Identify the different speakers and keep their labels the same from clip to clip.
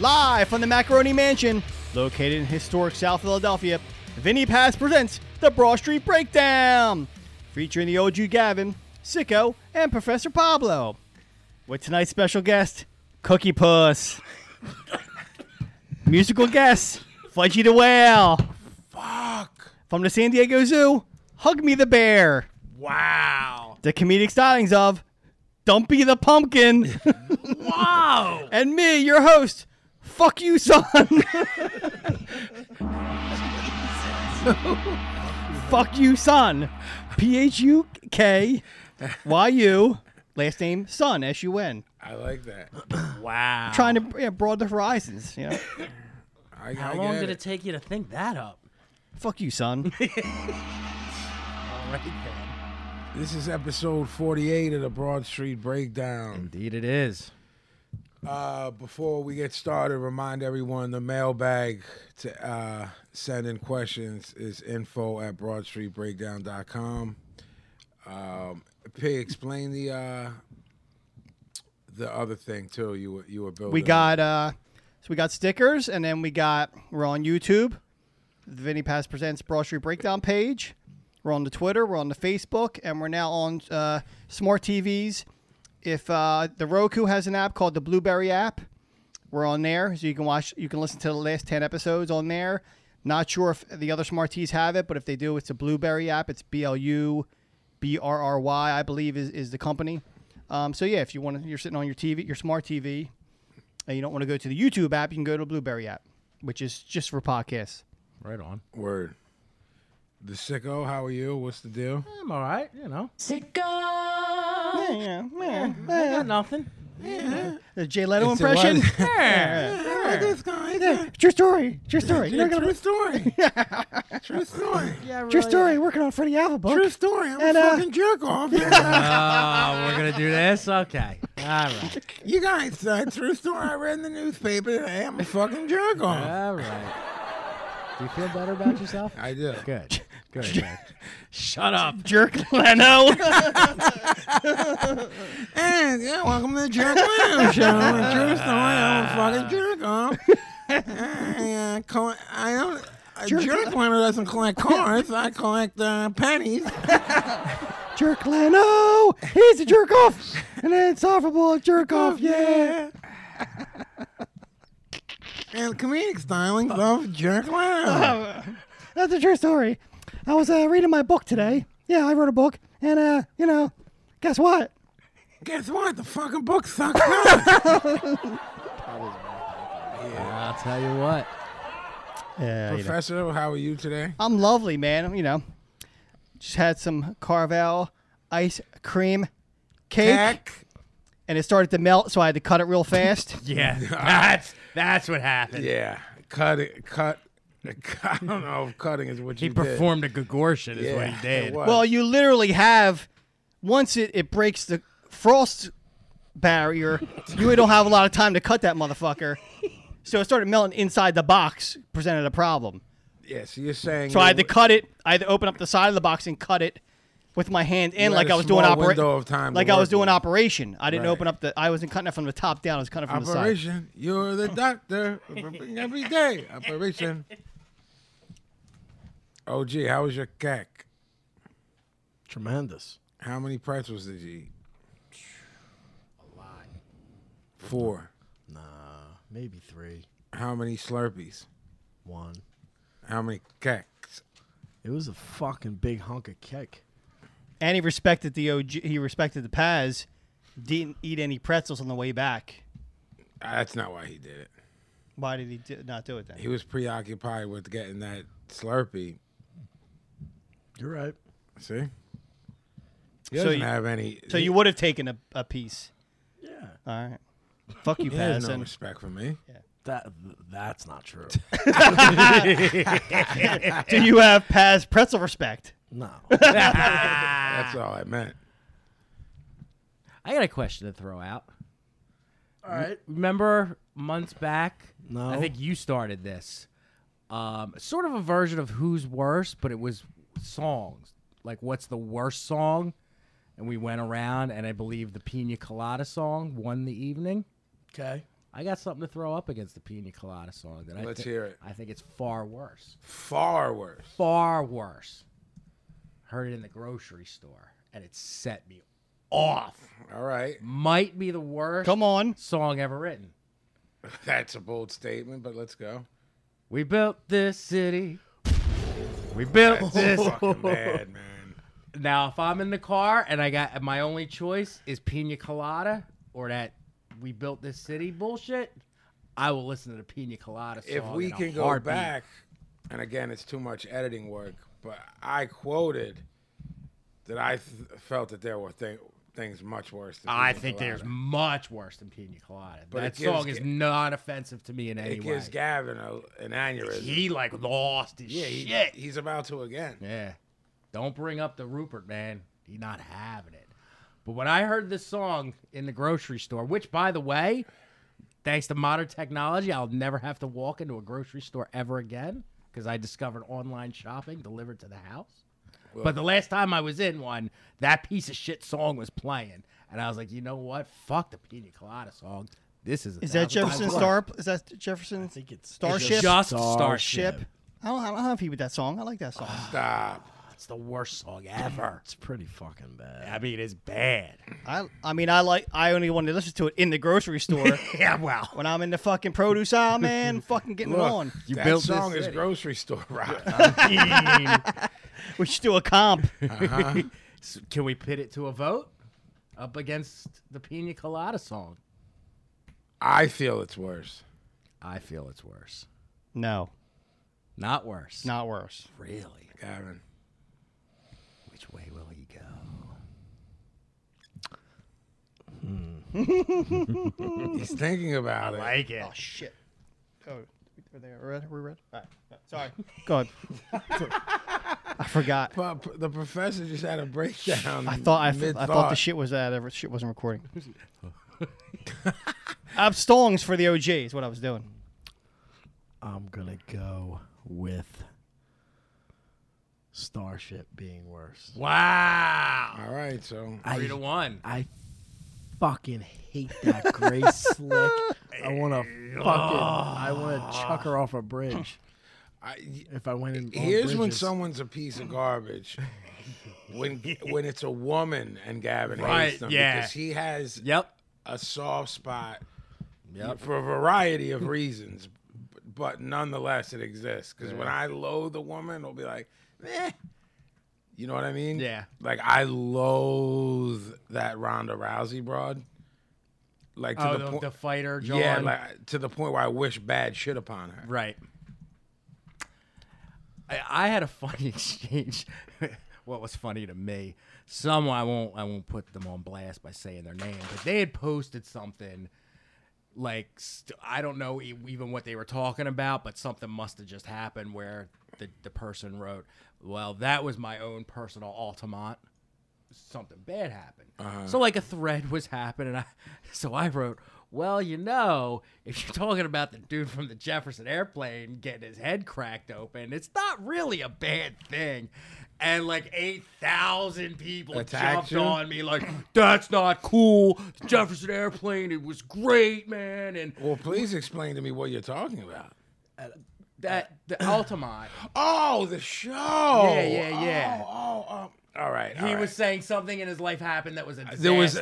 Speaker 1: Live from the Macaroni Mansion, located in historic South Philadelphia, Vinny Pass presents the Broad Street Breakdown, featuring the OG Gavin, Sicko, and Professor Pablo. With tonight's special guest, Cookie Puss. Musical guest, Fudgy the Whale.
Speaker 2: Fuck.
Speaker 1: From the San Diego Zoo, Hug Me the Bear.
Speaker 2: Wow.
Speaker 1: The comedic stylings of Dumpy the Pumpkin.
Speaker 2: Wow.
Speaker 1: and me, your host. Fuck you, son. Fuck you, son. P H U K Y U. Last name, son. S U N.
Speaker 2: I like that. Wow.
Speaker 1: Trying to yeah, broaden the horizons. You know.
Speaker 2: I,
Speaker 3: How
Speaker 2: I
Speaker 3: long
Speaker 2: get
Speaker 3: did it take you to think that up?
Speaker 1: Fuck you, son.
Speaker 3: All right then.
Speaker 2: This is episode 48 of the Broad Street Breakdown.
Speaker 3: Indeed, it is.
Speaker 2: Uh, before we get started, remind everyone the mailbag to uh, send in questions is info at broadstreetbreakdown.com. Um, P, explain the uh, the other thing too. You were, you were building.
Speaker 1: We
Speaker 2: on.
Speaker 1: got uh, so we got stickers, and then we got we're on YouTube. The Vinny Pass presents Broad Street Breakdown page. We're on the Twitter, we're on the Facebook, and we're now on uh, smart TVs. If uh, the Roku has an app called the Blueberry app, we're on there, so you can watch, you can listen to the last ten episodes on there. Not sure if the other smart TVs have it, but if they do, it's a Blueberry app. It's B L U B R R Y, I believe, is, is the company. Um, so yeah, if you want, to, you're sitting on your TV, your smart TV, and you don't want to go to the YouTube app, you can go to Blueberry app, which is just for podcasts.
Speaker 4: Right on.
Speaker 2: word. The sicko. How are you? What's the deal?
Speaker 4: I'm all right, you know.
Speaker 5: Sicko.
Speaker 1: Oh, Yeah, yeah,
Speaker 4: I got nothing.
Speaker 1: The Jay Leno
Speaker 2: It's a
Speaker 1: impression.
Speaker 2: what?
Speaker 4: Yeah.
Speaker 1: True story. True story. You're not gonna-
Speaker 2: Yeah, true story. true story.
Speaker 1: true story. Working on Freddie Alba
Speaker 2: True story. I'm
Speaker 1: And,
Speaker 2: a
Speaker 1: uh,
Speaker 2: fucking jerk off. uh,
Speaker 4: Oh, we're gonna do this? Okay. All right.
Speaker 2: you guys, uh, true story. I read in the newspaper that I am a fucking jerk off.
Speaker 4: All right. Do you feel better about yourself?
Speaker 2: I do.
Speaker 4: Good. Good. man. Shut up.
Speaker 1: Jerk Leno.
Speaker 2: And yeah, welcome to the Jerk Lab Show. And true story. I'm a fucking jerk off. I, uh, collect, I don't. A jerk, winner doesn't collect cards. I collect uh, pennies.
Speaker 1: jerk Leno. He's a jerk off. An insufferable jerk off. Oh, Yeah.
Speaker 2: And comedic stylings of jerk lab.
Speaker 1: That's a true story. I was uh, reading my book today. Yeah, I wrote a book, and uh, you know, guess what?
Speaker 2: Guess what? The fucking book sucks. cock.
Speaker 4: I'll tell you what.
Speaker 1: Yeah.
Speaker 2: Professor, how are you today?
Speaker 1: I'm lovely, man. You know, just had some Carvel ice cream cake,
Speaker 2: Heck.
Speaker 1: and it started to melt, so I had to cut it real fast.
Speaker 4: Yeah. That's that's what happened.
Speaker 2: Yeah, cut it, cut. I don't know if cutting is what
Speaker 4: He
Speaker 2: you
Speaker 4: performed a Gagortion is
Speaker 2: did.
Speaker 4: what he did.
Speaker 1: well, you literally have once it, it breaks the frost barrier, you really don't have a lot of time to cut that motherfucker. So it started melting inside the box, presented a problem.
Speaker 2: yeah, so you're saying
Speaker 1: So I had to
Speaker 2: you-
Speaker 1: cut it. I had to open up the side of the box and cut it with my hand in,
Speaker 2: You
Speaker 1: like
Speaker 2: had a
Speaker 1: I was doing
Speaker 2: small window of
Speaker 1: operation.
Speaker 2: time to
Speaker 1: Like I was
Speaker 2: work
Speaker 1: doing
Speaker 2: with.
Speaker 1: operation. I didn't
Speaker 2: Right.
Speaker 1: open up the. I wasn't cutting it from the top down. I was cutting it from the side.
Speaker 2: operation. You're the doctor every day. Operation. Oh, gee, how was your cack?
Speaker 4: Tremendous.
Speaker 2: How many pretzels did you eat? A lot. Four.
Speaker 4: Nah, maybe three.
Speaker 2: How many Slurpees?
Speaker 4: One.
Speaker 2: How many cacks?
Speaker 4: It was a fucking big hunk of cake.
Speaker 1: And he respected the OG. He respected the Paz. Didn't eat any pretzels on the way back.
Speaker 2: Ah, That's not why he did it.
Speaker 1: Why did he do, not do it then?
Speaker 2: He was preoccupied with getting that Slurpee.
Speaker 4: You're right.
Speaker 2: See? He
Speaker 1: So
Speaker 2: doesn't
Speaker 1: you-
Speaker 2: have any.
Speaker 1: So
Speaker 2: he-
Speaker 1: you would have taken a, a piece.
Speaker 4: Yeah.
Speaker 1: All right. Fuck you,
Speaker 2: He has
Speaker 1: Paz.
Speaker 2: no
Speaker 1: and-
Speaker 2: respect for me.
Speaker 4: That that's not true.
Speaker 1: do you have Paz pretzel respect?
Speaker 4: no.
Speaker 2: That's all I meant.
Speaker 6: I got a question to throw out.
Speaker 4: All right.
Speaker 6: Remember months back?
Speaker 4: No.
Speaker 6: I think you started this. Um, sort of a version of Who's Worse, but it was songs. Like, what's the worst song? And we went around, and I believe the Pina Colada song won the evening.
Speaker 4: Okay.
Speaker 6: I got something to throw up against the Pina Colada song that I
Speaker 2: Let's
Speaker 6: thi-
Speaker 2: hear it.
Speaker 6: I think it's far worse.
Speaker 2: Far worse.
Speaker 6: Far worse. Heard it in the grocery store and it set me off.
Speaker 2: All right.
Speaker 6: Might be the worst
Speaker 1: Come on.
Speaker 6: song ever written.
Speaker 2: That's a bold statement, but let's go.
Speaker 6: We built this city. We built this.
Speaker 2: Fucking mad, man.
Speaker 6: Now, if I'm in the car and I got my only choice is pina colada or that we built this city bullshit, I will listen to the pina colada song.
Speaker 2: If we
Speaker 6: in a
Speaker 2: can go
Speaker 6: heartbeat.
Speaker 2: back, and again, it's too much editing work, but I quoted that I th- felt that there were thi- things much worse. Than
Speaker 6: I
Speaker 2: Pina
Speaker 6: think
Speaker 2: Colada.
Speaker 6: there's much worse than pina colada.
Speaker 2: But
Speaker 6: that
Speaker 2: it gives
Speaker 6: song is
Speaker 2: Ga-
Speaker 6: not offensive to me in any
Speaker 2: It
Speaker 6: way.
Speaker 2: gives Gavin a, an aneurysm.
Speaker 6: he like lost his
Speaker 2: yeah, he,
Speaker 6: shit.
Speaker 2: he's about to again.
Speaker 6: Yeah. Don't bring up the Rupert, man. He not having it. But when I heard this song in the grocery store, which by the way, thanks to modern technology, I'll never have to walk into a grocery store ever again because I discovered online shopping delivered to the house. but the last time I was in one, that piece of shit song was playing. And I was like, you know what? Fuck the pina colada song. This is a
Speaker 1: Is that
Speaker 6: thousand times
Speaker 1: Jefferson
Speaker 6: worse.
Speaker 1: Star? Is that Jefferson? I
Speaker 4: think it's- It's
Speaker 1: Starship.
Speaker 6: Just
Speaker 4: Starship.
Speaker 1: Starship. I don't, I don't have heat with that song. I like that song.
Speaker 2: Stop.
Speaker 6: It's the worst song ever.
Speaker 4: It's pretty fucking bad.
Speaker 6: I mean, it's bad.
Speaker 1: I I mean I like I only want to listen to it in the grocery store
Speaker 6: Yeah, well.
Speaker 1: when I'm in the fucking produce aisle, man. Fucking getting it on.
Speaker 2: You that
Speaker 6: built this
Speaker 2: song is
Speaker 6: city.
Speaker 2: grocery store rock.
Speaker 1: We should do a comp.
Speaker 6: S- Can we pit it to a vote up against the Pina Colada song?
Speaker 2: I feel it's worse.
Speaker 6: I feel it's worse.
Speaker 1: No,
Speaker 6: Not worse.
Speaker 1: not worse.
Speaker 6: really.
Speaker 2: Gavin.
Speaker 6: Which way will he go?
Speaker 2: He's thinking about it.
Speaker 6: Like it.
Speaker 1: Oh shit. Oh, are they red? We're red. All right. All right. Sorry. Go ahead. I forgot.
Speaker 2: But the professor just had a breakdown.
Speaker 1: I thought I, f- I
Speaker 2: mid-thought.
Speaker 1: thought the shit was that ever shit wasn't recording. I'm stongs for the OG is what I was doing.
Speaker 4: I'm gonna go with Starship being worse.
Speaker 6: Wow.
Speaker 2: All right, so
Speaker 6: Three to one.
Speaker 4: I fucking hate that Grace Slick. I want to fucking. I want to chuck her off a bridge.
Speaker 2: I,
Speaker 4: If I went in, all
Speaker 2: here's when
Speaker 4: bridges.
Speaker 2: someone's a piece of garbage. when when it's a woman and Gavin hates
Speaker 6: Right,
Speaker 2: them
Speaker 6: yeah.
Speaker 2: because he has
Speaker 6: Yep.
Speaker 2: a soft spot
Speaker 6: Yep.
Speaker 2: for a variety of reasons, b- but nonetheless it exists. Because when I loathe a woman, I'll be like, eh. You know what I mean?
Speaker 6: Yeah.
Speaker 2: Like I loathe that Ronda Rousey broad. Like to
Speaker 6: Oh,
Speaker 2: the
Speaker 6: the,
Speaker 2: point,
Speaker 6: the fighter, John.
Speaker 2: yeah, like to the point where I wish bad shit upon her.
Speaker 6: Right. I, I had a funny exchange. what was funny to me? Some I won't I won't put them on blast by saying their name, but they had posted something like st- I don't know e- even what they were talking about, but something must have just happened where the the person wrote, "Well, that was my own personal Altamont." Something bad happened.
Speaker 2: Uh-huh.
Speaker 6: So like a thread was happening. I, so I wrote, "Well, you know, if you're talking about the dude from the Jefferson Airplane getting his head cracked open, it's not really a bad thing." And like eight thousand people
Speaker 2: Attacked
Speaker 6: jumped
Speaker 2: you?
Speaker 6: on on me like that's not cool The jefferson airplane it was great man and
Speaker 2: Well, please explain to me what you're talking about.
Speaker 6: that the altamont
Speaker 2: Oh, the show.
Speaker 6: Yeah, yeah, yeah.
Speaker 2: Oh, oh, oh. all right.
Speaker 6: he was saying something in his life happened that was a disaster.
Speaker 2: There was. Uh,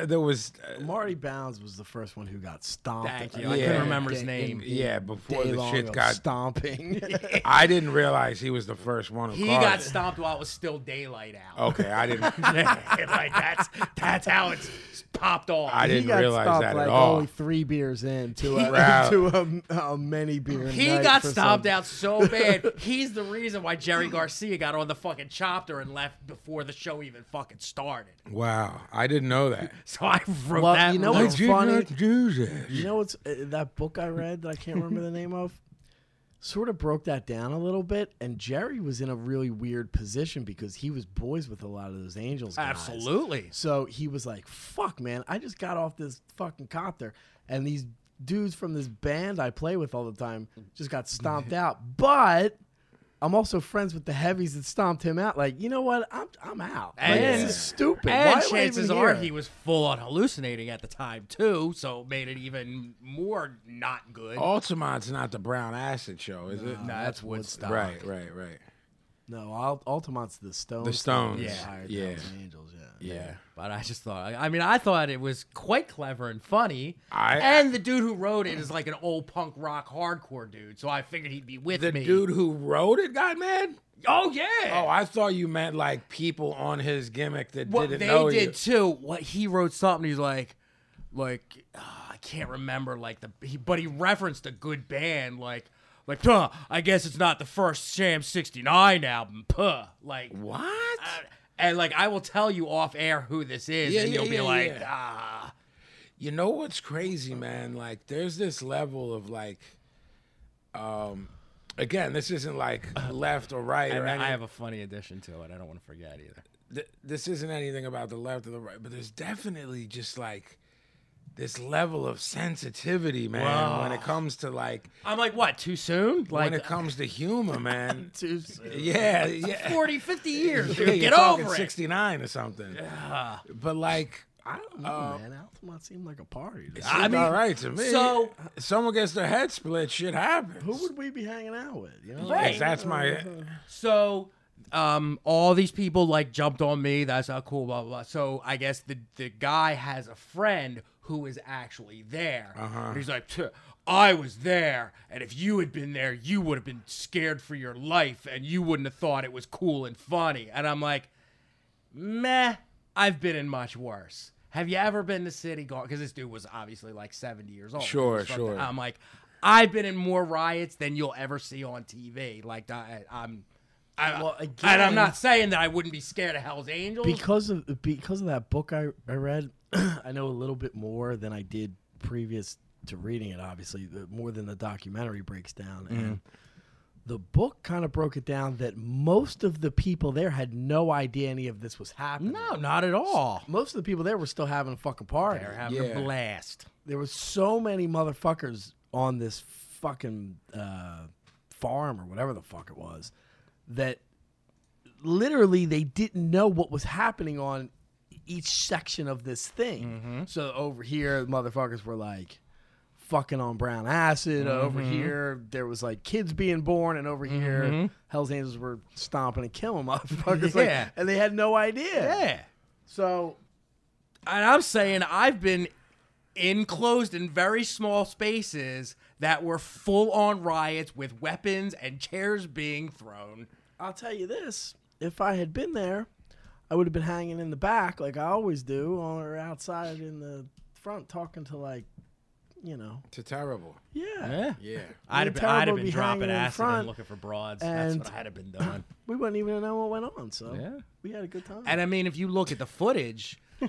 Speaker 2: uh, there was. Uh,
Speaker 4: Marty Bounds was the first one who got stomped.
Speaker 6: Thank you.
Speaker 4: Like,
Speaker 6: I
Speaker 2: Yeah.
Speaker 6: couldn't remember his
Speaker 4: Day-
Speaker 6: name.
Speaker 2: yeah, before
Speaker 4: Day
Speaker 2: the
Speaker 4: long
Speaker 2: shit
Speaker 4: of
Speaker 2: got.
Speaker 4: stomping.
Speaker 2: I didn't realize he was the first one. Who
Speaker 6: He
Speaker 2: called
Speaker 6: got
Speaker 2: it.
Speaker 6: stomped while it was still daylight out.
Speaker 2: Okay, I didn't.
Speaker 6: like that's that's how it's popped off.
Speaker 2: I
Speaker 4: he
Speaker 2: didn't
Speaker 4: got
Speaker 2: realize
Speaker 4: stopped
Speaker 2: that
Speaker 4: like
Speaker 2: at all.
Speaker 4: only three beers in to
Speaker 2: Wow.
Speaker 4: a, to a, a many beer.
Speaker 6: he
Speaker 4: night
Speaker 6: got
Speaker 4: for
Speaker 6: stomped
Speaker 4: some-
Speaker 6: out so bad. He's the reason why Jerry Garcia got on the fucking chopper and left before the show even fucking started.
Speaker 2: wow, I didn't know that.
Speaker 6: So I wrote
Speaker 4: Well,
Speaker 6: that.
Speaker 4: you know
Speaker 6: little-
Speaker 2: I
Speaker 4: what's
Speaker 2: did
Speaker 4: funny?
Speaker 2: not do that.
Speaker 4: You know what's uh, that book I read that I can't remember the name of? Sort of broke that down a little bit, and Jerry was in a really weird position because he was boys with a lot of those angels. Guys.
Speaker 6: Absolutely.
Speaker 4: So he was like, "Fuck, man! I just got off this fucking copter, and these dudes from this band I play with all the time just got stomped out. But I'm also friends with the heavies that stomped him out. Like, you know what? I'm I'm out. Like,
Speaker 6: And-
Speaker 4: this is stupid. Why am
Speaker 6: And
Speaker 4: I even
Speaker 6: chances are
Speaker 4: here?
Speaker 6: he was full on hallucinating at the time too, so it made it even more not good.
Speaker 2: Oh, Altamont's not the brown acid show, is it?
Speaker 6: no, that's Woodstock.
Speaker 2: Right, right, right.
Speaker 4: No, Al- Altamont's the Stones.
Speaker 2: The Stones,
Speaker 4: Yeah,
Speaker 2: yeah.
Speaker 4: hired
Speaker 2: Yeah.
Speaker 4: Thousand Angels. Yeah.
Speaker 2: Yeah.
Speaker 6: But I just thought, I mean, I thought it was quite clever and funny.
Speaker 2: I-
Speaker 6: and the dude who wrote it is like an old punk rock hardcore dude, so I figured he'd be with
Speaker 2: The
Speaker 6: me.
Speaker 2: dude who wrote it got mad?
Speaker 6: oh yeah.
Speaker 2: Oh, I thought you meant like people on his gimmick that
Speaker 6: what
Speaker 2: didn't
Speaker 6: they
Speaker 2: know
Speaker 6: did
Speaker 2: you.
Speaker 6: too. What he wrote something. He's like, like ah, I can't remember. Like the he, but he referenced a good band. Like like huh, I guess it's not the first Sham '69 album. Puh. Like
Speaker 2: What?
Speaker 6: uh, and like I will tell you off air who this is,
Speaker 2: Yeah,
Speaker 6: and
Speaker 2: yeah,
Speaker 6: you'll be
Speaker 2: yeah,
Speaker 6: like,
Speaker 2: yeah.
Speaker 6: ah,
Speaker 2: you know what's crazy, man? Like, there's this level of like, um, again, this isn't like left or right. or
Speaker 6: And
Speaker 2: any-
Speaker 6: I have a funny addition to it. I don't want to forget either.
Speaker 2: th- this isn't anything about the left or the right, but there's definitely just like this level of sensitivity, man, when it comes to like
Speaker 6: I'm like, what? Too soon? Like uh,
Speaker 2: when it comes to humor, man.
Speaker 4: Too soon.
Speaker 2: yeah, yeah.
Speaker 6: 40, 50 years,
Speaker 2: Yeah,
Speaker 6: dude.
Speaker 2: you're
Speaker 6: Get
Speaker 2: talking
Speaker 6: over it.
Speaker 2: 69 or something. But like, I don't
Speaker 6: Uh,
Speaker 2: know.
Speaker 4: man, Altamont seemed like a party. to me.
Speaker 2: I
Speaker 6: mean,
Speaker 2: all right to me.
Speaker 6: so-
Speaker 2: someone gets their head split, shit happens.
Speaker 4: Who would we be hanging out with? You know,
Speaker 6: Right.
Speaker 2: That's my.
Speaker 6: Mm-hmm. So um all these people like jumped on me. That's not cool, blah blah blah. So I guess the the guy has a friend who is actually there.
Speaker 2: Uh-huh.
Speaker 6: And he's like, "Tuh, I was there, and if you had been there, you would have been scared for your life and you wouldn't have thought it was cool and funny. And I'm like, meh, I've been in much worse. Have you ever been to City Garden? Because this dude was obviously like 70 years old.
Speaker 2: Sure,
Speaker 6: He was from-
Speaker 2: sure.
Speaker 6: I'm like, I've been in more riots than you'll ever see on TV. Like, I, I'm. I,
Speaker 4: Well,
Speaker 6: and I'm
Speaker 4: again-
Speaker 6: not saying that I wouldn't be scared of Hell's Angels.
Speaker 4: because of because of that book I, I read, I know a little bit more than I did previous to reading it. Obviously, the- more than the documentary breaks down,
Speaker 6: Mm-hmm.
Speaker 4: and the book kind of broke it down that most of the people there had no idea any of this was happening.
Speaker 6: no, not at all.
Speaker 4: most of the people there were still having a fucking party.
Speaker 6: They're having
Speaker 2: Yeah.
Speaker 6: a blast.
Speaker 4: There was so many motherfuckers on this fucking uh, farm or whatever the fuck it was that literally they didn't know what was happening on each section of this thing. So over here, motherfuckers were like fucking on brown acid. Over here, there was like kids being born, and over here, Hell's Angels were stomping and killing motherfuckers. like-
Speaker 6: Yeah.
Speaker 4: and they had no idea. So
Speaker 6: and I'm saying I've been enclosed in very small spaces that were full on riots with weapons and chairs being thrown.
Speaker 4: I'll tell you this: if I had been there, I would have been hanging in the back like I always do, or outside in the front talking to like, you know,
Speaker 2: To terrible.
Speaker 4: yeah.
Speaker 2: Yeah.
Speaker 6: I'd have been, I'd
Speaker 4: Terrible
Speaker 6: have been
Speaker 4: be hanging
Speaker 6: dropping
Speaker 4: in
Speaker 6: acid
Speaker 4: front
Speaker 6: and looking for broads.
Speaker 4: and-
Speaker 6: That's what I'd have been doing.
Speaker 4: We wouldn't even know what went on, so
Speaker 6: Yeah.
Speaker 4: we had a good time.
Speaker 6: and I mean, if you look at the footage,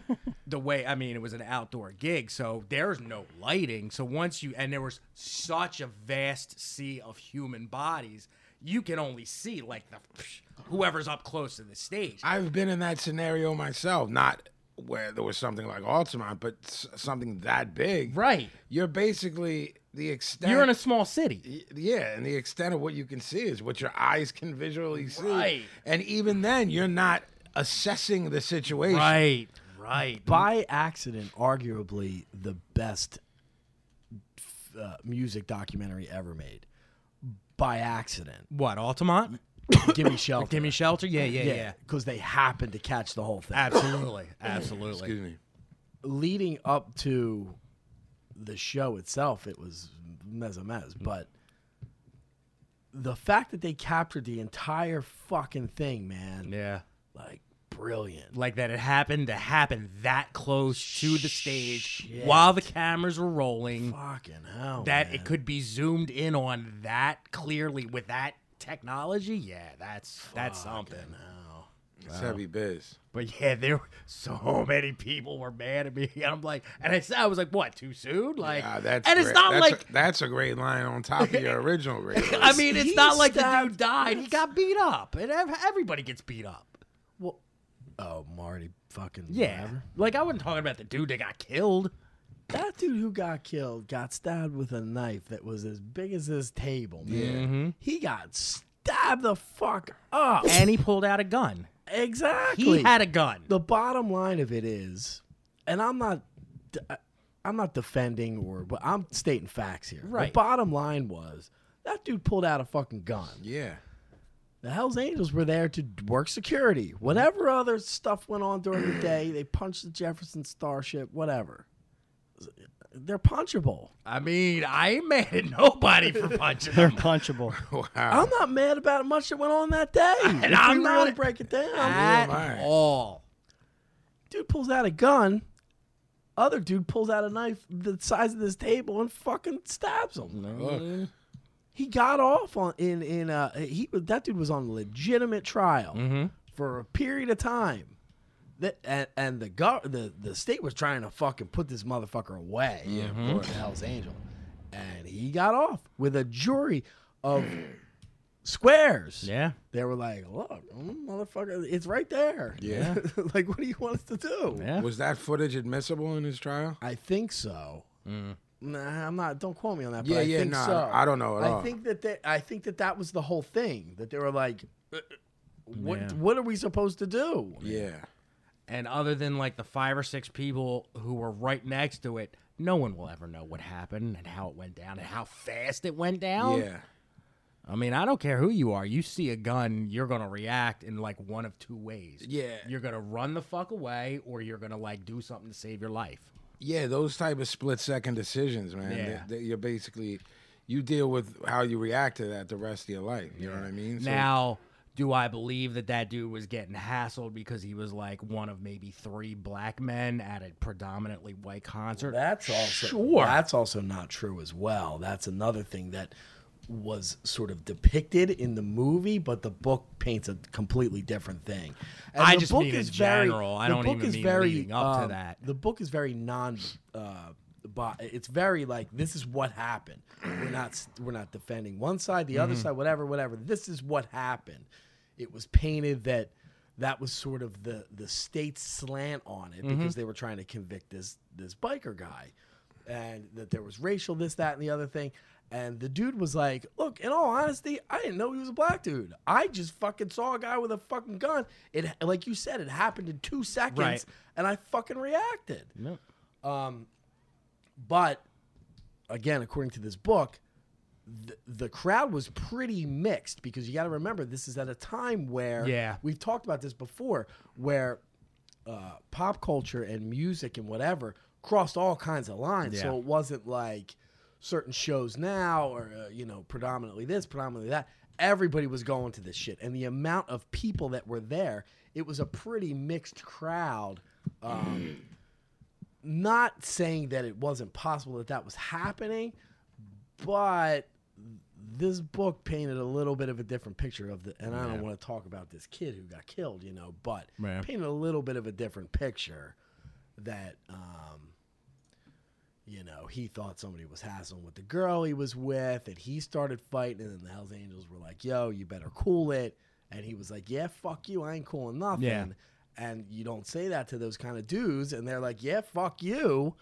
Speaker 6: the way I mean, it was an outdoor gig, so there's no lighting. So once you and there was such a vast sea of human bodies, you can only see like the whoever's up close to the stage.
Speaker 2: I've been in that scenario myself, not where there was something like Altamont, but s- something that big.
Speaker 6: right.
Speaker 2: You're basically the extent.
Speaker 6: You're in a small city.
Speaker 2: Y- Yeah, and the extent of what you can see is what your eyes can visually see.
Speaker 6: Right.
Speaker 2: And even then, you're not assessing the situation.
Speaker 6: Right. Right.
Speaker 4: by accident, arguably the best f- uh, music documentary ever made. By accident,
Speaker 6: What, Altamont?
Speaker 4: give me shelter.
Speaker 6: Gimme shelter? Yeah, yeah, yeah.
Speaker 4: because they happened to catch the whole thing.
Speaker 6: Absolutely. Absolutely.
Speaker 2: Excuse me.
Speaker 4: leading up to the show itself, it was mez a mez,
Speaker 6: Mm.
Speaker 4: but the fact that they captured the entire fucking thing, man,
Speaker 6: Yeah.
Speaker 4: like brilliant.
Speaker 6: Like that it happened to happen that close to the stage while the cameras were rolling.
Speaker 4: Fucking hell.
Speaker 6: that
Speaker 4: Oh, man.
Speaker 6: it could be zoomed in on that clearly with that technology. Yeah, that's that's something.
Speaker 2: It's heavy biz.
Speaker 6: But yeah, there were so many people were mad at me, and I'm like, and I said, I was like, what? Too soon? Like,
Speaker 2: Ah, that's
Speaker 6: and it's
Speaker 2: great.
Speaker 6: not
Speaker 2: that's
Speaker 6: like.
Speaker 2: a, that's a great line on top of your original. Great line.
Speaker 6: I mean, it's
Speaker 4: He
Speaker 6: not like the dude
Speaker 4: stabbed-
Speaker 6: died. He got beat up, and ev- everybody gets beat up.
Speaker 4: Well, oh, Marty fucking.
Speaker 6: Yeah,
Speaker 4: whatever.
Speaker 6: like I wasn't talking about the dude that got killed.
Speaker 4: That dude who got killed got stabbed with a knife that was as big as this table, man. He got stabbed. Fab the fuck up.
Speaker 6: Mm-hmm. and he pulled out a gun.
Speaker 4: Exactly.
Speaker 6: He had a gun.
Speaker 4: the bottom line of it is, and I'm not, I'm not defending or, but I'm stating facts here. The
Speaker 6: Right.
Speaker 4: bottom line was that dude pulled out a fucking gun.
Speaker 2: Yeah.
Speaker 4: The Hell's Angels were there to work security. Whatever other stuff went on during the day, they punched the Jefferson Starship, whatever. They're punchable.
Speaker 6: I mean, I ain't mad at nobody for punching
Speaker 1: They're
Speaker 6: him.
Speaker 1: punchable.
Speaker 4: I'm not mad about much that went on that day. And if
Speaker 6: I'm
Speaker 4: we
Speaker 6: not-
Speaker 4: really break it down.
Speaker 6: At
Speaker 2: Right.
Speaker 6: all.
Speaker 4: dude pulls out a gun. Other dude pulls out a knife the size of this table and fucking stabs him.
Speaker 2: Look.
Speaker 4: He got off on in in uh he that dude was on legitimate trial
Speaker 6: Mm-hmm.
Speaker 4: for a period of time. That and, and the gov the the state was trying to fucking put this motherfucker away.
Speaker 6: Mm-hmm.
Speaker 4: Yeah, the Hell's Angel, and he got off with a jury of squares.
Speaker 6: Yeah.
Speaker 4: They were like, "Look, mm, motherfucker, it's right there."
Speaker 2: Yeah.
Speaker 4: like, what do you want us to do?
Speaker 6: Yeah.
Speaker 2: Was that footage admissible in his trial?
Speaker 4: I think so.
Speaker 6: Mm.
Speaker 4: Nah, I'm not. Don't quote me on that.
Speaker 2: Yeah,
Speaker 4: but I
Speaker 2: yeah,
Speaker 4: think
Speaker 2: nah,
Speaker 4: so.
Speaker 2: I don't know at
Speaker 4: I
Speaker 2: all.
Speaker 4: think that they, I think that that was the whole thing that they were like, uh, uh, what
Speaker 6: Yeah.
Speaker 4: What are we supposed to do?
Speaker 2: Yeah.
Speaker 6: And other than like the five or six people who were right next to it, no one will ever know what happened and how it went down and how fast it went down.
Speaker 2: Yeah.
Speaker 6: I mean, I don't care who you are. You see a gun, you're gonna react in like one of two ways.
Speaker 2: Yeah.
Speaker 6: You're gonna run the fuck away, or you're gonna like do something to save your life.
Speaker 2: Yeah, those type of split second decisions, man.
Speaker 6: Yeah.
Speaker 2: They, they- you're basically you deal with how you react to that the rest of your life. You know what I mean? So-
Speaker 6: Now, do I believe that that dude was getting hassled because he was like one of maybe three black men at a predominantly white concert?
Speaker 4: That's also
Speaker 6: Sure.
Speaker 4: That's also not true as well. That's another thing that was sort of depicted in the movie, but the book paints a completely different thing. And
Speaker 6: I
Speaker 4: the
Speaker 6: just
Speaker 4: book
Speaker 6: mean in
Speaker 4: is very-
Speaker 6: general. I
Speaker 4: the
Speaker 6: don't
Speaker 4: book
Speaker 6: even
Speaker 4: is
Speaker 6: mean
Speaker 4: very,
Speaker 6: leading up to
Speaker 4: um,
Speaker 6: that.
Speaker 4: The book is very non. Uh, bi- it's very like this is what happened. We're not s- we're not defending one side, the other side, whatever, whatever. This is what happened. It was painted that that was sort of the the state's slant on it because they were trying to convict this this biker guy, and that there was racial this that and the other thing. And the dude was like, "Look, in all honesty, I didn't know he was a black dude. I just fucking saw a guy with a fucking gun. It, like you said, it happened in two seconds,
Speaker 6: Right.
Speaker 4: and I fucking reacted."
Speaker 6: Yep.
Speaker 4: But again, according to this book, th- the crowd was pretty mixed because you got to remember this is at a time where
Speaker 6: Yeah.
Speaker 4: we've talked about this before, where uh, pop culture and music and whatever crossed all kinds of lines. So
Speaker 6: Yeah.
Speaker 4: it wasn't like certain shows now or uh, you know predominantly this, predominantly that. Everybody was going to this shit, and the amount of people that were there, it was a pretty mixed crowd. Um, not saying that it wasn't possible that that was happening, but this book painted a little bit of a different picture of the. And I don't want to talk about this kid who got killed, you know, but
Speaker 6: Yeah.
Speaker 4: painted a little bit of a different picture that, um, you know, he thought somebody was hassling with the girl he was with, and he started fighting, and then the Hells Angels were like, "Yo, you better cool it," and he was like, "Yeah, fuck you, I ain't cooling nothing."
Speaker 6: Yeah.
Speaker 4: and you don't say that to those kind of dudes, and they're like, "Yeah, fuck you."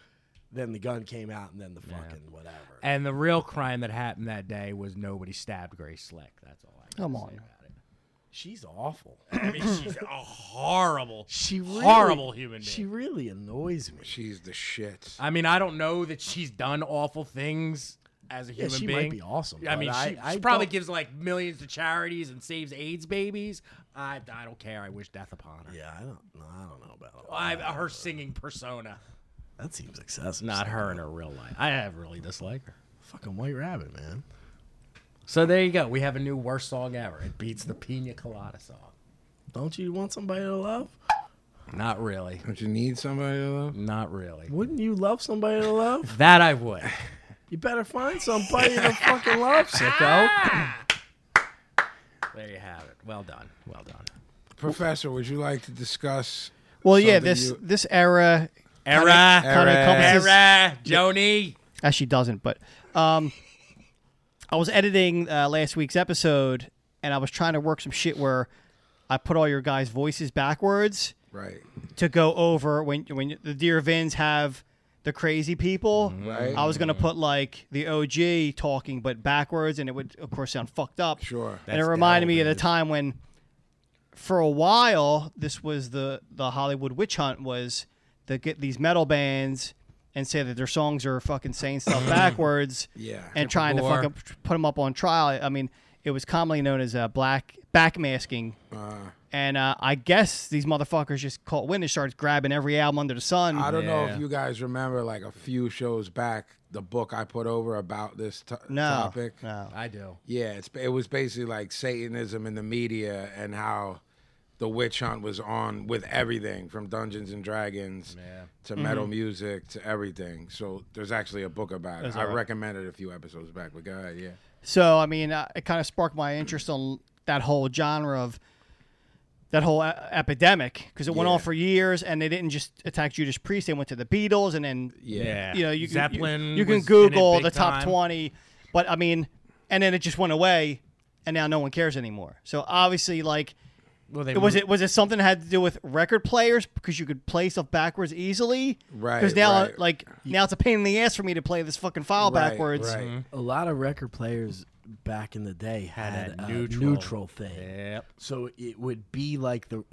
Speaker 4: Then the gun came out, and then the fucking whatever.
Speaker 6: And the real crime that happened that day was nobody stabbed Grace Slick. That's all I can
Speaker 1: Come
Speaker 6: say
Speaker 1: on.
Speaker 6: about it.
Speaker 4: She's awful.
Speaker 6: I mean, she's a horrible,
Speaker 4: She really,
Speaker 6: horrible human being.
Speaker 4: She really annoys me.
Speaker 2: she's the shit.
Speaker 6: I mean, I don't know that she's done awful things as a
Speaker 4: Yeah,
Speaker 6: human
Speaker 4: she
Speaker 6: being.
Speaker 4: might be awesome.
Speaker 6: I mean,
Speaker 4: but
Speaker 6: she,
Speaker 4: I,
Speaker 6: she
Speaker 4: I
Speaker 6: probably
Speaker 4: don't-
Speaker 6: gives like millions to charities and saves AIDS babies. I, I don't care. I wish death upon her.
Speaker 4: Yeah, I don't. No, I don't know about all
Speaker 6: I, her singing persona,
Speaker 4: that. That seems excessive.
Speaker 6: not her in her real life. I have really dislike her.
Speaker 4: Fucking White Rabbit, man.
Speaker 6: So there you go. We have a new worst song ever. It beats the Pina Colada song.
Speaker 4: Don't you want somebody to love?
Speaker 6: Not really.
Speaker 2: Don't you need somebody to love?
Speaker 6: Not really.
Speaker 4: Wouldn't you love somebody to love?
Speaker 6: That I would.
Speaker 4: You better find somebody to fucking love, sicko.
Speaker 6: There you have it. Well done. Well done.
Speaker 2: Professor, would you like to discuss?
Speaker 1: Well, yeah,
Speaker 2: something
Speaker 1: this
Speaker 2: you-
Speaker 1: this era
Speaker 6: Era.
Speaker 1: kind of
Speaker 2: Era.
Speaker 1: encompasses
Speaker 6: Era. Joni.
Speaker 1: Actually, doesn't. But um, I was editing uh, last week's episode, and I was trying to work some shit where I put all your guys' voices backwards
Speaker 2: Right.
Speaker 1: to go over when when the Dear Vins have the crazy people.
Speaker 2: Right.
Speaker 1: I was gonna put like the OG talking, but backwards, and it would of course sound fucked up.
Speaker 2: Sure.
Speaker 1: and it
Speaker 6: That's
Speaker 1: reminded me of the
Speaker 6: dope,
Speaker 1: time when, for a while, this was the the Hollywood witch hunt was to get these metal bands and say that their songs are fucking saying stuff backwards.
Speaker 2: Yeah.
Speaker 1: and trying to
Speaker 6: Gore.
Speaker 1: fucking put them up on trial. I mean, it was commonly known as uh, black backmasking. and uh, I guess these motherfuckers just caught wind and started grabbing every album under the sun.
Speaker 2: I don't know
Speaker 6: Yeah.
Speaker 2: if you guys remember, like a few shows back, the book I put over about this to-
Speaker 1: no,
Speaker 2: topic.
Speaker 1: no.
Speaker 6: I do.
Speaker 2: Yeah, it's, it was basically like Satanism in the media and how the witch hunt was on with everything from Dungeons and Dragons to metal music to everything. So there's actually a book about it. I recommended a few episodes back, but go ahead, yeah.
Speaker 1: So I mean, uh, it kind of sparked my interest on that whole genre of that whole a- epidemic because it went
Speaker 2: Yeah.
Speaker 1: on for years, and they didn't just attack Judas Priest; they went to the Beatles, and then
Speaker 2: Yeah.
Speaker 1: you know, you can-
Speaker 6: Zeppelin
Speaker 1: You, you can
Speaker 6: was in it
Speaker 1: Google
Speaker 6: big
Speaker 1: the top
Speaker 6: time.
Speaker 1: twenty, but I mean, and then it just went away, and now no one cares anymore. So obviously, like,
Speaker 3: Well, they
Speaker 1: it was
Speaker 3: moved-
Speaker 1: it was it something that had to do with record players because you could play stuff backwards easily.
Speaker 2: Right,
Speaker 1: Because now,
Speaker 2: right.
Speaker 1: like, now it's a pain in the ass for me to play this fucking file
Speaker 2: Right,
Speaker 1: backwards.
Speaker 2: Right.
Speaker 4: A lot of record players back in the day had,
Speaker 6: that
Speaker 4: a neutral,
Speaker 6: neutral.
Speaker 4: thing.
Speaker 6: Yep.
Speaker 4: So it would be like the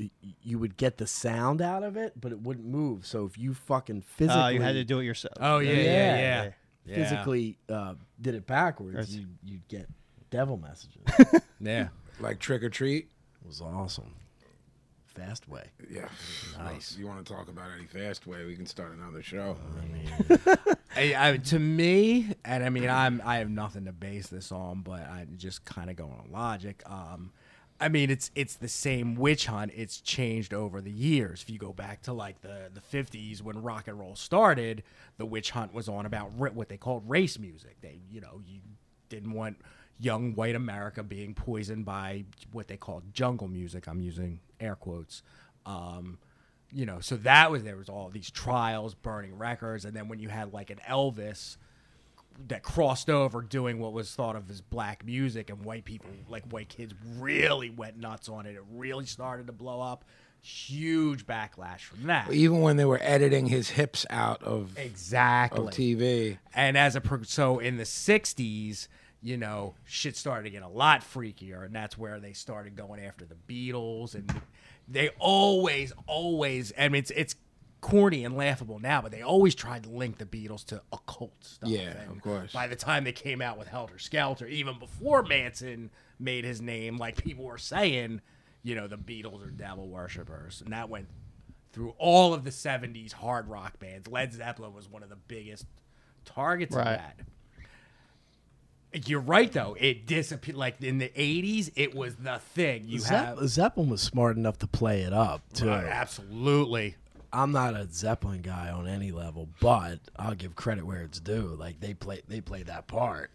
Speaker 4: you would get the sound out of it, but it wouldn't move. So if you fucking physically
Speaker 1: Uh, you had to do it yourself.
Speaker 6: Oh yeah, yeah,
Speaker 4: Yeah.
Speaker 6: yeah. Yeah.
Speaker 4: physically uh, did it backwards, you you'd get devil messages. it
Speaker 6: Yeah.
Speaker 2: Like Trick or Treat.
Speaker 4: was awesome. Fast way.
Speaker 2: Yeah. Nice. Oh, You want to talk about any fast way, we can start another show.
Speaker 6: I, I, to me, and I mean, I'm I have nothing to base this on, but I'm just kind of going on logic. Um, I mean, it's it's the same witch hunt. It's changed over the years. If you go back to like the the 50s when rock and roll started, the witch hunt was on about ra- what they called race music. They, you know, you didn't want young white America being poisoned by what they called jungle music. I'm using air quotes. Um, you know, so that was there was all these trials, burning records, and then when you had like an Elvis that crossed over doing what was thought of as black music and white people like white kids really went nuts on it. It really started to blow up. Huge backlash from that.
Speaker 2: Even when they were editing his hips out of,
Speaker 6: Exactly.
Speaker 2: of TV.
Speaker 6: And as a pro- so in the '60s, you know, shit started to get a lot freakier, and that's where they started going after the Beatles, and they always, always. I mean, it's it's corny and laughable now, but they always tried to link the Beatles to occult stuff.
Speaker 2: Yeah,
Speaker 6: And
Speaker 2: of course.
Speaker 6: By the time they came out with Helter Skelter, even before Manson made his name, like people were saying, you know, the Beatles are devil worshippers, and that went through all of the 70s hard rock bands. Led Zeppelin was one of the biggest targets of
Speaker 1: Right.
Speaker 6: that. You're right though. It disappeared like in the 80s it was the thing. You
Speaker 4: Zepp-
Speaker 6: have
Speaker 4: Zeppelin was smart enough to play it up too.
Speaker 6: Uh, absolutely.
Speaker 4: I'm not a Zeppelin guy on any level, but I'll give credit where it's due. Like they play they played that part.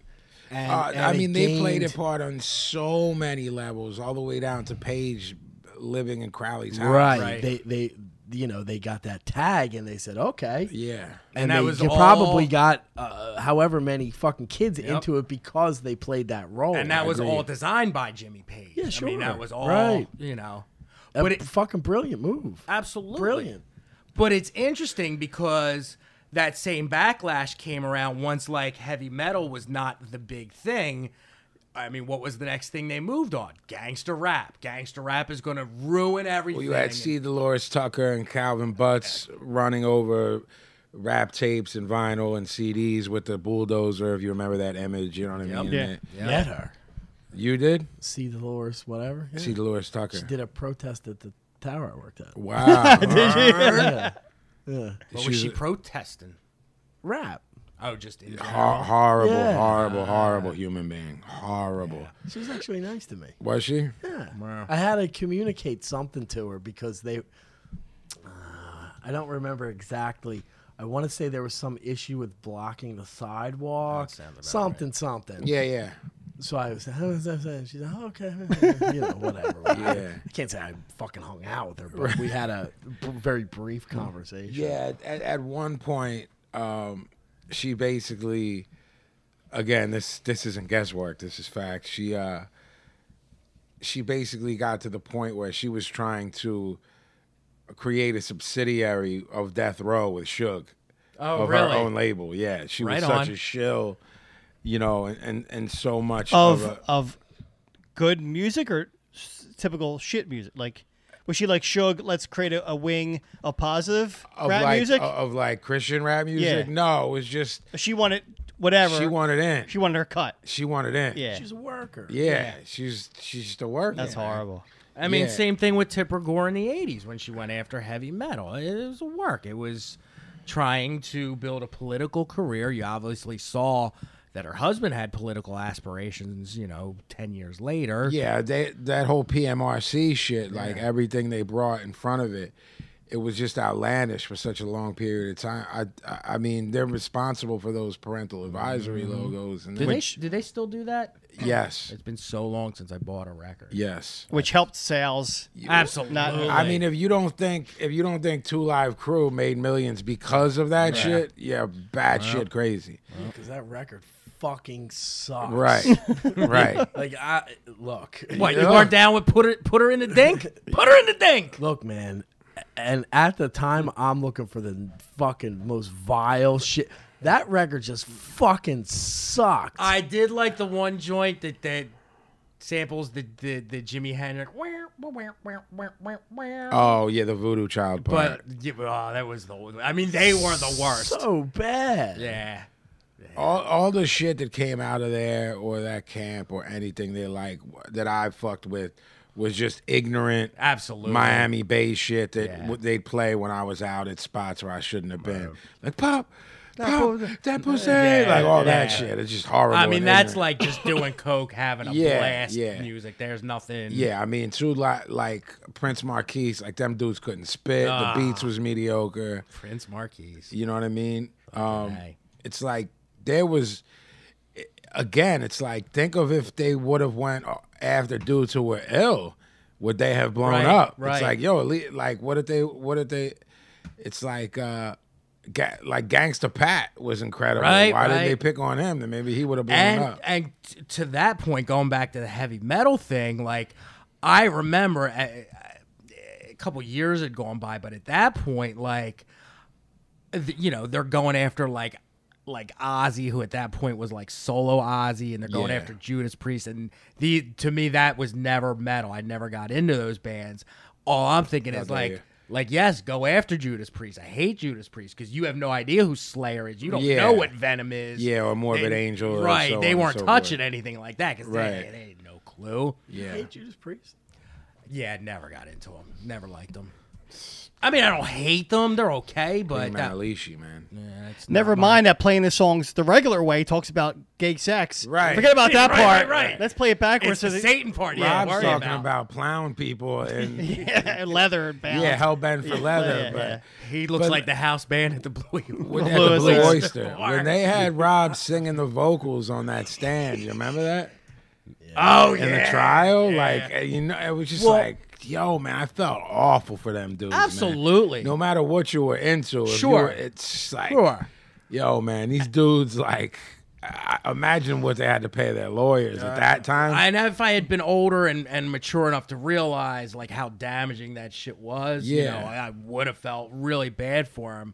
Speaker 4: And,
Speaker 2: Uh,
Speaker 4: and
Speaker 2: I
Speaker 4: it
Speaker 2: mean, they played
Speaker 4: gained-
Speaker 2: it part on so many levels, all the way down to Paige living in Crowley's house.
Speaker 4: right.
Speaker 6: Right.
Speaker 4: They they you know they got that tag and they said okay.
Speaker 2: Yeah.
Speaker 6: And
Speaker 4: And,
Speaker 6: that
Speaker 4: they
Speaker 6: was
Speaker 4: g- probably
Speaker 6: all-
Speaker 4: got uh, however many fucking kids into it because they played that role.
Speaker 6: And that was
Speaker 4: Agreed.
Speaker 6: all designed by Jimmy Page.
Speaker 4: Yeah,
Speaker 6: I mean
Speaker 4: sure.
Speaker 6: that was all,
Speaker 4: Right.
Speaker 6: you know.
Speaker 4: a
Speaker 6: But it,
Speaker 4: fucking brilliant move.
Speaker 6: Absolutely.
Speaker 4: Brilliant.
Speaker 6: But it's interesting because that same backlash came around once like heavy metal was not the big thing. I mean, what was the next thing they moved on? Gangster rap. Gangster rap is going to ruin everything.
Speaker 2: Well, you had C. Dolores Tucker and Calvin Butts running over rap tapes and vinyl and CDs with the bulldozer, if you remember that image. You know what I mean?
Speaker 1: Yeah.
Speaker 4: Met her.
Speaker 2: You did?
Speaker 4: See Dolores, whatever. Yeah.
Speaker 2: C. Dolores Tucker.
Speaker 4: Did a protest at the tower I worked at.
Speaker 2: Wow. did
Speaker 4: Yeah. yeah.
Speaker 6: What was she protesting?
Speaker 4: Rap.
Speaker 6: Oh, just in
Speaker 2: Hor- horrible,
Speaker 4: Yeah.
Speaker 2: horrible, horrible human being. Horrible.
Speaker 4: She was actually nice to me.
Speaker 2: Was she?
Speaker 4: I had to communicate something to her because they. uh, I don't remember exactly. I want to say there was some issue with blocking the sidewalk. Something, something.
Speaker 2: Yeah, yeah.
Speaker 4: So I was, "Huh, huh, huh," she's like, oh, okay, you know, whatever.
Speaker 2: Yeah.
Speaker 4: I can't say I fucking hung out with her, but we had a b- very brief conversation.
Speaker 2: Yeah, at, at one point, um, she basically, again, this this isn't guesswork. This is fact. She uh, she basically got to the point where she was trying to create a subsidiary of Death Row with Suge.
Speaker 6: Oh,
Speaker 2: of her
Speaker 6: really?
Speaker 2: own label. Yeah, she
Speaker 6: Right
Speaker 2: was such
Speaker 6: on.
Speaker 2: a shill, you know, and and, and so much
Speaker 1: of
Speaker 2: of a,
Speaker 1: of good music or s- typical shit music? Like, was she like Shug? Let's create a, a wing of positive
Speaker 2: of
Speaker 1: rap
Speaker 2: like uh,
Speaker 1: music.
Speaker 2: of like Christian rap music.
Speaker 1: Yeah.
Speaker 2: No, it was just
Speaker 1: she wanted whatever.
Speaker 2: she wanted in.
Speaker 1: She wanted her cut.
Speaker 2: She wanted in.
Speaker 1: Yeah,
Speaker 4: She's a worker.
Speaker 2: Yeah, she's she's just a worker.
Speaker 1: that's horrible.
Speaker 6: I mean,
Speaker 2: Yeah.
Speaker 6: same thing with Tipper Gore in the '80s when she went after heavy metal. It was a work. It was trying to build a political career. You obviously saw that her husband had political aspirations. You know, ten years later.
Speaker 2: Yeah, they, that whole PMRC shit, like everything they brought in front of it, it was just outlandish for such a long period of time. I, I, I mean, they're responsible for those parental advisory logos, and
Speaker 6: Did
Speaker 2: which,
Speaker 6: they did they still do that?
Speaker 2: yes,
Speaker 6: It's been so long since I bought a record.
Speaker 2: yes.
Speaker 1: Which helped sales.
Speaker 6: Absolutely.
Speaker 1: Not-
Speaker 2: I mean, if you don't think if you don't think Two Live Crew made millions because of that shit, yeah, bad shit, crazy,
Speaker 4: Because that record fucking sucks.
Speaker 2: right, right.
Speaker 4: Like I look.
Speaker 6: what
Speaker 2: Yeah.
Speaker 6: you are down with put it put her in the dink? put her in the dink.
Speaker 4: Look, man. And at the time, I'm looking for the fucking most vile shit. That record just fucking sucked.
Speaker 6: I did like the one joint that that samples the the, the Jimi Hendrix.
Speaker 2: Oh yeah, the Voodoo Child
Speaker 6: But
Speaker 2: part.
Speaker 6: yeah, oh, that was the. I mean, they were the worst.
Speaker 4: so bad.
Speaker 6: yeah.
Speaker 2: all all the shit that came out of there or that camp or anything they like that I fucked with was just ignorant
Speaker 6: Absolutely.
Speaker 2: Miami Bay shit that
Speaker 6: Yeah.
Speaker 2: w- they'd play when I was out at spots where I shouldn't have been. Like pop, pop, that pussy,
Speaker 6: Yeah,
Speaker 2: like all that
Speaker 6: yeah.
Speaker 2: shit. It's just horrible.
Speaker 6: I
Speaker 2: and
Speaker 6: mean, that's
Speaker 2: ignorant.
Speaker 6: like just doing coke, having a
Speaker 2: Yeah,
Speaker 6: blast.
Speaker 2: yeah.
Speaker 6: Music. There's nothing.
Speaker 2: Yeah, I mean, true like like Prince Marquise, like them dudes couldn't spit.
Speaker 6: Ah.
Speaker 2: The beats was mediocre.
Speaker 6: Prince Marquis.
Speaker 2: You know what I mean? Um,
Speaker 6: A.
Speaker 2: it's like there was again. It's like think of if they would have went after dudes who were ill, would they have blown
Speaker 6: Right,
Speaker 2: up?
Speaker 6: right.
Speaker 2: It's like yo, at lea- like what if they? What if they? It's like. uh Ga- like Gangster Pat was incredible.
Speaker 6: Right,
Speaker 2: Why did they
Speaker 6: right.
Speaker 2: pick on him? Then maybe he would have blown
Speaker 6: and
Speaker 2: up.
Speaker 6: and t- to that point, going back to the heavy metal thing, like I remember a, a couple years had gone by, but at that point, like th- you know, they're going after like like Ozzy, who at that point was like solo Ozzy, and they're going
Speaker 2: Yeah.
Speaker 6: after Judas Priest, and the to me that was never metal. I never got into those bands. All I'm thinking is
Speaker 2: Not
Speaker 6: like.
Speaker 2: there.
Speaker 6: Like yes, go after Judas Priest. I hate Judas Priest because you have no idea who Slayer is. You don't
Speaker 2: Yeah.
Speaker 6: know what Venom is.
Speaker 2: Yeah, or Morbid
Speaker 6: They-
Speaker 2: Angel or
Speaker 6: Right,
Speaker 2: so on
Speaker 6: they
Speaker 2: and
Speaker 6: weren't
Speaker 2: so
Speaker 6: touching anything like that because
Speaker 2: Right.
Speaker 6: they, they had no clue.
Speaker 2: yeah,
Speaker 4: Hey, Judas Priest.
Speaker 6: Yeah, never got into them. Never liked them. I mean, I don't hate them. They're okay, but
Speaker 2: Big
Speaker 6: that,
Speaker 2: man, Alishi, man.
Speaker 6: yeah, it's not
Speaker 1: Never
Speaker 6: my-
Speaker 1: mind that playing the songs the regular way talks about gay sex.
Speaker 2: Right.
Speaker 1: Forget about
Speaker 6: Yeah,
Speaker 1: that
Speaker 6: right,
Speaker 1: part.
Speaker 6: right, right.
Speaker 1: Let's play it backwards.
Speaker 6: It's the
Speaker 1: so that-
Speaker 6: Satan part. Yeah,
Speaker 2: Rob's
Speaker 6: worry
Speaker 2: talking
Speaker 6: about.
Speaker 2: about. plowing people and
Speaker 1: yeah, leather and bounds.
Speaker 2: yeah, hell bent for leather.
Speaker 1: yeah,
Speaker 2: but
Speaker 1: yeah.
Speaker 6: He looks
Speaker 2: But-
Speaker 6: like the house band at the Blue.
Speaker 2: When
Speaker 1: The
Speaker 2: they had the
Speaker 1: Blue
Speaker 2: Blue
Speaker 1: Oyster.
Speaker 2: Oyster. When they had Rob singing the vocals on that stand, you remember that?
Speaker 6: Oh yeah,
Speaker 2: In the trial?
Speaker 6: yeah.
Speaker 2: Like, uh, you know, it was just
Speaker 6: Well-
Speaker 2: like, yo, man, I felt awful for them dudes. man.
Speaker 6: Absolutely.
Speaker 2: No matter what you were into. if you
Speaker 6: Sure.
Speaker 2: were- it's like,
Speaker 6: Sure.
Speaker 2: yo, man, these dudes, like, I I- imagine what they had to pay their lawyers at that time.
Speaker 6: I know if I had been older and, and mature enough to realize like how damaging that shit was, you
Speaker 2: Yeah.
Speaker 6: know, I would have felt really bad for him.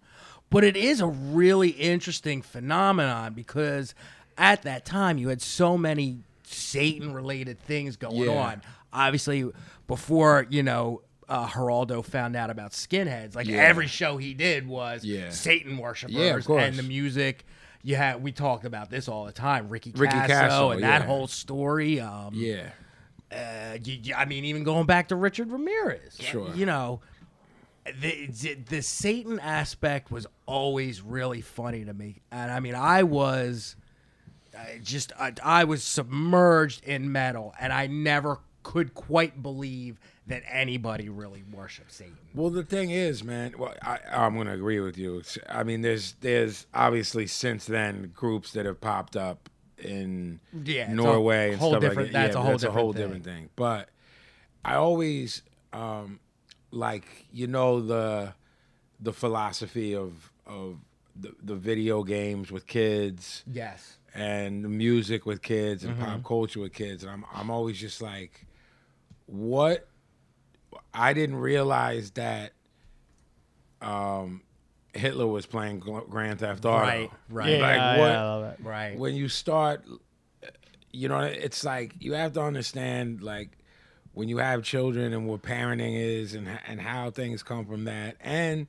Speaker 6: But it is a really interesting phenomenon because at that time you had so many Satan related things going
Speaker 2: Yeah.
Speaker 6: on. Obviously, before, you know, uh, Geraldo found out about skinheads. Like
Speaker 2: Yeah.
Speaker 6: every show he did was
Speaker 2: Yeah.
Speaker 6: Satan worshipers
Speaker 2: Yeah, of course.
Speaker 6: and the music. You had we talked about this all the time. Ricky,
Speaker 2: Ricky
Speaker 6: Casso,
Speaker 2: Casso,
Speaker 6: and that
Speaker 2: yeah.
Speaker 6: whole story. Um,
Speaker 2: yeah.
Speaker 6: uh, you, you- I mean, even going back to Richard Ramirez, like,
Speaker 2: Sure.
Speaker 6: you know, the, the the Satan aspect was always really funny to me, and I mean, I was I just I, I was submerged in metal, and I never could quite believe that anybody really worshipped Satan.
Speaker 2: Well, the thing is, man. Well, I, I'm going to agree with you. It's- I mean, there's there's obviously since then groups that have popped up in
Speaker 6: Yeah, it's a
Speaker 2: Norway and
Speaker 6: whole
Speaker 2: stuff like
Speaker 6: different-
Speaker 2: that.
Speaker 6: that's
Speaker 2: Yeah,
Speaker 6: a whole
Speaker 2: that's a whole
Speaker 6: different
Speaker 2: different thing. But I always um, like you know the the philosophy of of the, the video games with kids
Speaker 6: Yes,
Speaker 2: and the music with kids and
Speaker 1: Mm-hmm.
Speaker 2: pop culture with kids and I'm I'm always just like what I didn't realize that um Hitler was playing Gl- Grand Theft Auto.
Speaker 6: Right, right.
Speaker 2: Like
Speaker 1: yeah,
Speaker 2: what?
Speaker 1: yeah, I love it.
Speaker 6: Right.
Speaker 2: when you start you know it's like you have to understand like when you have children and what parenting is and and how things come from that and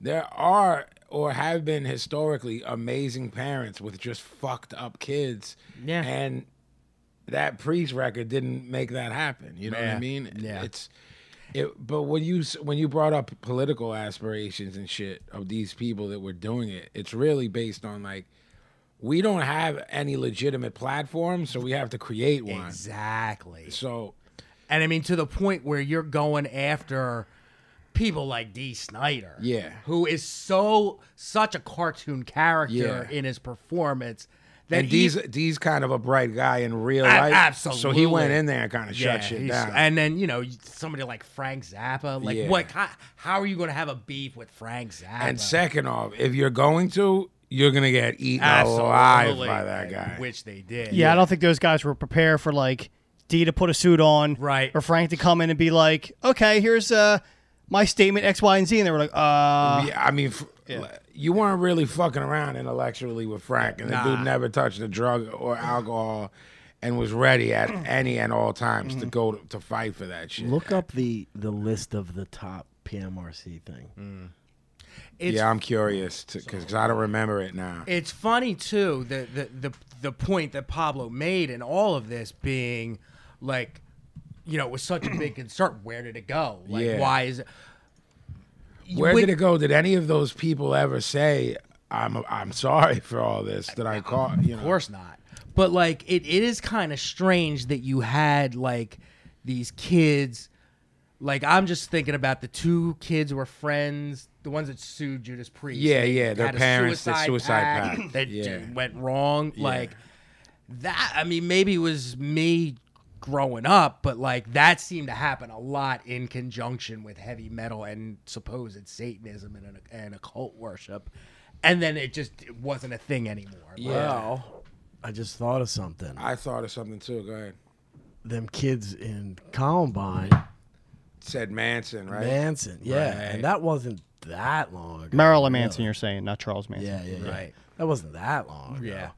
Speaker 2: there are or have been historically amazing parents with just fucked up kids
Speaker 6: Yeah.
Speaker 2: and that priest record didn't make that happen you know what
Speaker 6: Yeah.
Speaker 2: i mean
Speaker 6: Yeah.
Speaker 2: it's it, but when you s- when you brought up political aspirations and shit of these people that were doing it, it's really based on like we don't have any legitimate platform, so we have to create one.
Speaker 6: Exactly.
Speaker 2: So
Speaker 6: And I mean, to the point where you're going after people like D. Snyder.
Speaker 2: Yeah.
Speaker 6: Who is so, such a cartoon character
Speaker 2: Yeah.
Speaker 6: in his performance. That
Speaker 2: and
Speaker 6: he-
Speaker 2: D's D's kind of a bright guy in real
Speaker 6: A-
Speaker 2: life, So
Speaker 6: absolutely.
Speaker 2: he went in there and kind of shut shit
Speaker 6: he's-
Speaker 2: down.
Speaker 6: And then, you know, somebody like Frank Zappa. Like,
Speaker 2: Yeah.
Speaker 6: what? How, how are you going to have a beef with Frank Zappa?
Speaker 2: And second off, if you're going to, you're gonna get eaten
Speaker 6: Absolutely.
Speaker 2: alive by that guy.
Speaker 6: Which they did.
Speaker 1: Yeah, I don't think those guys were prepared for like D to put a suit on,
Speaker 6: Right.
Speaker 1: Or Frank to come in and be like, "Okay, here's uh my statement X, Y, and Z," and they were like, "Uh,
Speaker 2: yeah, I mean, f- you weren't really fucking around intellectually with Frank, and the
Speaker 6: Nah.
Speaker 2: dude never touched a drug or alcohol, and was ready at any and all times
Speaker 6: Mm-hmm.
Speaker 2: to go to, to fight for that shit.
Speaker 4: Look up the the list of the top PMRC thing.
Speaker 6: Mm. It's
Speaker 2: yeah, I'm curious because I don't remember it now.
Speaker 6: it's funny too the, the the the point that Pablo made in all of this being like you know it was such a big concern where did it go like
Speaker 2: Yeah.
Speaker 6: why is it
Speaker 2: Where did it go? Did any of those people ever say, "I'm I'm sorry for all this that I caught"? You know,
Speaker 6: Of course not. But like it, it is kind of strange that you had like these kids. Like I'm just thinking about the two kids who were friends, the ones that sued Judas Priest.
Speaker 2: Yeah,
Speaker 6: They
Speaker 2: yeah, their
Speaker 6: had a
Speaker 2: parents, the suicide pact.
Speaker 6: that
Speaker 2: Yeah.
Speaker 6: ju- went wrong. Like that. I mean, maybe it was me growing up, but like that seemed to happen a lot in conjunction with heavy metal and supposed Satanism and and occult worship. And then it just it wasn't a thing anymore. Like,
Speaker 4: Well, I just thought of something.
Speaker 2: I thought of something too. Go ahead.
Speaker 4: Them kids in Columbine,
Speaker 2: Said Manson, right?
Speaker 4: Manson, yeah,
Speaker 2: Right.
Speaker 4: and that wasn't that long ago.
Speaker 1: Marilyn Manson," you're saying, not Charles Manson.
Speaker 4: Yeah, yeah, yeah.
Speaker 6: Right.
Speaker 4: That wasn't that long ago.
Speaker 6: Yeah.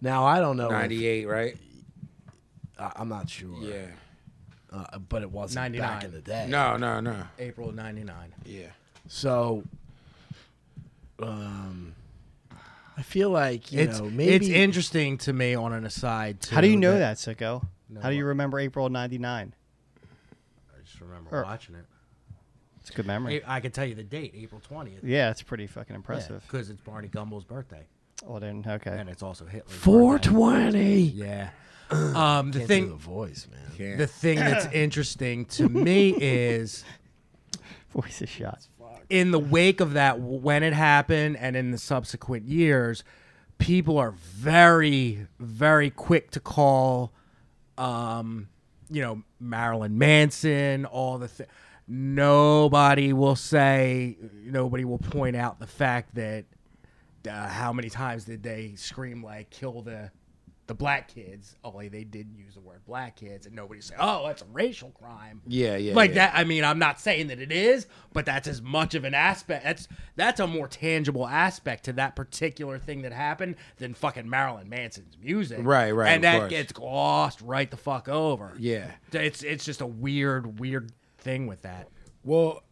Speaker 4: Now I don't know. If,
Speaker 2: Ninety-eight, right?
Speaker 4: I, I'm not sure.
Speaker 2: Yeah.
Speaker 4: Uh, but it wasn't
Speaker 6: 99.
Speaker 4: back in the day.
Speaker 2: No, no, no.
Speaker 6: April of 99.
Speaker 2: Yeah.
Speaker 4: So, um, I feel like you
Speaker 6: It's,
Speaker 4: know maybe
Speaker 6: it's interesting to me on an aside. Too,
Speaker 1: How do you know that, sicko? How do you remember April '99?
Speaker 6: I just remember
Speaker 1: Or-
Speaker 6: watching it.
Speaker 1: It's a good memory.
Speaker 6: I can tell you the date, April 20th.
Speaker 1: yeah, it's pretty fucking impressive.
Speaker 6: Because it's Barney Gumbel's birthday.
Speaker 1: Well, then, okay.
Speaker 6: And it's also Hitler's 420.
Speaker 4: 420.
Speaker 6: Yeah. Um, the
Speaker 4: Can't do the
Speaker 6: thing
Speaker 4: voice, man.
Speaker 2: Yeah.
Speaker 6: the thing that's interesting to me is
Speaker 1: Voice is shot.
Speaker 6: in the wake of that when it happened and in the subsequent years people are very very quick to call um you know Marilyn Manson all the thi- nobody will say nobody will point out the fact that uh, how many times did they scream like kill the the black kids only they didn't use the word black kids and nobody say oh that's a racial crime
Speaker 2: Yeah, yeah,
Speaker 6: like
Speaker 2: yeah.
Speaker 6: that i mean i'm not saying that it is but that's as much of an aspect that's that's a more tangible aspect to that particular thing that happened than fucking marilyn manson's music
Speaker 2: Right, right, of
Speaker 6: and that
Speaker 2: course.
Speaker 6: gets glossed right the fuck over
Speaker 2: Yeah.
Speaker 6: it's it's just a weird weird thing with that
Speaker 2: Well,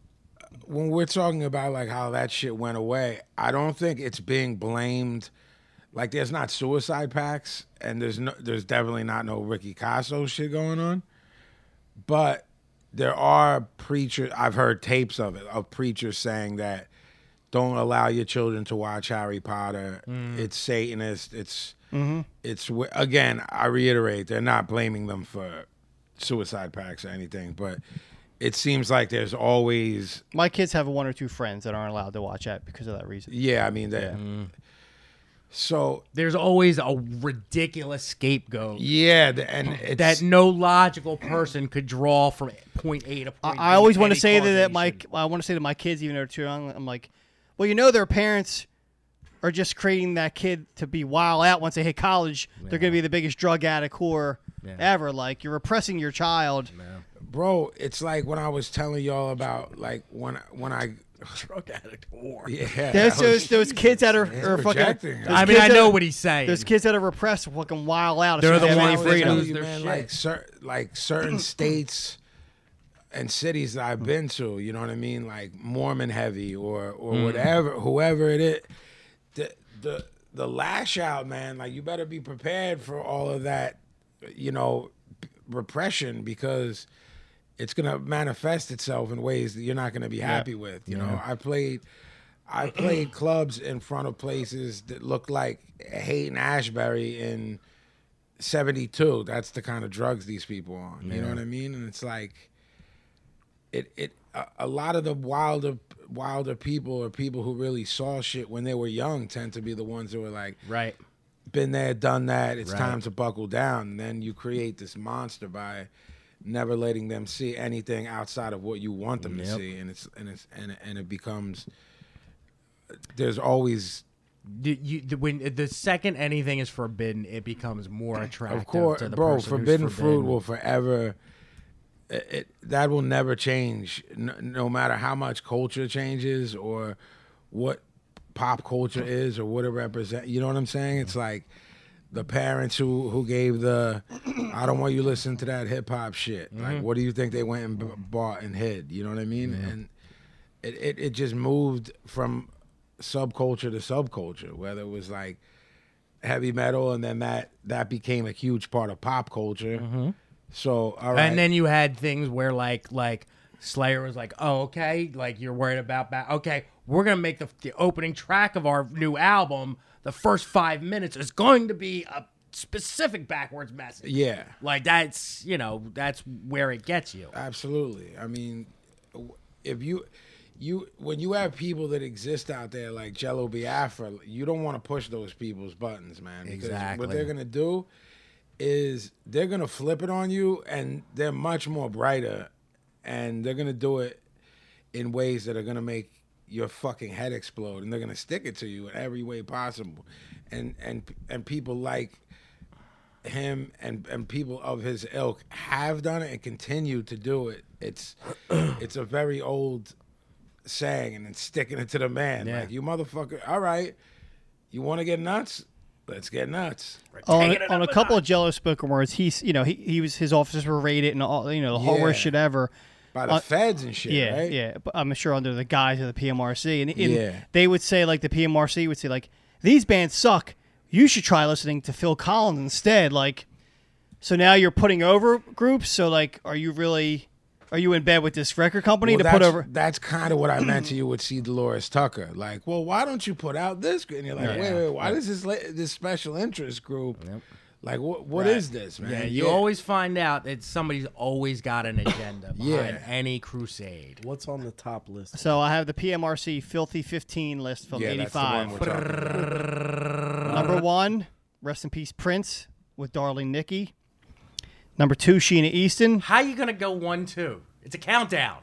Speaker 2: when we're talking about like how that shit went away, I don't think it's being blamed. Like, there's not suicide packs, and there's no, there's definitely not no Ricky Casso shit going on. But there are preachers. I've heard tapes of it of preachers saying that don't allow your children to watch Harry Potter. It's Satanist. It's it's wi- again. I reiterate, they're not blaming them for suicide packs or anything, but it seems like there's always
Speaker 1: My kids have one or two friends that aren't allowed to watch that because of that reason.
Speaker 2: yeah. I mean that. So
Speaker 6: there's always a ridiculous scapegoat
Speaker 2: yeah, the- and it's,
Speaker 6: that no logical person could draw from point A to point B.
Speaker 1: I, I always
Speaker 6: with
Speaker 1: want to say
Speaker 6: any
Speaker 1: that, that my
Speaker 6: causation.
Speaker 1: I want to say to my kids, even though they're too young, I'm like, well, you know, their parents are just creating that kid to be wild out once they hit college. They're going to be the biggest drug addict whore ever. Like you're repressing your child.
Speaker 2: bro it's like when i was telling y'all about like when when i
Speaker 4: drug addict whore.
Speaker 2: Yeah.
Speaker 1: There's
Speaker 2: I was-
Speaker 1: those, those kids that are,
Speaker 2: he's
Speaker 1: are fucking.
Speaker 2: projecting.
Speaker 1: those
Speaker 6: I mean,
Speaker 1: kids
Speaker 6: I
Speaker 1: that
Speaker 6: know
Speaker 1: are-
Speaker 6: what he's saying.
Speaker 1: Those kids that are repressed fucking wild out. if
Speaker 6: They're
Speaker 1: you
Speaker 6: the
Speaker 1: have any
Speaker 6: ones
Speaker 2: I
Speaker 6: that
Speaker 2: would
Speaker 1: freedom.
Speaker 2: tell
Speaker 6: lose
Speaker 2: you,
Speaker 6: their
Speaker 2: man,
Speaker 6: shit.
Speaker 2: like cer- like certain states and cities that I've been to, you know what I mean, like Mormon heavy or or whatever, whoever it is, the the the lash out, man. Like you better be prepared for all of that, you know, p- repression because it's gonna manifest itself in ways that you're not gonna be happy with. You know, I played. I played clubs in front of places that looked like Hayden Ashbury in 72 that's the kind of drugs these people are on you know what i mean and it's like it it a, a lot of the wilder wilder people or people who really saw shit when they were young tend to be the ones who were like
Speaker 6: right.
Speaker 2: been there done that it's
Speaker 6: Right.
Speaker 2: time to buckle down and then you create this monster by never letting them see anything outside of what you want them to
Speaker 6: Yep.
Speaker 2: see and it's and it's and, and it becomes there's always
Speaker 6: Do you, the, when the second anything is forbidden, it becomes more attractive.
Speaker 2: Of course,
Speaker 6: to the
Speaker 2: bro.
Speaker 6: person who's
Speaker 2: Forbidden fruit
Speaker 6: forbidden.
Speaker 2: will forever. It, it that will never change, no, no matter how much culture changes or what pop culture is or what it represents. You know what I'm saying? It's like the parents who who gave the I don't want you listening to that hip hop shit.
Speaker 6: Mm-hmm.
Speaker 2: Like, what do you think they went and b- bought and hid? You know what I mean? And it, it it just moved from subculture to subculture, whether it was like heavy metal, and then that that became a huge part of pop culture. So all right,
Speaker 6: Mm-hmm. And then you had things where like like Slayer was like, "Oh, okay, like you're worried about that. Okay, we're gonna make the the opening track of our new album. The first five minutes is going to be a specific backwards message.
Speaker 2: yeah,
Speaker 6: Like that's you know that's where it gets you.
Speaker 2: Uh, absolutely. I mean, w- if you you when you have people that exist out there like Jello Biafra, you don't want to push those people's buttons, man. because
Speaker 6: Exactly.
Speaker 2: What they're gonna do is they're gonna flip it on you, and they're much more brighter, and they're gonna do it in ways that are gonna make your fucking head explode, and they're gonna stick it to you in every way possible, and and and people like him and and people of his ilk have done it and continue to do it. It's it's a very old saying, and it's sticking it to the man.
Speaker 6: Yeah.
Speaker 2: Like you motherfucker, all right, you want to get nuts? Let's get nuts.
Speaker 1: on, on a couple of Jello spoken words, he's you know he, he was his officers were raided and all you know the whole
Speaker 2: Yeah.
Speaker 1: worst shit ever.
Speaker 2: by the
Speaker 1: Uh,
Speaker 2: feds and shit,
Speaker 1: Yeah,
Speaker 2: right?
Speaker 1: yeah. But I'm sure under the guise of the PMRC, and, and
Speaker 2: Yeah.
Speaker 1: they would say like the PMRC would say like these bands suck. You should try listening to Phil Collins instead. Like, so now you're putting over groups. So like, are you really? Are you in bed with this record company
Speaker 2: Well,
Speaker 1: to put
Speaker 2: that's,
Speaker 1: over?
Speaker 2: That's kind of what I meant to you with C. Dolores Tucker. Like, well, why don't you put out this? gr- And you're like, wait, wait, why does this la- this special interest group? Like, what what is this, man?
Speaker 6: Yeah, you always find out that somebody's always got an agenda behind
Speaker 2: Yeah.
Speaker 6: any crusade.
Speaker 4: What's on the top list?
Speaker 1: So I have the PMRC Filthy 15 list from
Speaker 2: yeah, that's the one
Speaker 1: 85.
Speaker 2: we're talking about.
Speaker 1: Number one, rest in peace, Prince with Darling Nikki. Number two, Sheena Easton,
Speaker 6: How you gonna go one two? It's a countdown.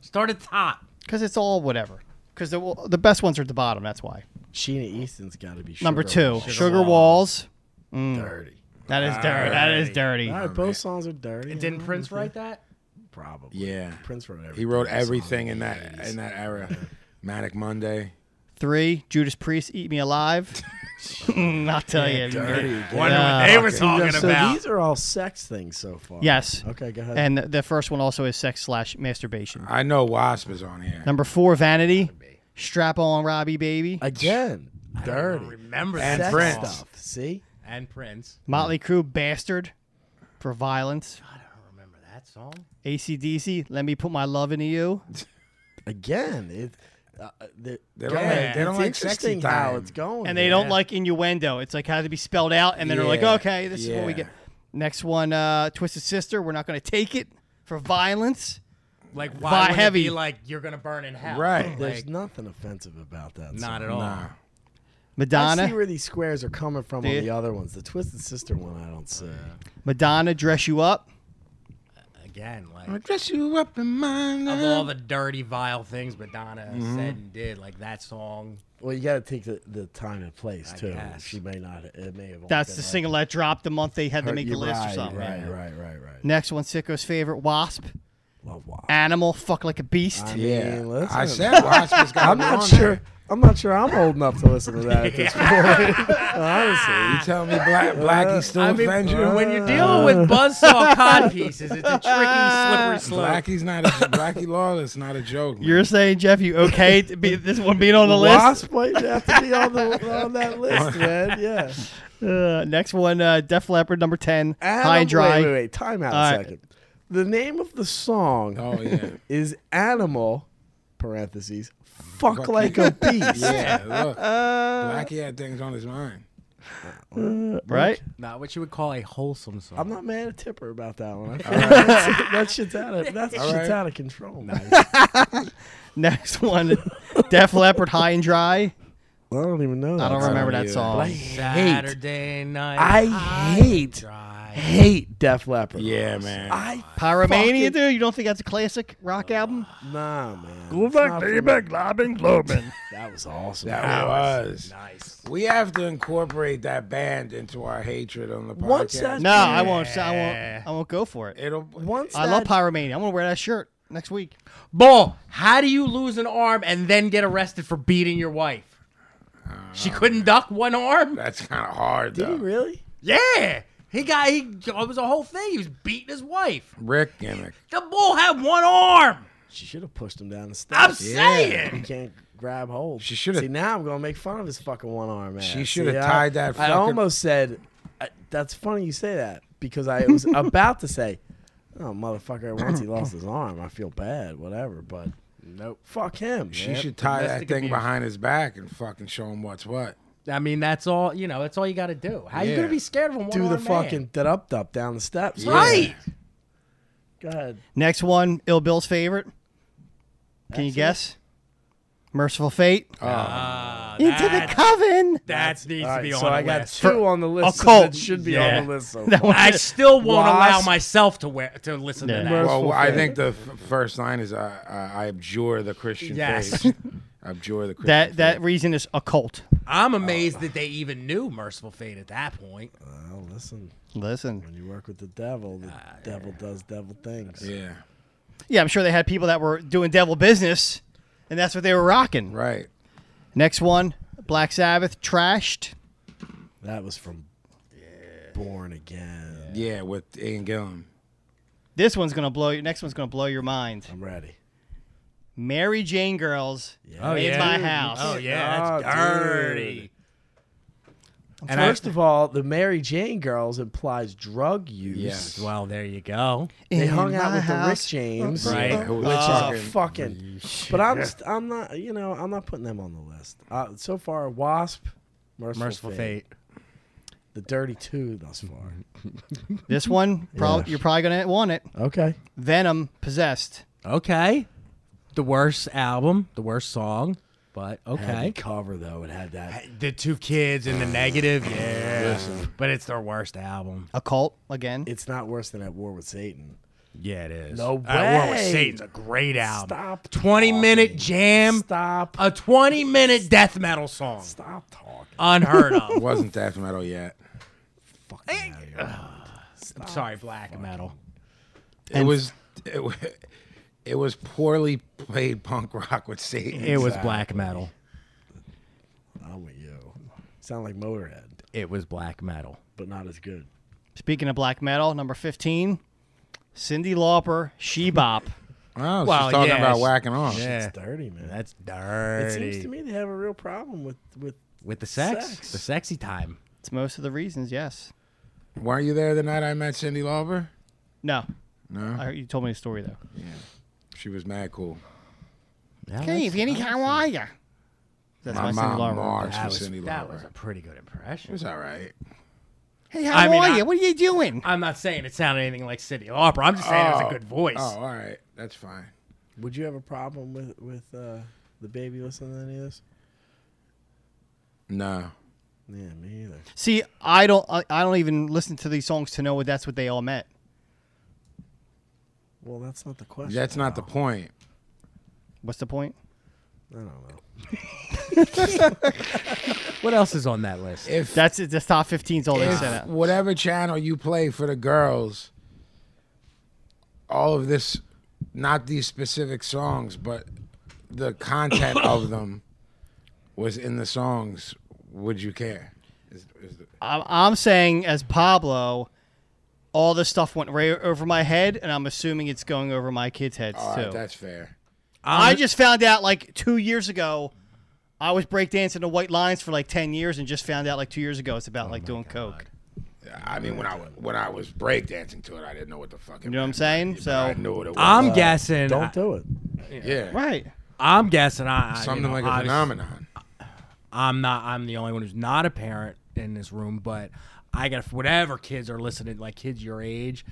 Speaker 6: Start at the top.
Speaker 1: because it's all whatever. Because the, well, the best ones are at the bottom, that's why.
Speaker 4: Sheena Easton's got to be
Speaker 1: Number
Speaker 4: Sugar
Speaker 1: two,
Speaker 4: Rush.
Speaker 1: Sugar, Walls. Mm.
Speaker 4: Dirty.
Speaker 1: That is dirty. That is dirty.
Speaker 4: All right, both songs are dirty.
Speaker 6: And didn't
Speaker 4: Yeah,
Speaker 6: Prince write that?
Speaker 4: Probably.
Speaker 2: Yeah,
Speaker 4: Prince wrote everything.
Speaker 2: he wrote
Speaker 4: in the
Speaker 2: everything
Speaker 4: song.
Speaker 2: in that in that era. Manic Monday.
Speaker 1: Three, Judas Priest, Eat Me Alive. Not tell you.
Speaker 4: Dirty.
Speaker 6: Wonder
Speaker 1: Yeah.
Speaker 6: what they were
Speaker 2: So
Speaker 6: talking
Speaker 4: so
Speaker 6: about.
Speaker 4: these are all sex things so far.
Speaker 1: Yes.
Speaker 4: Okay, go ahead.
Speaker 1: And the first one also is sex slash masturbation.
Speaker 2: I know Wasp is on here.
Speaker 1: Number four, Vanity. Strap on Robbie Baby.
Speaker 4: Again,
Speaker 6: I
Speaker 4: dirty.
Speaker 6: don't remember
Speaker 2: And
Speaker 6: that
Speaker 4: sex
Speaker 2: Prince.
Speaker 6: song.
Speaker 4: stuff. See?
Speaker 6: And Prince.
Speaker 1: Motley Crue, Bastard for Violence.
Speaker 6: I don't remember that song.
Speaker 1: ACDC, Let Me Put My Love Into You.
Speaker 4: Again, it. Uh, they
Speaker 2: They don't like, they don't
Speaker 4: it's
Speaker 2: like sexy
Speaker 4: interesting how
Speaker 2: time.
Speaker 4: it's going.
Speaker 1: And they don't like innuendo. It's like had to be spelled out, and then they're
Speaker 2: Yeah,
Speaker 1: like, okay, this is what we
Speaker 2: yeah.
Speaker 1: get. Next one, uh, Twisted Sister, We're Not Going to Take It for Violence.
Speaker 6: Like why would it
Speaker 1: heavy.
Speaker 6: be like you're gonna burn in hell?
Speaker 2: Right.
Speaker 4: There's
Speaker 6: Like,
Speaker 4: nothing offensive about that.
Speaker 6: not
Speaker 4: song.
Speaker 6: at all.
Speaker 2: Nah.
Speaker 4: I see
Speaker 1: Madonna,
Speaker 4: where these squares are coming from
Speaker 1: Do you?
Speaker 4: on the other ones. The Twisted Sister one, I don't see.
Speaker 1: Madonna, Dress You Up.
Speaker 6: Again, like
Speaker 2: I'll dress you up in mine.
Speaker 6: of all the dirty, vile things Madonna said and did, like that song.
Speaker 4: Well, you got to take the, the time and place
Speaker 6: I
Speaker 4: too.
Speaker 6: guess.
Speaker 4: She may not. It may have. only
Speaker 1: That's
Speaker 4: been
Speaker 1: the
Speaker 4: like-
Speaker 1: single that dropped the month they had to
Speaker 4: Her-
Speaker 1: make the
Speaker 4: you're
Speaker 1: list
Speaker 4: right,
Speaker 1: or something.
Speaker 4: Right, right, right, right.
Speaker 1: Next one, Sicko's favorite, Wasp.
Speaker 4: love Wasp.
Speaker 1: Animal, fuck like a beast.
Speaker 2: Yeah,
Speaker 4: mean, listen.
Speaker 2: I said Wasp's got
Speaker 4: I'm not sure. I'm not sure I'm old enough to listen to that at this point. Honestly,
Speaker 2: You tell me Black Blackie still
Speaker 6: I mean, uh,
Speaker 2: offends you?
Speaker 6: when you're dealing with buzzsaw cod pieces, it's a tricky, slippery slope.
Speaker 2: Blackie's not a Blackie Lawless, not a joke. man.
Speaker 1: You're saying, Jeff, you okay to be this one being on the list?
Speaker 4: Wasp might have to be on, the, on that list, man. Yeah.
Speaker 1: Uh, next one, uh, Def Leppard, number 10,
Speaker 4: Adam,
Speaker 1: High and Dry.
Speaker 4: Wait, wait, wait. Time out
Speaker 1: All
Speaker 4: a
Speaker 1: right.
Speaker 4: second. The name of the song
Speaker 2: Oh yeah,
Speaker 4: is Animal, parentheses, fuck like a beast.
Speaker 2: yeah. Look, Blackie had things on his mind.
Speaker 1: Right?
Speaker 6: Not what you would call Oh, a wholesome song.
Speaker 4: I'm not mad at Tipper about that one. I feel like that's- that shit's out of that shit's
Speaker 2: right.
Speaker 4: out of control. Man.
Speaker 1: Next one, Def Leppard, High and Dry.
Speaker 4: I don't even know.
Speaker 1: I don't
Speaker 4: song.
Speaker 1: remember that
Speaker 2: yeah.
Speaker 1: song.
Speaker 4: But I hate,
Speaker 6: Saturday night.
Speaker 4: I hate,
Speaker 6: dry.
Speaker 4: hate Def Leppard.
Speaker 2: Yeah, man.
Speaker 4: I
Speaker 1: Pyromania,
Speaker 4: fucking-
Speaker 1: dude? You don't think that's a classic rock album?
Speaker 4: Nah, man. Go back, That was awesome.
Speaker 2: that was.
Speaker 6: Nice.
Speaker 2: We have to incorporate that band into our hatred on the podcast.
Speaker 4: Once that-
Speaker 1: No, I won't. I won't. I won't go for it.
Speaker 2: it'll
Speaker 4: Once
Speaker 1: I
Speaker 4: that,
Speaker 1: love Pyromania. I'm gonna wear that shirt next week.
Speaker 6: Bull, how do you lose an arm and then get arrested for beating your wife? She couldn't duck one arm?
Speaker 2: that's kind of hard
Speaker 4: Did he
Speaker 2: though.
Speaker 4: really?
Speaker 6: Yeah. He got, he, it was a whole thing. He was beating his wife.
Speaker 2: Rick gimmick.
Speaker 6: The bull had one arm.
Speaker 4: She should have pushed him down the
Speaker 6: I'm
Speaker 4: steps. He
Speaker 6: saying.
Speaker 4: can't grab hold.
Speaker 2: She shoulda-
Speaker 4: See, now I'm gonna make fun of his fucking one arm ass.
Speaker 2: She shoulda
Speaker 4: See, I-
Speaker 2: tied that
Speaker 4: I
Speaker 2: fucking-
Speaker 4: almost said, I, "That's funny you say that," because I was about to say, "Oh motherfucker!" Once he lost his arm, I feel bad. Whatever, but
Speaker 6: Nope.
Speaker 4: fuck him.
Speaker 2: She
Speaker 4: man.
Speaker 2: should tie that
Speaker 6: domestic
Speaker 2: thing
Speaker 6: abuse.
Speaker 2: behind his back and fucking show him what's what.
Speaker 6: I mean, that's all, you know, that's all you got to do. How you
Speaker 2: Yeah.
Speaker 6: going to be scared of a one
Speaker 4: do the
Speaker 6: armed
Speaker 4: fucking da up up down the steps.
Speaker 6: man? Right.
Speaker 4: God.
Speaker 1: Next one, Ill Bill's favorite. Can you guess? Merciful Fate.
Speaker 4: Oh,
Speaker 6: Ah,
Speaker 1: Into the
Speaker 6: that,
Speaker 1: coven.
Speaker 6: that needs to be
Speaker 4: so
Speaker 6: on
Speaker 4: I
Speaker 6: the
Speaker 4: got
Speaker 6: list.
Speaker 4: two on the list.
Speaker 1: cult.
Speaker 4: That should be
Speaker 6: Yeah.
Speaker 4: on the list. So
Speaker 1: That
Speaker 4: far.
Speaker 1: one-
Speaker 6: I still won't allow
Speaker 4: Wasp.
Speaker 6: myself to wear to listen
Speaker 1: Yeah.
Speaker 6: to that.
Speaker 4: Mer-
Speaker 2: Well,
Speaker 4: Merciful
Speaker 2: I
Speaker 4: fate.
Speaker 2: think the f- first line is I, I, I abjure the Christian
Speaker 6: Yes.
Speaker 2: faith. abjure the Christian
Speaker 1: That that
Speaker 2: faith.
Speaker 1: reason is occult.
Speaker 6: I'm amazed that they even knew Merciful Fate at that point.
Speaker 4: Well, listen,
Speaker 1: Listen.
Speaker 4: when you work with the devil, the
Speaker 6: Ah,
Speaker 4: devil does devil things.
Speaker 2: Yeah.
Speaker 1: Yeah, I'm sure they had people that were doing devil business, and that's what they were rocking.
Speaker 2: Right.
Speaker 1: Next one, Black Sabbath, trashed.
Speaker 4: That was from Born Again.
Speaker 2: Yeah, with Ian Gillum.
Speaker 1: This one's gonna blow. Your next one's gonna blow your mind.
Speaker 4: I'm ready.
Speaker 1: Mary Jane girls.
Speaker 4: Yeah.
Speaker 1: in my house.
Speaker 6: Oh yeah, that's
Speaker 4: Oh, dude.
Speaker 6: dirty. And I-
Speaker 4: First of all, the Mary Jane girls implies drug use.
Speaker 2: Yes.
Speaker 6: well, there you go.
Speaker 4: They
Speaker 1: In
Speaker 4: hung out
Speaker 1: my
Speaker 4: with the Rick
Speaker 1: house.
Speaker 4: James,
Speaker 6: Right.
Speaker 2: Yeah, who was
Speaker 4: Which
Speaker 2: fucking-
Speaker 4: is a fucking. But I'm st- I'm not you know I'm not putting them on the list. Uh, so far, Wasp, Merciful,
Speaker 6: Merciful
Speaker 4: Fate, Mm-hmm.
Speaker 6: Fate.
Speaker 4: the Dirty Two thus far.
Speaker 1: This one, prob-
Speaker 4: Yeah.
Speaker 1: you're probably gonna want it.
Speaker 4: Okay.
Speaker 1: Venom, possessed.
Speaker 6: Okay, the worst album, the worst song, but
Speaker 4: Heavy
Speaker 6: okay.
Speaker 4: cover though. It had that.
Speaker 6: The two kids and the negative, yeah. But it's their worst album.
Speaker 1: Occult again.
Speaker 4: It's not worse than At War with Satan.
Speaker 6: Yeah, it is.
Speaker 4: No
Speaker 6: At War with
Speaker 4: way.
Speaker 6: Satan's a great album.
Speaker 4: Stop
Speaker 6: Twenty minute jam.
Speaker 4: Stop.
Speaker 6: A twenty minute death metal song.
Speaker 4: Stop talking.
Speaker 6: Unheard of.
Speaker 2: wasn't death metal yet.
Speaker 4: Fucking out of your mind. Stop.
Speaker 6: Sorry, black metal.
Speaker 2: It was it, wa- it was poorly played punk rock with Satan.
Speaker 6: It was black metal.
Speaker 4: I'm with you. Sound like Motorhead,
Speaker 6: It was black metal.
Speaker 4: but not as good.
Speaker 1: Speaking of black metal, number 15, Cindy Lauper, She Bop.
Speaker 2: Oh, she's
Speaker 6: Well,
Speaker 2: talking
Speaker 6: yeah,
Speaker 2: about
Speaker 6: she-
Speaker 2: whacking off.
Speaker 6: Yeah.
Speaker 4: It's dirty, man.
Speaker 6: That's dirty.
Speaker 4: it seems to me they have a real problem with with.
Speaker 6: With the sex,
Speaker 4: Sex.
Speaker 6: the sexy time.
Speaker 1: It's most of the reasons, yes.
Speaker 2: Weren't you there the night I met Cindy Lauper?
Speaker 1: No.
Speaker 2: No,
Speaker 1: I heard you told me the story, though.
Speaker 2: she was mad cool.
Speaker 1: Hey, Vinny, how are ya? That's
Speaker 2: My
Speaker 1: my, Cindy
Speaker 2: mom
Speaker 1: Lauper.
Speaker 2: Mars
Speaker 6: that
Speaker 2: was
Speaker 6: was,
Speaker 2: Cindy
Speaker 6: that was
Speaker 2: Lauper.
Speaker 6: a pretty good
Speaker 2: It
Speaker 6: impression.
Speaker 2: was all right.
Speaker 1: Hey, how
Speaker 6: I mean,
Speaker 1: are
Speaker 6: I-
Speaker 1: ya? What are you doing?
Speaker 6: I'm not saying it sounded anything like Cindy Lauper. I'm just saying it was a good voice.
Speaker 2: Oh, all right, that's fine.
Speaker 4: Would you have a problem with with uh, the baby listening to any of this?
Speaker 2: No,
Speaker 4: Yeah, me either.
Speaker 1: See, I don't, I, I don't even listen to these songs to know what that's what they all meant.
Speaker 4: Well, that's not the question.
Speaker 2: that's not the point.
Speaker 1: What's the point?
Speaker 4: I don't know.
Speaker 6: What else is on that list?
Speaker 2: If
Speaker 1: That's it. The top 15 is all they
Speaker 2: if
Speaker 1: sent out.
Speaker 2: whatever channel you play for the girls, all of this not these specific songs, but the content of them was in the songs. Would you care? Is, is the,
Speaker 1: I'm, I'm saying as Pablo, all this stuff went right over my head, and I'm assuming it's going over my kids' heads
Speaker 2: all
Speaker 1: too.
Speaker 2: right, that's fair.
Speaker 1: I just found out like two years ago. I was breakdancing the white lines for like ten years, and just found out like two years ago it's
Speaker 2: Oh
Speaker 1: about like doing coke.
Speaker 2: I mean, when I wa- when I was breakdancing to it, I didn't know what the fuck. It
Speaker 1: You know what I'm
Speaker 2: meant,
Speaker 1: saying?
Speaker 2: but
Speaker 1: So-
Speaker 2: I knew what it was.
Speaker 6: I'm guessing.
Speaker 4: Don't do it.
Speaker 2: yeah,
Speaker 1: Right.
Speaker 6: I'm guessing. I I- you
Speaker 2: something
Speaker 6: know,
Speaker 2: like a
Speaker 6: obviously-
Speaker 2: phenomenon.
Speaker 6: I'm not. I'm the only one who's not a parent in this room, but I got whatever kids are listening, like kids your age.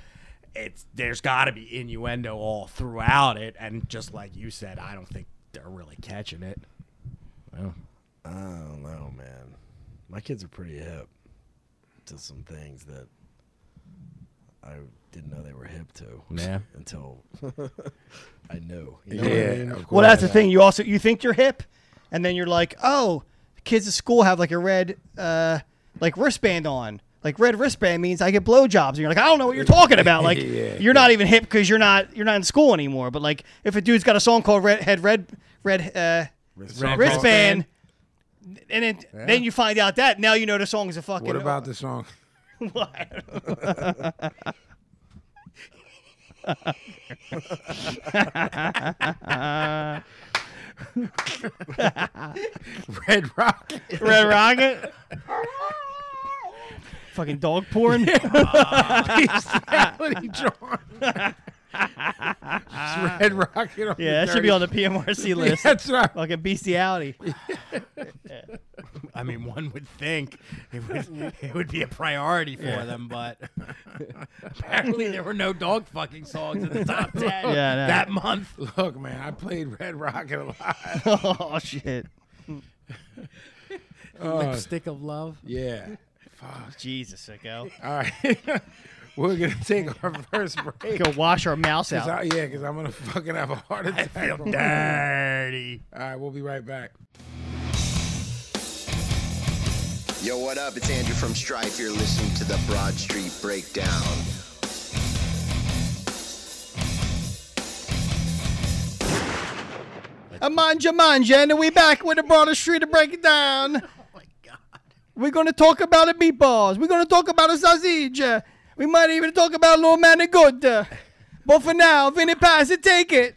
Speaker 6: It's there's got to be innuendo all throughout it, and just like you said, I don't think they're really catching it. Well,
Speaker 4: I don't know, man. My kids are pretty hip to some things that I didn't know they were hip to.
Speaker 6: Yeah.
Speaker 4: Until I knew. You know what I
Speaker 2: Yeah,
Speaker 4: mean?
Speaker 2: of course.
Speaker 1: Well, that's the thing. You also you think you're hip, and then you're like, oh, kids at school have like a red uh like wristband on. Like red wristband means I get blowjobs, and you're like, I don't know what you're talking about. Like
Speaker 2: Yeah.
Speaker 1: you're not even hip because you're not you're not in school anymore. But like if a dude's got a song called Red Head Red Red uh,
Speaker 6: Red
Speaker 1: Wristband. Wristband and then, then you find out that now you know the song is a fucking.
Speaker 2: What about the song?
Speaker 6: Red Rock.
Speaker 1: Red Rocket? fucking dog porn.
Speaker 2: What are you drawing? It's Red Rocket. On
Speaker 1: Yeah, that should be on the PMRC list.
Speaker 2: That's right.
Speaker 1: Fucking bestiality.
Speaker 6: I mean, one would think it would it would be a priority for them, but apparently there were no dog fucking songs in the top ten
Speaker 1: I know.
Speaker 6: that month.
Speaker 2: Look, man, I played Red Rocket a lot.
Speaker 1: oh shit.
Speaker 6: Oh, Lipstick of Love.
Speaker 2: Yeah. Fuck.
Speaker 1: Jesus, sicko.
Speaker 2: All right. We're going to take our first break.
Speaker 1: Go wash our mouth
Speaker 2: Cause
Speaker 1: out.
Speaker 2: I, yeah, because I'm going to fucking have a heart attack. All
Speaker 6: Dirty.
Speaker 2: right, we'll be right back.
Speaker 7: Yo, what up? It's Andrew from Strife. You're listening to the Broad Street Breakdown.
Speaker 1: A Uh, manja manja, and we back with a broader street to break it down.
Speaker 2: Oh,
Speaker 1: We're gonna talk about the meatballs. We're gonna talk about a sausage. We might even talk about a little man of good. But for now, Vinny pass it, take it.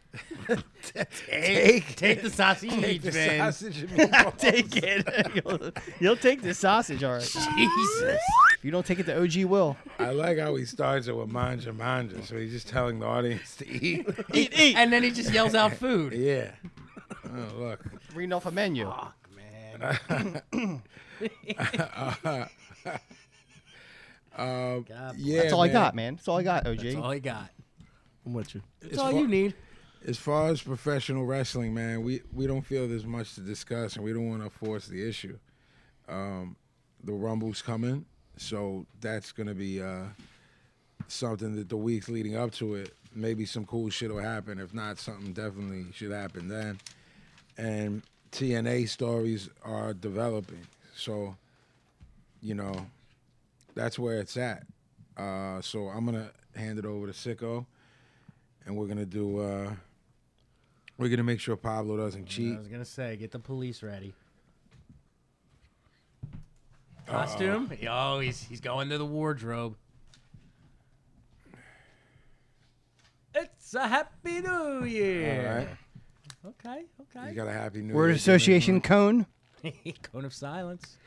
Speaker 6: Take, take the sausage,
Speaker 2: Take the
Speaker 6: Vin.
Speaker 2: sausage and meatballs.
Speaker 1: Take it. you'll, you'll take this sausage, all right.
Speaker 6: Jesus.
Speaker 1: If you don't take it, the OG will.
Speaker 2: I like how he starts it with manja manja. So he's just telling the audience to eat.
Speaker 1: Eat, eat.
Speaker 6: And then he just yells out food.
Speaker 2: yeah. Oh, look.
Speaker 1: Reading off a menu.
Speaker 2: Yeah,
Speaker 1: That's all I
Speaker 2: man.
Speaker 1: got, man. That's all I got, OG.
Speaker 6: That's all he got.
Speaker 4: I'm with you.
Speaker 6: That's all you need.
Speaker 2: As far as professional wrestling, man, we, we don't feel there's much to discuss, and we don't want to force the issue. Um, the Rumble's coming, so that's gonna be uh, something that the weeks leading up to it, maybe some cool shit will happen. If not, something definitely should happen then. And TNA stories are developing, so you know that's where it's at. Uh, so I'm gonna hand it over to Sicko, and we're gonna do. Uh, we're gonna make sure Pablo doesn't cheat.
Speaker 6: I was going to say, get the police ready. Costume? Oh, he's, he's going to the wardrobe. It's a happy new
Speaker 2: All
Speaker 6: year.
Speaker 2: right,
Speaker 6: Okay, okay.
Speaker 2: you got a happy new
Speaker 1: Word
Speaker 2: Year.
Speaker 1: Association cone.
Speaker 6: Cone of silence.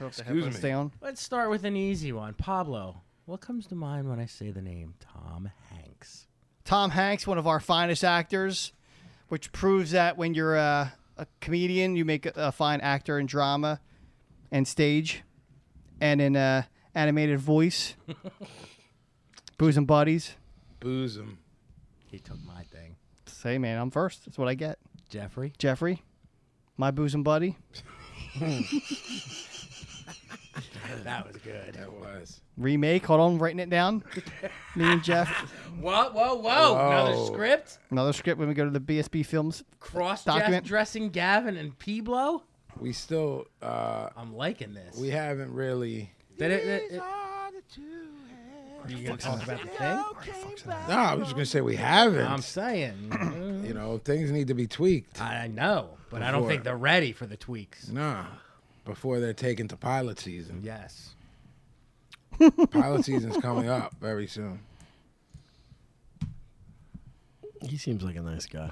Speaker 1: Excuse
Speaker 2: me.
Speaker 1: Stay on.
Speaker 6: Let's start with an easy one. Pablo, what comes to mind when I say the name Tom Hanks?
Speaker 1: Tom Hanks, one of our finest actors, which proves that when you're a, a comedian, you make a, a fine actor in drama and stage and in uh, animated voice. Booze and Buddies.
Speaker 2: Booze 'em.
Speaker 6: He took my thing.
Speaker 1: Say, man, I'm first. That's what I get.
Speaker 6: Jeffrey?
Speaker 1: Jeffrey, my booze and buddy.
Speaker 6: That was good.
Speaker 2: That was.
Speaker 1: Remake. Hold on, writing it down. Me and Jeff.
Speaker 6: Whoa, whoa, whoa. Another
Speaker 2: Whoa.
Speaker 6: script?
Speaker 1: Another script when we go to the BSB Films.
Speaker 6: Cross
Speaker 1: Document.
Speaker 6: dressing Gavin and Pablo?
Speaker 2: We still. Uh,
Speaker 6: I'm liking this.
Speaker 2: we haven't really.
Speaker 6: Did it- it- it- You gonna talk about the thing?
Speaker 2: No, I was just gonna say we haven't.
Speaker 6: I'm saying. mm,
Speaker 2: you know, things need to be tweaked.
Speaker 6: I know, but I don't
Speaker 2: Before.
Speaker 6: think they're ready for the tweaks.
Speaker 2: Nah, before they're taken to pilot season.
Speaker 6: Yes.
Speaker 2: Pilot season's coming up very soon.
Speaker 4: He seems like a nice guy.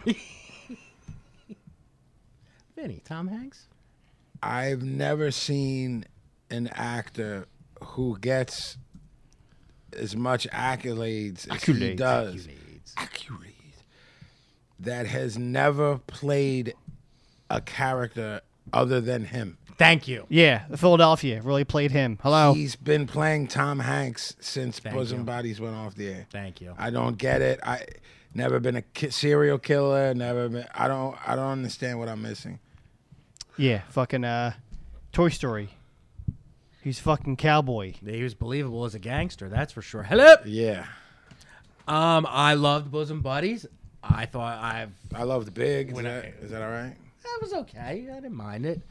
Speaker 6: Vinny, Tom Hanks?
Speaker 2: I've never seen an actor who gets as much accolades as he does. Accolades. That has never played a character other than him.
Speaker 6: Thank you.
Speaker 1: Yeah, Philadelphia really played him. Hello.
Speaker 2: He's been playing Tom Hanks since
Speaker 6: Thank
Speaker 2: Bosom
Speaker 6: you.
Speaker 2: Bodies went off the air.
Speaker 6: Thank you.
Speaker 2: I don't get it. I never been a ki- serial killer. Never been. I don't. I don't understand what I'm missing.
Speaker 1: Yeah, fucking uh, Toy Story. He's fucking cowboy.
Speaker 6: He was believable as a gangster, that's for sure. Hello.
Speaker 2: Yeah,
Speaker 6: Um, I loved Bosom Buddies. I thought I've
Speaker 2: I loved Big. Is
Speaker 6: When I-
Speaker 2: that, is that all right?
Speaker 6: that was okay. I didn't mind it,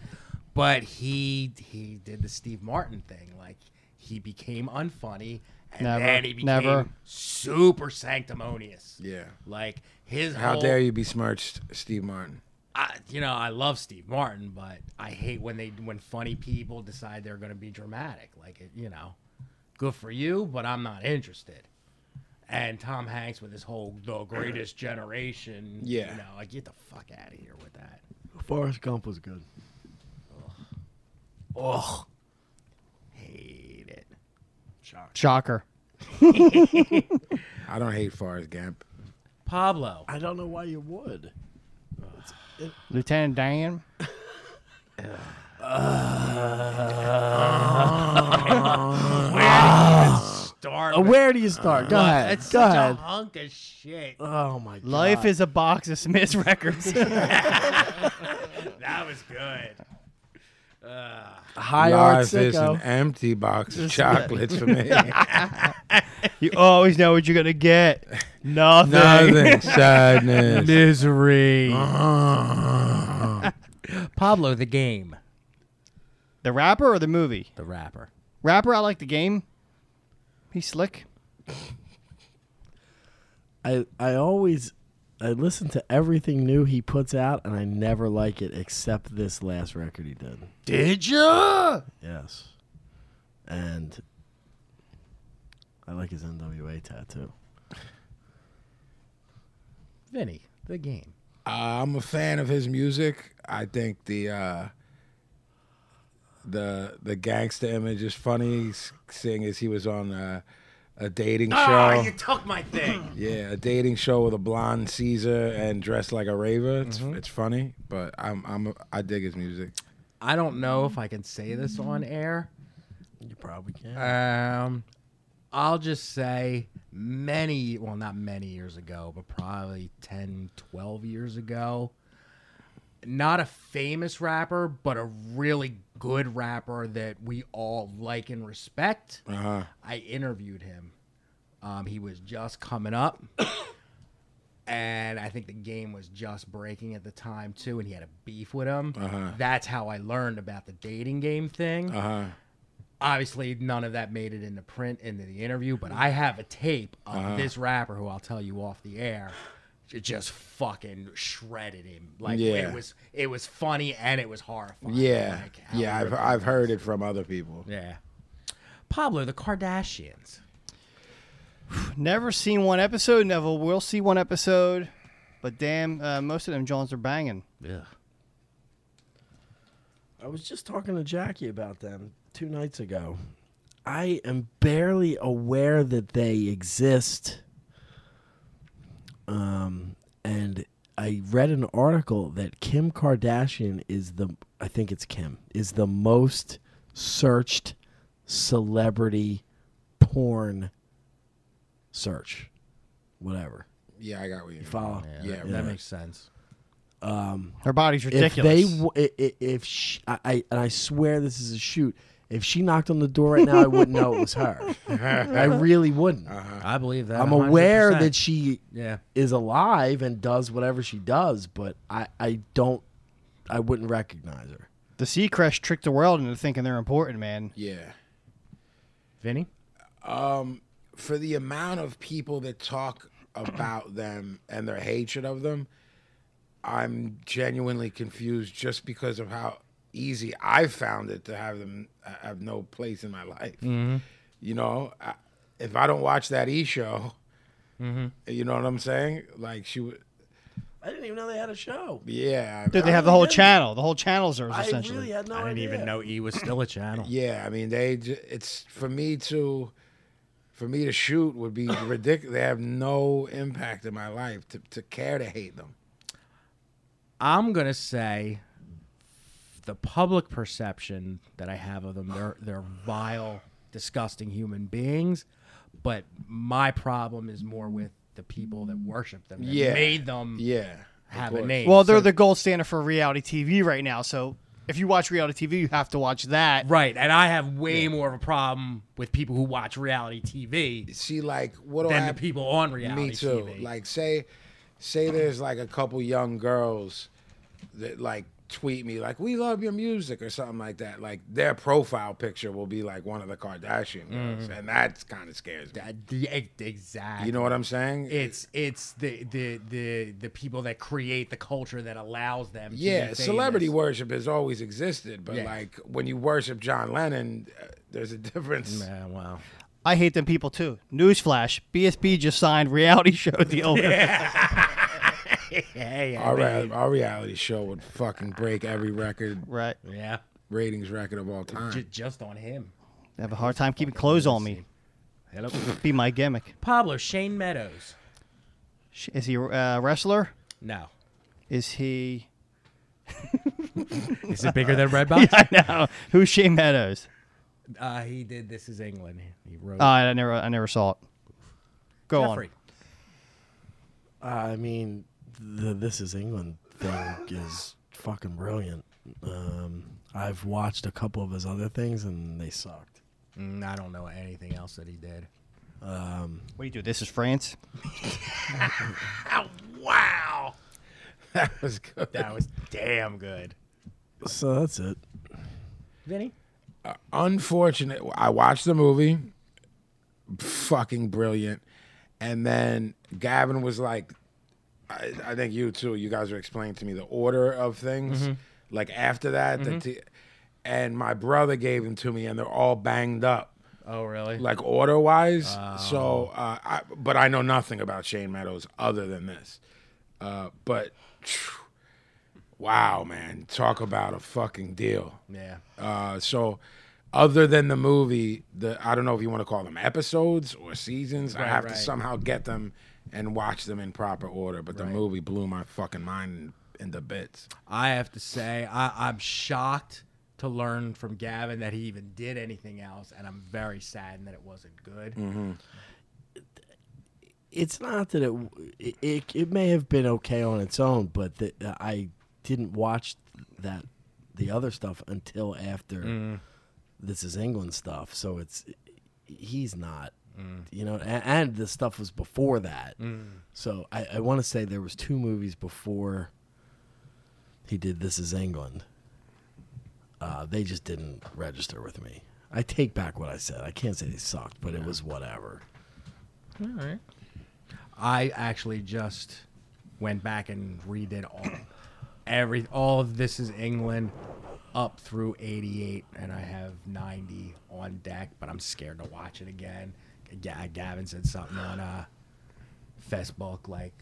Speaker 6: but he he did the Steve Martin thing. Like he became unfunny, and
Speaker 1: Never,
Speaker 6: then he became
Speaker 1: never.
Speaker 6: super sanctimonious.
Speaker 2: Yeah.
Speaker 6: Like his
Speaker 2: How
Speaker 6: whole-
Speaker 2: dare you besmirched Steve Martin?
Speaker 6: I, you know, I love Steve Martin, but I hate when they when funny people decide they're going to be dramatic. Like it, you know, good for you, but I'm not interested. And Tom Hanks with his whole the greatest generation.
Speaker 2: Yeah.
Speaker 6: you know, like get the fuck out of here with that.
Speaker 4: Forrest Gump was good.
Speaker 6: Ugh, hate it.
Speaker 1: Shocker.
Speaker 2: I don't hate Forrest Gump.
Speaker 6: Pablo,
Speaker 4: I don't know why you would.
Speaker 1: Lieutenant Dan.
Speaker 6: start.
Speaker 4: Uh, where do you start? Go ahead.
Speaker 6: That's
Speaker 4: Go
Speaker 6: such
Speaker 4: ahead.
Speaker 6: a hunk of shit.
Speaker 4: Oh my god.
Speaker 1: Life is a box of Smith's records.
Speaker 6: That was good.
Speaker 4: high art
Speaker 2: Life is
Speaker 4: sicko.
Speaker 2: an empty box of chocolates for me.
Speaker 1: you always know what you're gonna get. Nothing.
Speaker 2: Nothing sadness.
Speaker 6: Misery.
Speaker 2: Uh,
Speaker 6: Pablo, the game,
Speaker 1: The rapper or the movie?
Speaker 6: the rapper.
Speaker 1: Rapper, I like the game. He's slick.
Speaker 4: I I always I listen to everything new he puts out and I never like it except this last record he did.
Speaker 6: Did you?
Speaker 4: Yes. And I like his NWA tattoo.
Speaker 6: Vinny, the game.
Speaker 2: I'm a fan of his music. I think the uh, the the gangster image is funny. s- Seeing as he was on uh, a dating show.
Speaker 6: Ah, you took my thing.
Speaker 2: Yeah, a dating show with a blonde Caesar and dressed like a raver. It's,
Speaker 6: Mm-hmm.
Speaker 2: it's funny, but I'm I'm I dig his music.
Speaker 6: I don't know if I can say this on air.
Speaker 4: You probably can.
Speaker 6: Um, I'll just say many, well, not many years ago, but probably 10, 12 years ago. Not a famous rapper, but a really good rapper that we all like and respect.
Speaker 2: Uh-huh.
Speaker 6: I interviewed him. Um, he was just coming up, and I think the game was just breaking at the time too. And he had a beef with him.
Speaker 2: Uh-huh.
Speaker 6: That's how I learned about the dating game thing.
Speaker 2: Uh-huh.
Speaker 6: Obviously, none of that made it into print into the interview, but I have a tape of
Speaker 2: Uh-huh.
Speaker 6: this rapper who I'll tell you off the air. j- Just fucking shredded him. Like
Speaker 2: Yeah.
Speaker 6: it was, it was funny and it was horrifying.
Speaker 2: Yeah.
Speaker 6: Like, how
Speaker 2: yeah,
Speaker 6: he
Speaker 2: I've
Speaker 6: ripped
Speaker 2: I've
Speaker 6: him.
Speaker 2: heard it from other people.
Speaker 6: Yeah, Pablo, the Kardashians.
Speaker 1: Never seen one episode. Never will see one episode. But damn, uh, most of them Johns are banging.
Speaker 6: Yeah.
Speaker 4: I was just talking to Jackie about them two nights ago. I am barely aware that they exist. Um, and I read an article that Kim Kardashian is the, I think it's Kim, is the most searched celebrity porn search. Whatever.
Speaker 2: Yeah, I got what you mean.
Speaker 4: Follow.
Speaker 2: Yeah,
Speaker 6: that,
Speaker 2: right.
Speaker 6: that makes sense.
Speaker 1: Her body's
Speaker 4: if
Speaker 1: ridiculous.
Speaker 4: they w- i- i- if sh I, I and I swear this is a shoot. If she knocked on the door right now, I wouldn't know it was her. I really wouldn't.
Speaker 6: I believe that.
Speaker 4: I'm aware
Speaker 6: 100%.
Speaker 4: that she
Speaker 6: Yeah.
Speaker 4: is alive and does whatever she does, but I, I don't I wouldn't recognize her.
Speaker 1: the sea crash tricked the world into thinking they're important, man.
Speaker 2: Yeah.
Speaker 6: Vinny?
Speaker 2: for the amount of people that talk about them and their hatred of them, I'm genuinely confused just because of how easy I found it to have them uh, have no place in my life. You know, I, if I don't watch that E show, you know what I'm saying? Like she would,
Speaker 4: I didn't even know they had a show.
Speaker 2: yeah, I-
Speaker 1: Dude, they have the whole channel. The whole channel's theirs,
Speaker 4: I
Speaker 1: essentially.
Speaker 4: really had no
Speaker 6: I didn't
Speaker 4: idea.
Speaker 6: even know E was still a channel.
Speaker 2: Yeah, I mean they. j- It's for me to, for me to shoot would be ridiculous. They have no impact in my life to, to care to hate them.
Speaker 6: I'm gonna say the public perception that I have of them, they're they're vile, disgusting human beings. But my problem is more with the people that worship them, that
Speaker 2: Yeah.
Speaker 6: made them
Speaker 2: Yeah, of
Speaker 6: have a
Speaker 2: course.
Speaker 6: name.
Speaker 1: Well,
Speaker 6: So-
Speaker 1: they're the gold standard for reality TV right now. So if you watch reality TV, you have to watch that.
Speaker 6: right, and I have way more of a problem with people who watch reality TV
Speaker 2: See, like what do
Speaker 6: than
Speaker 2: I?
Speaker 6: the people on reality
Speaker 2: me too.
Speaker 6: TV.
Speaker 2: Like say, say there's like a couple young girls that like tweet me like we love your music or something like that. Like their profile picture will be like one of the Kardashian
Speaker 6: Mm-hmm.
Speaker 2: girls, and that kind of scares me.
Speaker 6: Uh, the- e- exactly.
Speaker 2: You know what I'm saying?
Speaker 6: it's it's the, the the the people that create the culture that allows them. To be
Speaker 2: Yeah, celebrity
Speaker 6: famous.
Speaker 2: worship has always existed, but
Speaker 6: Yeah.
Speaker 2: like when you worship John Lennon, uh, there's a difference.
Speaker 6: Yeah, wow.
Speaker 1: I hate them people too. Newsflash: BSB just signed reality show deal.
Speaker 6: Hey, I
Speaker 2: Our,
Speaker 6: mean-
Speaker 2: rea- our reality show would fucking break every record,
Speaker 1: Right.
Speaker 6: Yeah,
Speaker 2: ratings record of all time.
Speaker 6: J- just on him.
Speaker 1: They have a hard time keeping clothes on me.
Speaker 6: Hello,
Speaker 1: Be my gimmick.
Speaker 6: Pablo Shane Meadows.
Speaker 1: Sh- Is he a uh, wrestler?
Speaker 6: No,
Speaker 1: Is he?
Speaker 6: is it bigger than Redbox?
Speaker 1: No. Who's Shane Meadows?
Speaker 6: uh, he did. This is England. He wrote
Speaker 1: Uh, I never, I never saw it. Go
Speaker 6: Jeffrey.
Speaker 4: Uh, I mean, the This Is England thing is fucking brilliant. Um, I've watched a couple of his other things and they sucked.
Speaker 6: Mm, I don't know anything else that he did.
Speaker 1: on. What do you do? This is France.
Speaker 6: Wow,
Speaker 2: that was good.
Speaker 6: that was damn good.
Speaker 4: So that's it.
Speaker 6: Vinny,
Speaker 2: Unfortunate. I watched the movie, fucking brilliant. And then Gavin was like, I, I think you too, you guys were explaining to me the order of things.
Speaker 6: Mm-hmm.
Speaker 2: Like after that, the t- and my brother gave them to me, and they're all banged up.
Speaker 6: oh really?
Speaker 2: like order wise. So,
Speaker 6: Oh.
Speaker 2: uh, I, but I know nothing about Shane Meadows other than this. Uh, but phew, wow, man, talk about a fucking deal.
Speaker 6: yeah.
Speaker 2: Uh, so, other than the movie, the I don't know if you want to call them episodes or seasons. I
Speaker 6: Right,
Speaker 2: have
Speaker 6: right.
Speaker 2: to somehow get them and watch them in proper order. But the movie blew my fucking mind into bits.
Speaker 6: I have to say, I, I'm shocked to learn from Gavin that he even did anything else, and I'm very saddened that it wasn't
Speaker 2: Mm.
Speaker 6: good.
Speaker 4: It's not that it it, it it may have been okay on its own, but that I didn't watch that the other stuff until after This Is England stuff. So it's he's not. You know, and, and the stuff was before that. So I, I want to say there was two movies before he did This Is England. Uh, they just didn't register with me. I take back what I said. I can't say they sucked, but it was whatever.
Speaker 6: I actually just went back and redid all every all of this is England up through 88 and I have 90 on deck but I'm scared to watch it again. Ga- Gavin said something on uh Facebook like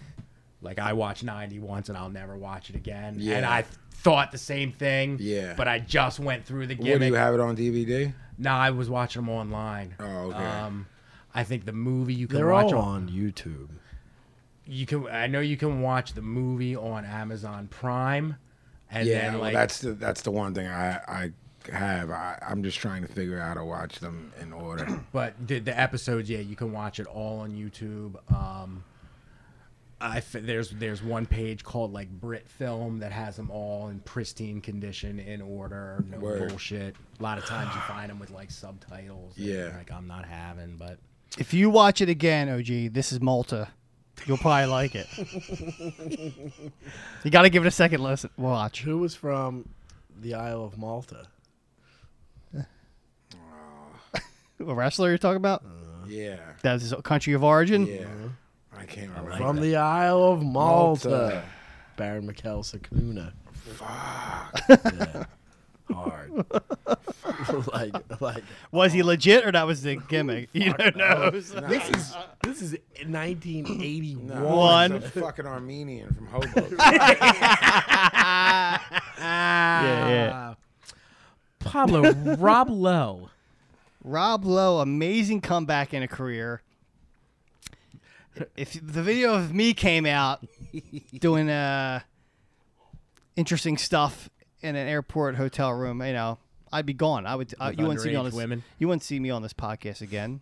Speaker 6: like I watched 90 once and I'll never watch it again
Speaker 2: Yeah.
Speaker 6: and I thought the same thing
Speaker 2: Yeah.
Speaker 6: but I just went through the
Speaker 2: What do
Speaker 6: gimmick.
Speaker 2: you have it on DVD?
Speaker 6: no, I was watching them online.
Speaker 2: Oh, okay.
Speaker 6: Um I think the movie you can
Speaker 4: They're
Speaker 6: watch
Speaker 4: all
Speaker 6: on
Speaker 4: on YouTube.
Speaker 6: you can I know you can watch the movie on Amazon Prime and
Speaker 2: yeah,
Speaker 6: then
Speaker 2: well,
Speaker 6: like
Speaker 2: that's the that's the one thing I I have. I, I'm just trying to figure out how to watch them in order.
Speaker 6: but the, the episodes yeah you can watch it all on YouTube um I f- there's there's one page called like Brit Film that has them all in pristine condition in order no
Speaker 2: Word.
Speaker 6: bullshit a lot of times you find them with like subtitles that,
Speaker 2: Yeah.
Speaker 6: like I'm not having but
Speaker 1: If you watch it again, OG, this is Malta. You'll probably like it. you got to give it a second listen. Watch.
Speaker 4: Who was from the Isle of Malta?
Speaker 1: A wrestler you're talking about?
Speaker 2: Yeah.
Speaker 1: That's his country of origin.
Speaker 2: Yeah. I can't remember.
Speaker 4: From the Isle of Malta.
Speaker 2: Malta.
Speaker 4: Baron Mikhail Sakuna. Yeah. Hard. like, like,
Speaker 1: Was he legit or that was the gimmick? You don't know.
Speaker 4: this is this is 1981.
Speaker 2: No,
Speaker 1: One.
Speaker 2: it's Oh, a fucking Armenian from Hoboken.
Speaker 1: Yeah, yeah.
Speaker 3: Uh, Pablo Rob Lowe.
Speaker 1: Rob Lowe, amazing comeback in a career. If the video of me came out doing uh, interesting stuff in an airport hotel room, you know, I'd be gone. I would. I,
Speaker 6: With
Speaker 1: you wouldn't see me on
Speaker 6: underage
Speaker 1: this.
Speaker 6: women.
Speaker 1: You wouldn't see me on this podcast again.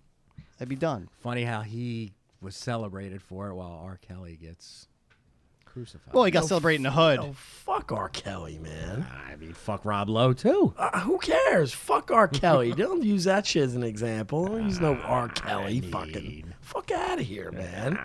Speaker 1: I'd be done.
Speaker 6: Funny how he was celebrated for it while R. Kelly gets crucified.
Speaker 1: Well, he got celebrating the hood.
Speaker 4: Oh, fuck R. Kelly, man.
Speaker 6: I mean, fuck Rob Lowe too.
Speaker 4: Uh, who cares? Fuck R. Kelly. Don't use that shit as an example. Don't use no R. Kelly. Fucking fuck out of here, man.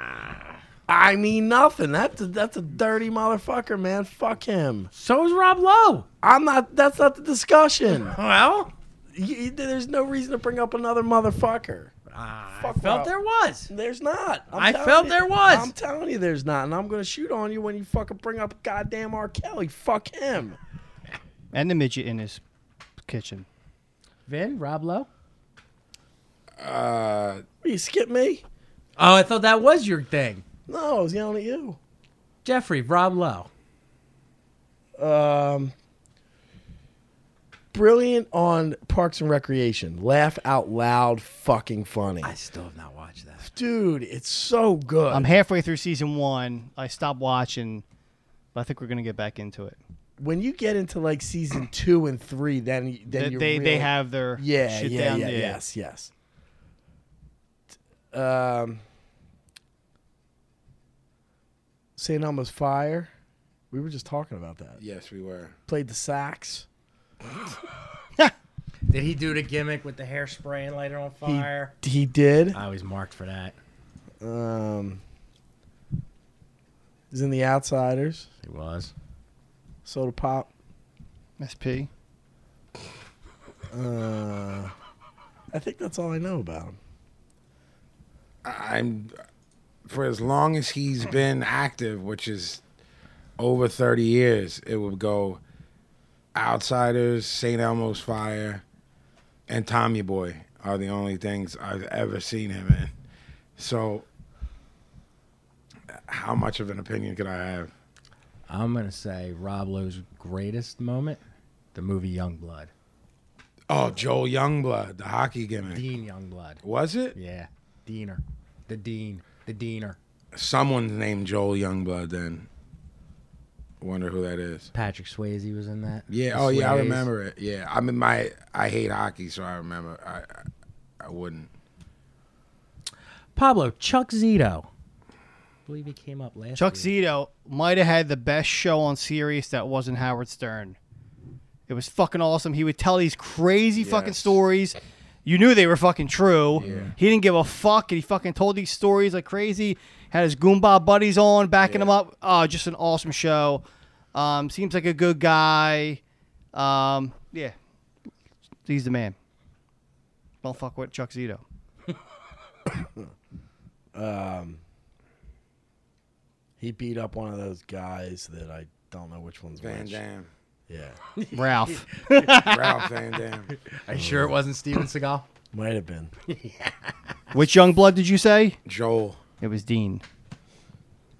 Speaker 4: I mean nothing. That's a, that's a dirty motherfucker, man. Fuck him.
Speaker 3: So is Rob Lowe.
Speaker 4: I'm not. That's not the discussion.
Speaker 3: Well,
Speaker 4: You- you- there's no reason to bring up another motherfucker.
Speaker 3: I
Speaker 4: Fuck
Speaker 3: felt
Speaker 4: Rob.
Speaker 3: there was.
Speaker 4: There's not. I'm
Speaker 3: I
Speaker 4: telling
Speaker 3: felt
Speaker 4: you-
Speaker 3: there was.
Speaker 4: I'm telling you, there's not, and I'm gonna shoot on you when you fucking bring up goddamn R. Kelly. Fuck him.
Speaker 1: And the midget in his kitchen.
Speaker 6: Vin, Rob Lowe.
Speaker 2: uh,
Speaker 4: Will you skip me?
Speaker 3: Oh, I thought that was your thing.
Speaker 4: No, I was yelling at you.
Speaker 3: Jeffrey, Rob Lowe.
Speaker 4: um, brilliant on Parks and Recreation. Laugh out loud, fucking funny,
Speaker 6: I still have not watched that.
Speaker 4: dude. It's so good.
Speaker 1: I'm halfway through season one. I stopped watching, but I think we're gonna get back into it.
Speaker 4: when you get into like season two and three, then y- then
Speaker 1: They
Speaker 4: you
Speaker 1: they,
Speaker 4: really-
Speaker 1: they have their
Speaker 4: yeah
Speaker 1: shit
Speaker 4: yeah
Speaker 1: down
Speaker 4: yeah
Speaker 1: there.
Speaker 4: yes yes. T- Um, St. Elmo's Fire. We were just talking about that.
Speaker 2: yes, we were.
Speaker 4: Played the sax.
Speaker 6: Did he do the gimmick with the hairspray and lighter on
Speaker 4: He,
Speaker 6: fire?
Speaker 4: he did.
Speaker 6: I was marked for that.
Speaker 4: Um, he's in The Outsiders.
Speaker 6: He was.
Speaker 4: Soda Pop.
Speaker 1: SP.
Speaker 4: Uh, I think that's all I know about him.
Speaker 2: I'm for as long as he's been active, which is over 30 years, it would go Outsiders, St. Elmo's Fire, and Tommy Boy are the only things I've ever seen him in. So, how much of an opinion could I have?
Speaker 6: I'm gonna say Rob Lowe's greatest moment, the movie Youngblood.
Speaker 2: Oh, Joel Youngblood, the hockey gimmick.
Speaker 6: Dean Youngblood.
Speaker 2: Was it?
Speaker 6: Yeah, Deaner, the Dean, the Deaner.
Speaker 2: Someone named Joel Youngblood then. Wonder who that is.
Speaker 6: Patrick Swayze was in that.
Speaker 2: Yeah.
Speaker 6: The
Speaker 2: Oh, yeah. I
Speaker 6: Swayze.
Speaker 2: remember it. Yeah. I mean, my I hate hockey, so I remember. I I, I wouldn't.
Speaker 3: Pablo Chuck Zito.
Speaker 6: I believe he came up last.
Speaker 1: Chuck
Speaker 6: week.
Speaker 1: Zito might have had the best show on Sirius that wasn't Howard Stern. It was fucking awesome. He would tell these crazy fucking
Speaker 2: Yes.
Speaker 1: stories. You knew they were fucking true.
Speaker 2: Yeah.
Speaker 1: He didn't give a fuck, and he fucking told these stories like crazy. Had his Goomba buddies on, backing him up. Oh, just an awesome show. Um, seems like a good guy. Um, yeah, he's the man. Don't fuck with Chuck Zito.
Speaker 4: He beat up one of those guys that I don't know which one's
Speaker 2: Van
Speaker 4: which.
Speaker 2: Dam.
Speaker 4: Yeah,
Speaker 1: Ralph.
Speaker 2: Ralph Van Dam.
Speaker 6: Are you sure it wasn't Steven Seagal?
Speaker 4: might have been.
Speaker 1: Which young blood did you say?
Speaker 2: Joel.
Speaker 1: It was Dean.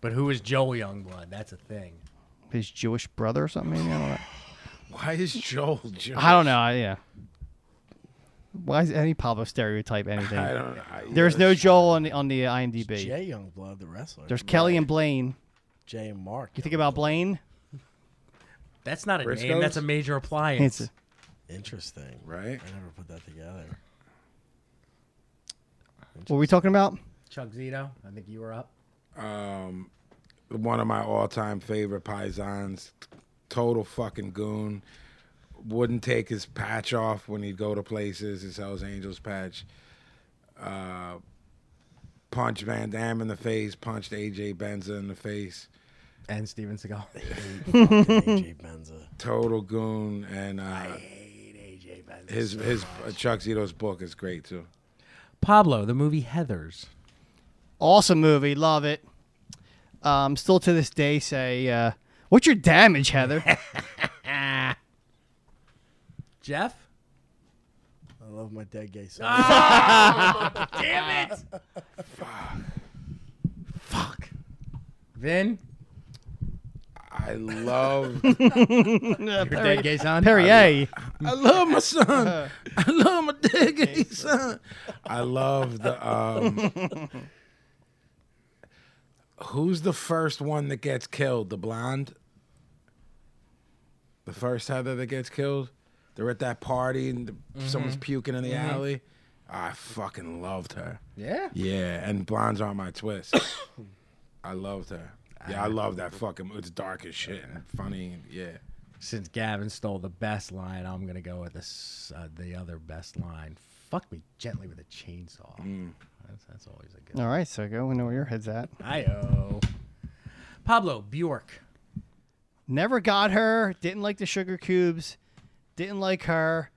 Speaker 6: But who is Joel Youngblood? That's a thing.
Speaker 1: His Jewish brother or something. Maybe? I don't know.
Speaker 2: Why is Joel? Jewish?
Speaker 1: I don't know. I- Yeah. Why is any Pablo stereotype anything?
Speaker 2: I don't. I,
Speaker 1: There's no Joel on the on the IMDb.
Speaker 4: Jay Youngblood, the wrestler.
Speaker 1: There's Kelly and Blaine.
Speaker 4: Jay and Mark.
Speaker 1: You think about Blaine?
Speaker 6: That's not a
Speaker 2: Briscoes?
Speaker 6: name. That's a major appliance.
Speaker 1: It's a-
Speaker 4: interesting.
Speaker 2: Right.
Speaker 4: I never put that together.
Speaker 1: what were we talking about?
Speaker 6: Chuck Zito. I think you were up.
Speaker 2: One of my all-time favorite paisans. Total fucking goon. Wouldn't take his patch off when he'd go to places. His Hell's Angels patch. Uh, punched Van Dam in the face. Punched AJ Benza in the face.
Speaker 6: And Steven Seagal.
Speaker 4: AJ Benza.
Speaker 2: Total goon and. Uh,
Speaker 6: AJ Benz.
Speaker 2: His his uh, Chuck Zito's book is great too.
Speaker 3: Pablo, the movie Heather's.
Speaker 1: Awesome movie. Love it. Um, still to this day say, uh, what's your damage, Heather?
Speaker 3: Jeff?
Speaker 4: I love my dead gay son.
Speaker 6: Damn it! Fuck. Vin?
Speaker 2: I love
Speaker 6: Your dead gay son?
Speaker 1: Perrier.
Speaker 2: I love my son. I love my dead gay son. I love the um Who's the first one that gets killed? The blonde? The first Heather that gets killed? They're at that party and the, someone's puking in the alley. I fucking loved her.
Speaker 6: Yeah.
Speaker 2: Mm-hmm. Yeah, and blondes aren't my twist. I loved her. Yeah, I love that fucking. It's dark as shit and funny. and- Yeah.
Speaker 6: Since Gavin stole the best line, I'm gonna go with this uh, the other best line. Fuck me gently with a chainsaw. That's, that's always a good.
Speaker 1: All right, so go. We know where your head's at.
Speaker 6: I oh.
Speaker 3: Pablo Bjork.
Speaker 1: Never got her. Didn't like the sugar cubes. Didn't like her.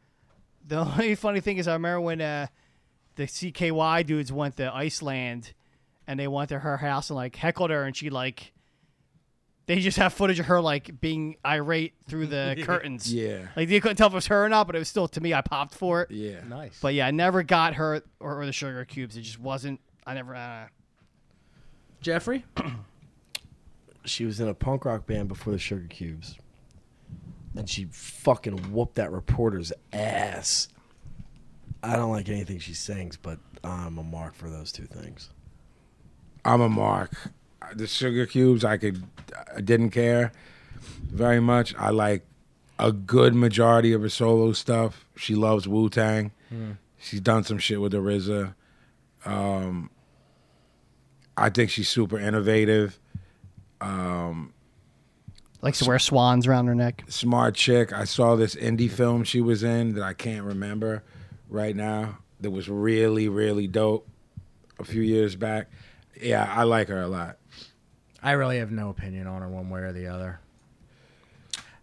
Speaker 1: The only funny thing is, I remember when uh, the CKY dudes went to Iceland, and they went to her house and like heckled her, and she like. They just have footage of her like being irate through the curtains.
Speaker 2: Yeah.
Speaker 1: like you couldn't tell if it was her or not, but it was still to me. I popped for it.
Speaker 2: Yeah.
Speaker 6: Nice.
Speaker 1: But yeah, I never got her or, or the sugar cubes. It just wasn't. I never. Uh,
Speaker 3: Jeffrey?
Speaker 4: she was in a punk rock band before the Sugar Cubes, and she fucking whooped that reporter's ass. I don't like anything she sings, but I'm a mark for those two things.
Speaker 2: I'm a mark. The sugar cubes, I could, I didn't care very much. I like a good majority of her solo stuff. She loves Wu Tang. She's done some shit with the RZA. Um, I think she's super innovative,
Speaker 1: likes to wear swans around her neck.
Speaker 2: smart chick. I saw this indie film she was in that I can't remember right now. That was really, really dope a few years back. Yeah, I like her a lot.
Speaker 6: I really have no opinion on her one way or the other.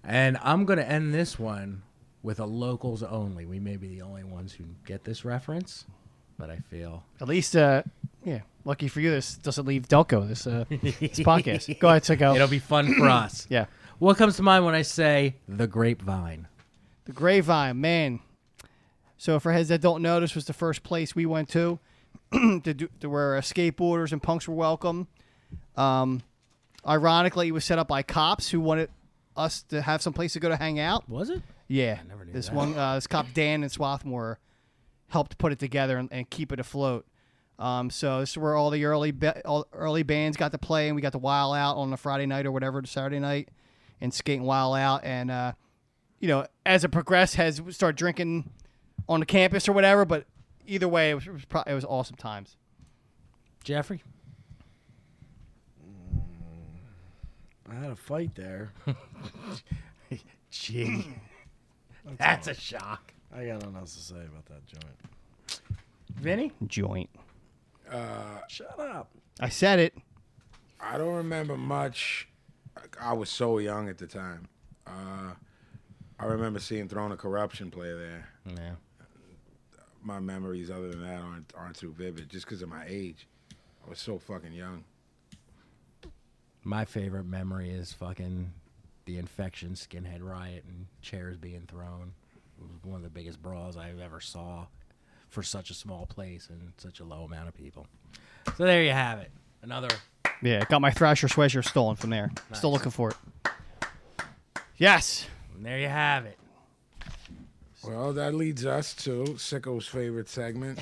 Speaker 6: And I'm going to end this one with a locals only. We may be the only ones who get this reference, but I feel
Speaker 1: At least, uh, yeah. Lucky for you, this doesn't leave Delco. This uh, this podcast. Go ahead, Sicko.
Speaker 6: it'll be fun for us.
Speaker 1: yeah.
Speaker 6: What comes to mind when I say the grapevine?
Speaker 1: The Grapevine, man. So for heads that don't know, this was the first place we went to, to do, to where uh, skateboarders and punks were welcome. Um, ironically, it was set up by cops who wanted us to have some place to go to hang out.
Speaker 6: Was it?
Speaker 1: Yeah,
Speaker 6: never knew
Speaker 1: this
Speaker 6: that.
Speaker 1: one, uh, this cop Dan in Swarthmore helped put it together and, and keep it afloat. Um, so this is where all the early ba- all early bands got to play, and we got to while out on a Friday night or whatever, the Saturday night, and skate and while out. And uh, you know, as it progressed, has we started drinking on the campus or whatever. But either way, it was it was, pro- it was awesome times.
Speaker 3: Jeffrey?
Speaker 4: I had a fight there.
Speaker 6: Gee. That's a shock.
Speaker 4: I got nothing else to say about that joint.
Speaker 6: Vinny?
Speaker 1: Joint.
Speaker 4: Shut up.
Speaker 1: I said it.
Speaker 2: I don't remember much. I- I was so young at the time. Uh, I remember seeing Throne of Corruption play there.
Speaker 6: Yeah.
Speaker 2: My memories, other than that, aren't aren't too vivid, just because of my age. I was so fucking young.
Speaker 6: My favorite memory is fucking the infection, skinhead riot, and chairs being thrown. It was one of the biggest brawls I ever saw for such a small place and such a low amount of people. So there you have it. Another.
Speaker 1: Yeah, got my Thrasher Sweatshirt stolen from there. Still looking for it. Yes.
Speaker 6: and there you have it.
Speaker 2: Well, that leads us to Sicko's favorite segment.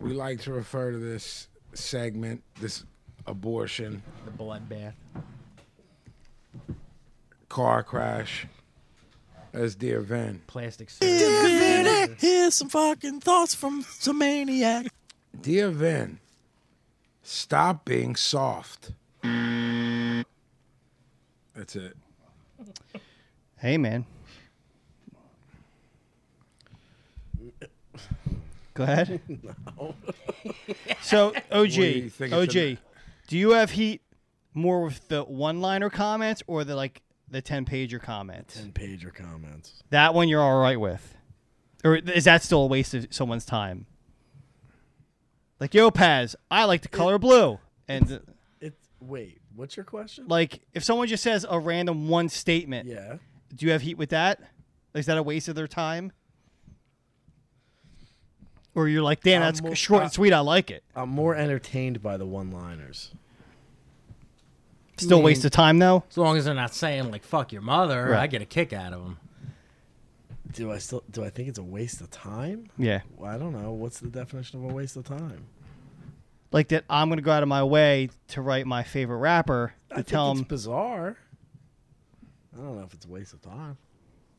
Speaker 2: We like to refer to this segment, this abortion,
Speaker 6: The bloodbath.
Speaker 2: car crash, as dear Vin.
Speaker 6: Plastic surgery.
Speaker 4: Here's some fucking thoughts from some maniac.
Speaker 2: Dear Vin, stop being soft. That's it.
Speaker 1: Hey, man. Go ahead. So, OG,
Speaker 2: do you think
Speaker 1: OG,
Speaker 2: it's in
Speaker 1: do you have heat more with the one-liner comments or the like the ten-pager comments?
Speaker 4: And page your comments.
Speaker 1: That one you're all right with. Or is that still a waste of someone's time? Like, yo, Paz, I like the color blue. And
Speaker 4: It's wait, what's your question?
Speaker 1: like, if someone just says a random one statement,
Speaker 4: yeah.
Speaker 1: do you have heat with that? Is that a waste of their time? Or you're like, damn,
Speaker 4: I'm
Speaker 1: that's
Speaker 4: more-
Speaker 1: short
Speaker 4: uh,
Speaker 1: and sweet. I like it.
Speaker 4: I'm more entertained by the one-liners.
Speaker 1: Still a waste
Speaker 6: mean-
Speaker 1: of time though.
Speaker 6: As long as they're not saying like "fuck your mother," I
Speaker 1: Right.
Speaker 6: get a kick out of them.
Speaker 4: Do I still do I think it's a waste of time?
Speaker 1: Yeah.
Speaker 4: Well, I don't know. What's the definition of a waste of time?
Speaker 1: Like that, I'm gonna go out of my way to write my favorite rapper to
Speaker 4: I think
Speaker 1: tell
Speaker 4: it's
Speaker 1: him.
Speaker 4: bizarre. I don't know if it's a waste of time.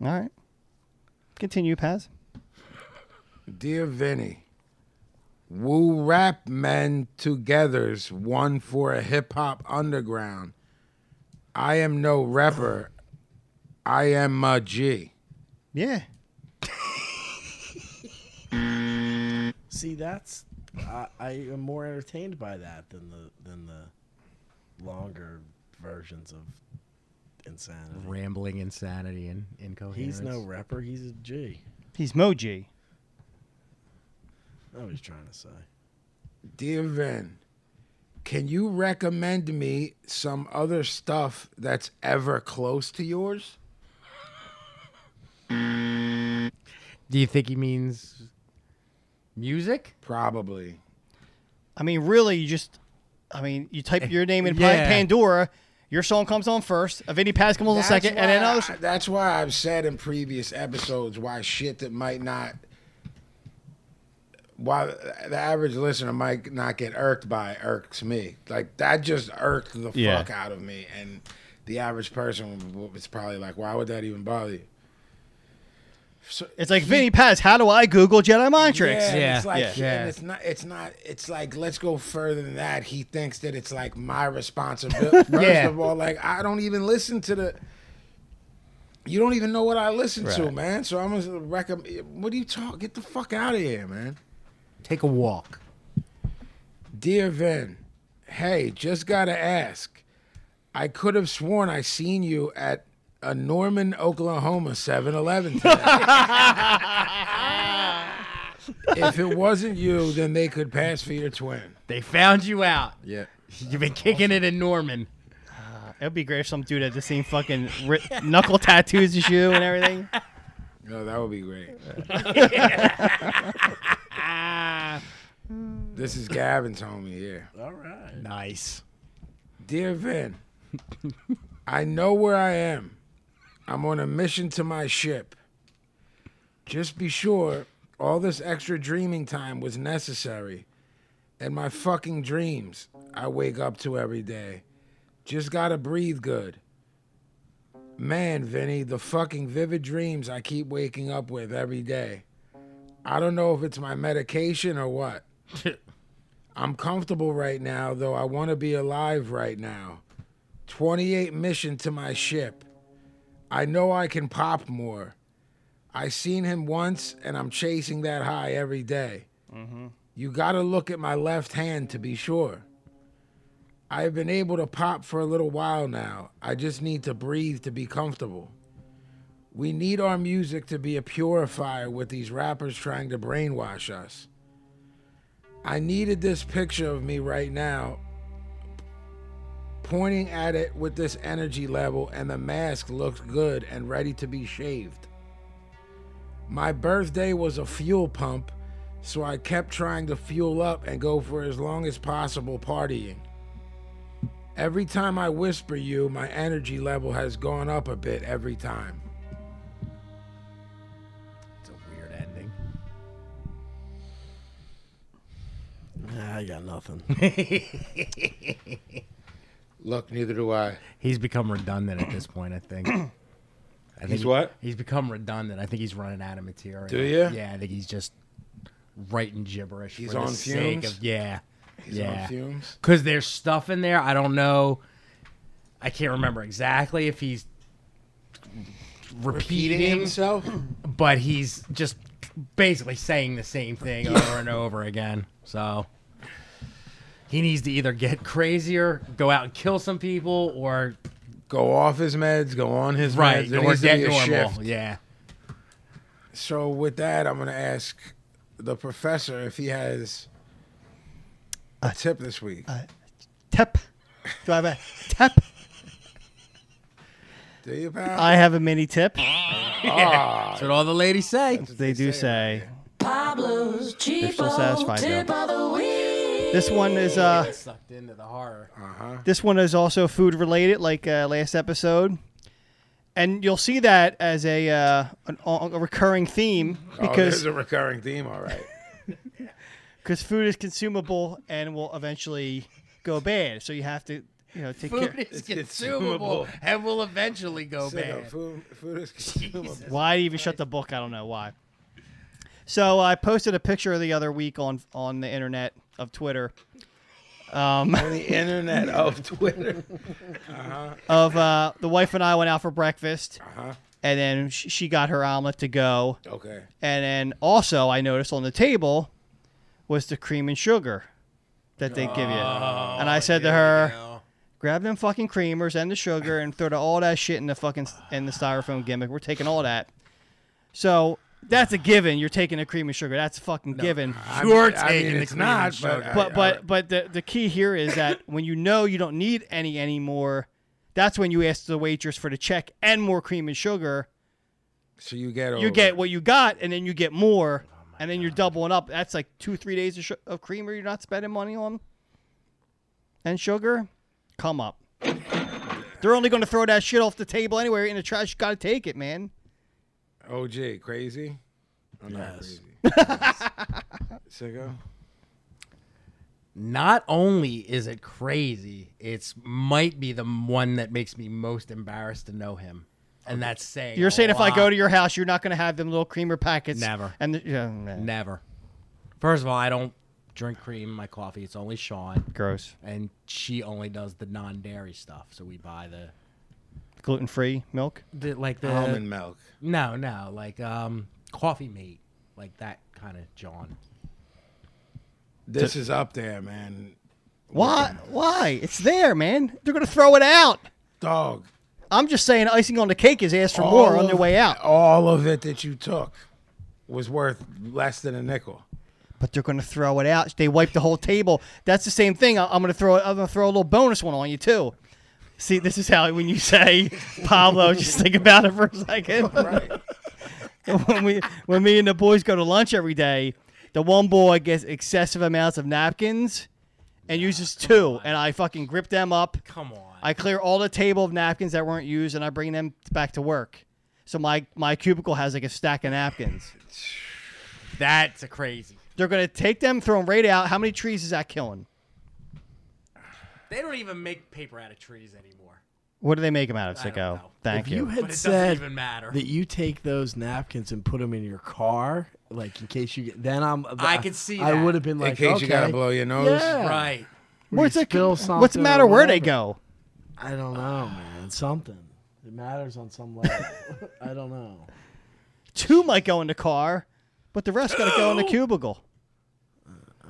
Speaker 1: All right, continue, Paz.
Speaker 2: Dear Vinny, woo rap men together's one for a hip hop underground. I am no rapper. I am a G.
Speaker 1: Yeah.
Speaker 4: See, that's I, I am more entertained by that than the than the longer versions of insanity.
Speaker 6: Rambling insanity and incoherence.
Speaker 4: He's no rapper. He's a G.
Speaker 1: He's Moji.
Speaker 4: That's what he's trying to say.
Speaker 2: Dear Vin, can you recommend me some other stuff that's ever close to yours?
Speaker 6: Do you think he means music?
Speaker 2: Probably.
Speaker 1: I mean, really, you just, I mean, you type your name in
Speaker 6: Yeah.
Speaker 1: Pandora, your song comes on first, a Vinny Paz comes on
Speaker 2: That's
Speaker 1: second, and
Speaker 2: why
Speaker 1: then others.
Speaker 2: I- that's why I've said in previous episodes why shit that might not why the average listener might not get irked by irks me. Like that just irked the
Speaker 1: Yeah.
Speaker 2: fuck out of me, and the average person was probably like, "Why would that even bother you?"
Speaker 1: It's like Vinny Paz. How do I Google Jedi mind tricks?
Speaker 2: Yeah,
Speaker 6: Yeah,
Speaker 2: it's like,
Speaker 6: yeah.
Speaker 2: And it's not. It's not. It's like let's go further than that. He thinks that it's like my responsibility. First
Speaker 6: Yeah.
Speaker 2: of all, like I don't even listen to the. You don't even know what I listen to,
Speaker 1: Right.
Speaker 2: man. So I'm gonna recommend. What do you talk? Get the fuck out of here, man.
Speaker 6: Take a walk.
Speaker 2: Dear Vin, hey, just gotta ask. I could have sworn I seen you at a Norman, Oklahoma 7-Eleven today. if it wasn't you, then they could pass for your twin.
Speaker 6: They found you out.
Speaker 2: Yeah.
Speaker 6: You've been kicking it in Norman.
Speaker 1: It'd be great if some dude had the same fucking ri- knuckle tattoos as you and everything.
Speaker 2: No, that would be great. this is Gavin's homie here.
Speaker 4: All right.
Speaker 6: Nice.
Speaker 2: Dear Vin, I know where I am. I'm on a mission to my ship. Just be sure all this extra dreaming time was necessary. And my fucking dreams I wake up to every day. Just gotta breathe good. Man, Vinny, the fucking vivid dreams I keep waking up with every day. I don't know if it's my medication or what. I'm comfortable right now, though I want to be alive right now. 28 mission to my ship. I know I can pop more. I seen him once, and I'm chasing that high every day. You gotta look at my left hand to be sure. I have been able to pop for a little while now. I just need to breathe to be comfortable. We need our music to be a purifier with these rappers trying to brainwash us. I needed this picture of me right now, pointing at it with this energy level, and the mask looks good and ready to be shaved. My birthday was a fuel pump, so I kept trying to fuel up and go for as long as possible partying. Every time I whisper you, my energy level has gone up a bit every time.
Speaker 6: It's a weird ending.
Speaker 4: I got nothing.
Speaker 2: Look, neither do I.
Speaker 6: He's become redundant at this point, I think. I think
Speaker 2: He's what?
Speaker 6: He's become redundant. I think he's running out of material.
Speaker 2: Do ya?
Speaker 6: Yeah, I think he's just writing gibberish.
Speaker 2: He's
Speaker 6: for the
Speaker 2: on
Speaker 6: sake
Speaker 2: fumes?
Speaker 6: of- yeah.
Speaker 2: He's
Speaker 6: yeah.
Speaker 2: on fumes.
Speaker 6: because there's stuff in there. I don't know. I can't remember exactly if he's repeating,
Speaker 2: himself.
Speaker 6: but he's just basically saying the same thing over and over again. So he needs to either get crazier, go out and kill some people, or
Speaker 2: Go off his meds. Go on his
Speaker 6: right,
Speaker 2: meds. There
Speaker 6: or
Speaker 2: needs to
Speaker 6: get
Speaker 2: be a
Speaker 6: normal.
Speaker 2: shift.
Speaker 6: Yeah,
Speaker 2: So with that, I'm gonna ask the professor if he has a tip this week.
Speaker 1: Tep. Do I have a tep?
Speaker 2: Do you, pal?
Speaker 1: I have a mini tip.
Speaker 6: That's what all the ladies say.
Speaker 1: They do say.
Speaker 5: Pablo's
Speaker 1: still
Speaker 5: cheapo
Speaker 1: satisfied,
Speaker 5: tip of the week.
Speaker 1: This one is uh
Speaker 3: Sucked into the horror.
Speaker 1: This one is also food related, like uh, last episode, and you'll see that as a uh, an, a recurring theme
Speaker 2: oh,
Speaker 1: because
Speaker 2: there's a recurring theme. All right.
Speaker 1: because food is consumable and will eventually go bad. So you have to you know take care.
Speaker 6: Food is consumable and will eventually go
Speaker 2: So, no,
Speaker 6: bad.
Speaker 2: food, food is consumable.
Speaker 1: Why I even shut the book? I don't know why. So uh, I posted a picture the other week on on the internet of Twitter
Speaker 2: on the internet of Twitter.
Speaker 1: of uh, the wife and I went out for breakfast, and then sh- she got her omelet to go.
Speaker 2: Okay.
Speaker 1: And then also, I noticed on the table was the cream and sugar that they give you. And I said to her, "Grab them fucking creamers and the sugar and throw the- all that shit in the fucking in the styrofoam gimmick. We're taking all that." So that's a given. You're taking the cream and sugar. That's a fucking given.
Speaker 6: You're
Speaker 2: I mean,
Speaker 6: taking the
Speaker 2: it's
Speaker 6: cream and
Speaker 2: not, but,
Speaker 6: sugar.
Speaker 1: but but but the the key here is that when you know you don't need any anymore, that's when you ask the waitress for the check and more cream and sugar.
Speaker 2: so you get over
Speaker 1: you get what you got, and then you get more, and then you're doubling up. That's like two, three days of, sh- of creamer you're not spending money on, and sugar, come up. They're only going to throw that shit off the table anywhere in the trash. You got to take it, man.
Speaker 2: OJ crazy. I'm not
Speaker 4: Yes.
Speaker 2: crazy. Sicko.
Speaker 6: Not only is it crazy, it's might be the one that makes me most embarrassed to know him, and that's saying
Speaker 1: You're
Speaker 6: a
Speaker 1: saying if I go
Speaker 6: lot.
Speaker 1: to your house, you're not going to have them little creamer packets.
Speaker 6: Never.
Speaker 1: And the, yeah, nah.
Speaker 6: never. First of all, I don't drink cream in my coffee. It's only Sean,
Speaker 1: gross.
Speaker 6: and she only does the non-dairy stuff. So we buy the,
Speaker 1: Gluten free milk.
Speaker 6: the like
Speaker 1: Uh,
Speaker 6: the
Speaker 2: Almond milk.
Speaker 6: No, no, like um, coffee mate, like that kind of John.
Speaker 2: This is up there, man.
Speaker 1: Why? Why? It's there, man. They're going to throw it out.
Speaker 2: Dog.
Speaker 1: I'm just saying, icing on the cake is asked for
Speaker 2: all
Speaker 1: more on
Speaker 2: of-
Speaker 1: their way out.
Speaker 2: All of it that you took was worth less than a nickel.
Speaker 1: but they're going to throw it out. They wipe the whole table. That's the same thing. I- I'm going to throw. I'm going to throw a little bonus one on you too. See, this is how when you say Pablo, just think about it for a second.
Speaker 2: Right.
Speaker 1: when we, when me and the boys go to lunch every day, the one boy gets excessive amounts of napkins, and uses two, and I fucking grip them up.
Speaker 6: Come on.
Speaker 1: I clear all the table of napkins that weren't used, and I bring them back to work. So my my cubicle has like a stack of napkins.
Speaker 6: That's a crazy.
Speaker 1: They're gonna take them, throw them right out. How many trees is that killing?
Speaker 6: They don't even make paper out of trees anymore.
Speaker 1: What do they make them out of,
Speaker 6: I don't
Speaker 1: Sicko?
Speaker 6: know.
Speaker 1: Thank
Speaker 4: If you
Speaker 1: you.
Speaker 6: But it
Speaker 4: had
Speaker 6: doesn't
Speaker 4: said
Speaker 6: even matter.
Speaker 4: that you take those napkins and put them in your car, like in case you get, then I'm.
Speaker 6: I could see
Speaker 4: I
Speaker 6: that.
Speaker 4: would have been like,
Speaker 2: In case
Speaker 4: okay,
Speaker 2: you gotta blow your nose.
Speaker 4: Yeah.
Speaker 6: Right.
Speaker 1: What's,
Speaker 4: you
Speaker 1: it-
Speaker 4: spill
Speaker 1: what's the
Speaker 4: something
Speaker 1: matter
Speaker 4: or
Speaker 1: where they
Speaker 4: whatever.
Speaker 1: go?
Speaker 4: I don't know, man. Something. It matters on some level. I don't know.
Speaker 1: Two might go in the car, but the rest gotta go in the cubicle.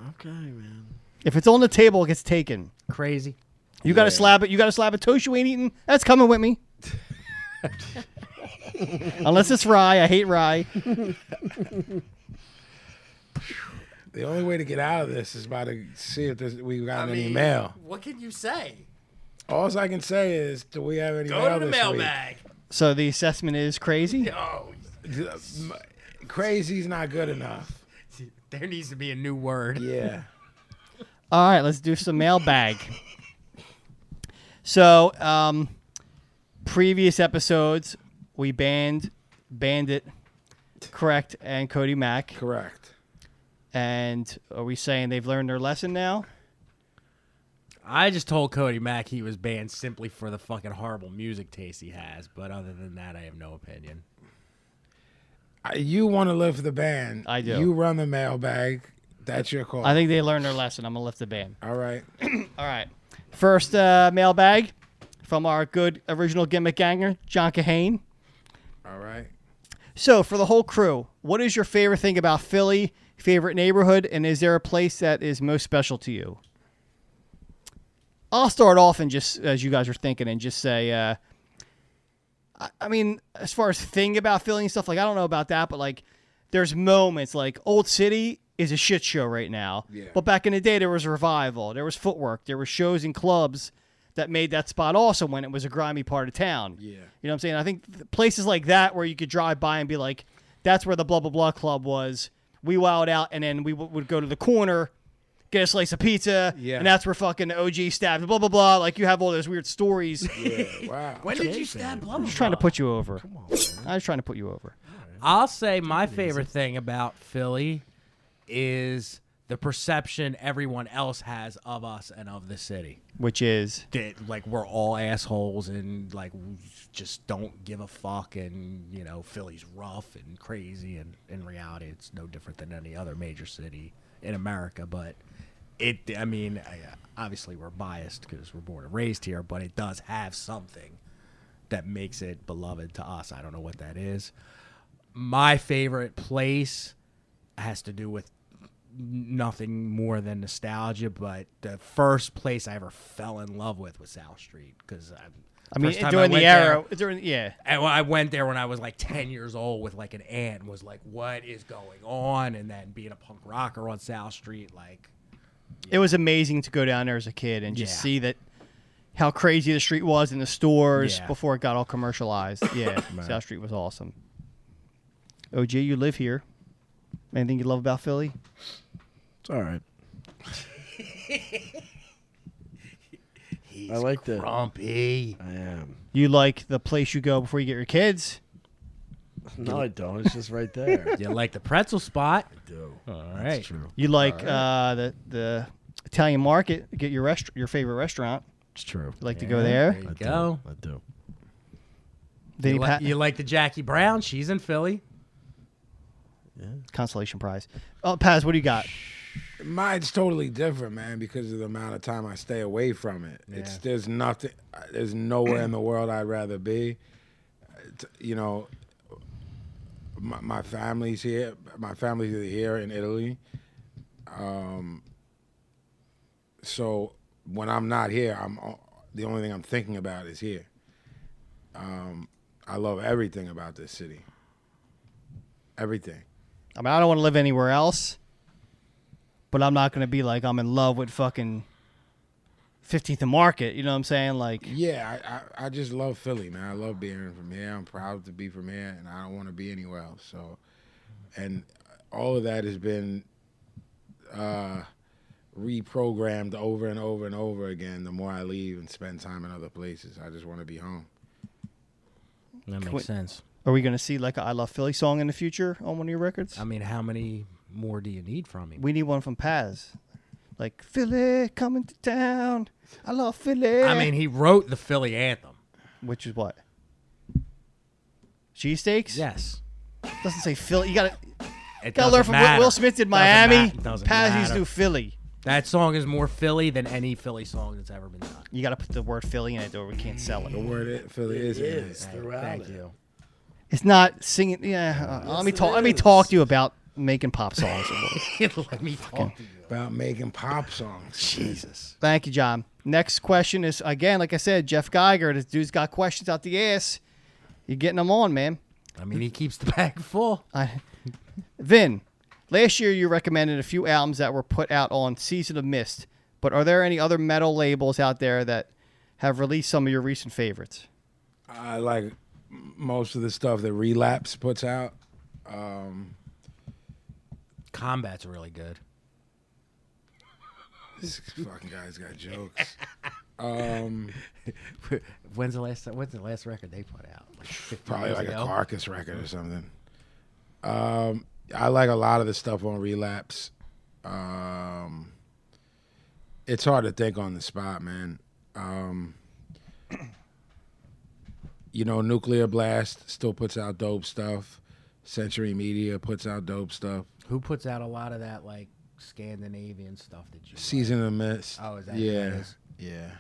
Speaker 4: Okay, man.
Speaker 1: If it's on the table, it gets taken.
Speaker 6: Crazy.
Speaker 1: You gotta
Speaker 2: Yeah.
Speaker 1: slab it. You gotta slab a toast you ain't eating. That's coming with me. Unless it's rye, I hate rye.
Speaker 2: The only way to get out of this is by to see if there's, we got any mail.
Speaker 6: What can you say?
Speaker 2: All I can say is, do we have any
Speaker 6: Go
Speaker 2: mail
Speaker 6: to the
Speaker 2: this
Speaker 6: mailbag.
Speaker 1: So the assessment is crazy.
Speaker 6: Oh,
Speaker 2: week? uh, M- Crazy's not good enough.
Speaker 6: there needs to be a new word.
Speaker 2: Yeah.
Speaker 1: All right, let's do some mailbag. So, um, previous episodes, we banned Bandit, correct, and Cody Mack.
Speaker 2: Correct.
Speaker 1: And are we saying they've learned their lesson now?
Speaker 6: I just told Cody Mack he was banned simply for the fucking horrible music taste he has, but other than that, I have no opinion.
Speaker 2: I- You want to live for the band.
Speaker 1: I do.
Speaker 2: You run the mailbag. That's your call.
Speaker 1: I think they learned their lesson. I'm going to lift the ban.
Speaker 2: All right.
Speaker 1: All right. First uh, mailbag from our good original gimmick ganger, John Kahane.
Speaker 2: All right.
Speaker 1: So, for the whole crew, what is your favorite thing about Philly, favorite neighborhood, and is there a place that is most special to you? I'll start off and just, as you guys are thinking, and just say, uh, I, I mean, as far as thing about Philly and stuff, like, I don't know about that, but like, there's moments like Old City is a shit show right now.
Speaker 2: Yeah.
Speaker 1: But back in the day, there was revival, there was footwork, there were shows and clubs that made that spot awesome when it was a grimy part of town. Yeah. You know what I'm saying? I think th- places like that where you could drive by and be like, that's where the blah, blah, blah club was. We wowed out, and then we w- would go to the corner, get a slice of pizza,
Speaker 6: Yeah.
Speaker 1: and that's where fucking OG stabbed, blah, blah, blah. Like you have all those weird stories.
Speaker 2: Wow.
Speaker 3: When did you stab Blubber?
Speaker 1: I'm just trying to put you over. I was trying to put you over.
Speaker 3: I'll say my favorite thing about Philly is the perception everyone else has of us and of the city.
Speaker 1: Which is
Speaker 6: that like we're all assholes and like we just don't give a fuck and you know Philly's rough and crazy and in reality it's no different than any other major city in America but it I mean I, obviously we're biased because we're born and raised here but it does have something that makes it beloved to us I don't know what that is my favorite place has to do with nothing more than nostalgia, but the first place I ever fell in love with was South Street because I.
Speaker 1: I mean,
Speaker 6: first time
Speaker 1: during
Speaker 6: went
Speaker 1: the
Speaker 6: there-
Speaker 1: era, during yeah,
Speaker 6: I, I went there when I was like 10 years old with like an aunt and was like, what is going on? And then being a punk rocker on South Street, like,
Speaker 1: it was amazing to go down there as a kid and just
Speaker 6: Yeah.
Speaker 1: see that how crazy the street was in the stores
Speaker 6: Yeah.
Speaker 1: before it got all commercialized. Yeah, South Street was awesome. OG, you live here. Anything you love about Philly?
Speaker 4: It's all right. I like the.
Speaker 6: grumpy.
Speaker 4: I am.
Speaker 1: You like the place you go before you get your kids?
Speaker 4: No, I don't. It's just right there.
Speaker 3: You like the pretzel spot?
Speaker 4: do.
Speaker 3: All right.
Speaker 4: True.
Speaker 1: You like uh, the the Italian market? Get your rest your favorite restaurant.
Speaker 4: It's true.
Speaker 1: You like to go there?
Speaker 3: There you
Speaker 4: I do.
Speaker 3: go.
Speaker 4: I do.
Speaker 1: Vinny
Speaker 3: You, li-
Speaker 1: Pat-
Speaker 3: you like the Jackie Brown? She's in Philly.
Speaker 1: consolation prize. Oh, Paz, what do you got?
Speaker 2: Mine's totally different, man, because of the amount of time I stay away from it. It's there's nothing, there's nowhere in the world I'd rather be. It's, you know, my, my family's here. My family's either here in Italy. Um, so when I'm not here, I'm o- the only thing I'm thinking about is here. Um, I love everything about this city. Everything.
Speaker 1: I mean, I don't want to live anywhere else, but I'm not going to be like I'm in love with fucking 15th and Market. You know what I'm saying? Like,
Speaker 2: Yeah, I, I, I just love Philly, man. I love being from here. I'm proud to be from here, and I don't want to be anywhere else. So, and all of that has been uh, reprogrammed over and over and over again. The more I leave and spend time in other places, I just want to be home.
Speaker 6: That makes
Speaker 1: we-
Speaker 6: sense.
Speaker 1: are we going to see like a I Love Philly song in the future on one of your records?
Speaker 6: I mean, how many more do you need from me?
Speaker 1: we need one from Paz. Like, Philly coming to town. I love Philly.
Speaker 6: I mean, he wrote the Philly anthem.
Speaker 1: which is what? Cheesesteaks?
Speaker 6: Yes.
Speaker 1: Doesn't say Philly. You got to.
Speaker 6: It
Speaker 1: Gotta
Speaker 6: doesn't
Speaker 1: learn from what
Speaker 6: matter.
Speaker 1: Will Smith did
Speaker 6: Doesn't
Speaker 1: Miami.
Speaker 6: ma- doesn't
Speaker 1: Paz used
Speaker 6: matter.
Speaker 1: to do Philly.
Speaker 6: That song is more Philly than any Philly song that's ever been done.
Speaker 1: You gotta put the word Philly in it, or we can't sell
Speaker 2: The
Speaker 1: it.
Speaker 2: word it, Philly is in it.
Speaker 4: throughout.
Speaker 6: Thank you.
Speaker 1: It's not singing. Yeah, uh, let me talk. Let me talk to you about making pop songs.
Speaker 6: Let me talk to you.
Speaker 2: about making pop songs.
Speaker 6: Jesus.
Speaker 1: Thank you, John. Next question is again, like I said, Jeff Geiger. This dude's got questions out the ass. You're getting them on, man.
Speaker 6: I mean, he keeps the bag full.
Speaker 1: I, Vin, last year you recommended a few albums that were put out on Season of Mist, but are there any other metal labels out there that have released some of your recent favorites?
Speaker 2: I like most of the stuff that Relapse puts out.
Speaker 6: Combat's really good.
Speaker 2: This fucking guy's got jokes. Um,
Speaker 6: When's the last? When's the last record they put out? Like 50
Speaker 2: probably
Speaker 6: years
Speaker 2: like
Speaker 6: ago? Mm.
Speaker 2: a carcass record or something. Um, I like a lot of the stuff on Relapse. Um, it's hard to think on the spot, man. Um, you know, Nuclear Blast still puts out dope stuff. Century Media puts out dope stuff.
Speaker 6: Who puts out a lot of that like Scandinavian stuff that you?
Speaker 2: Season of Mist.
Speaker 6: Oh, is that who that
Speaker 2: yeah,
Speaker 6: is?
Speaker 2: yeah.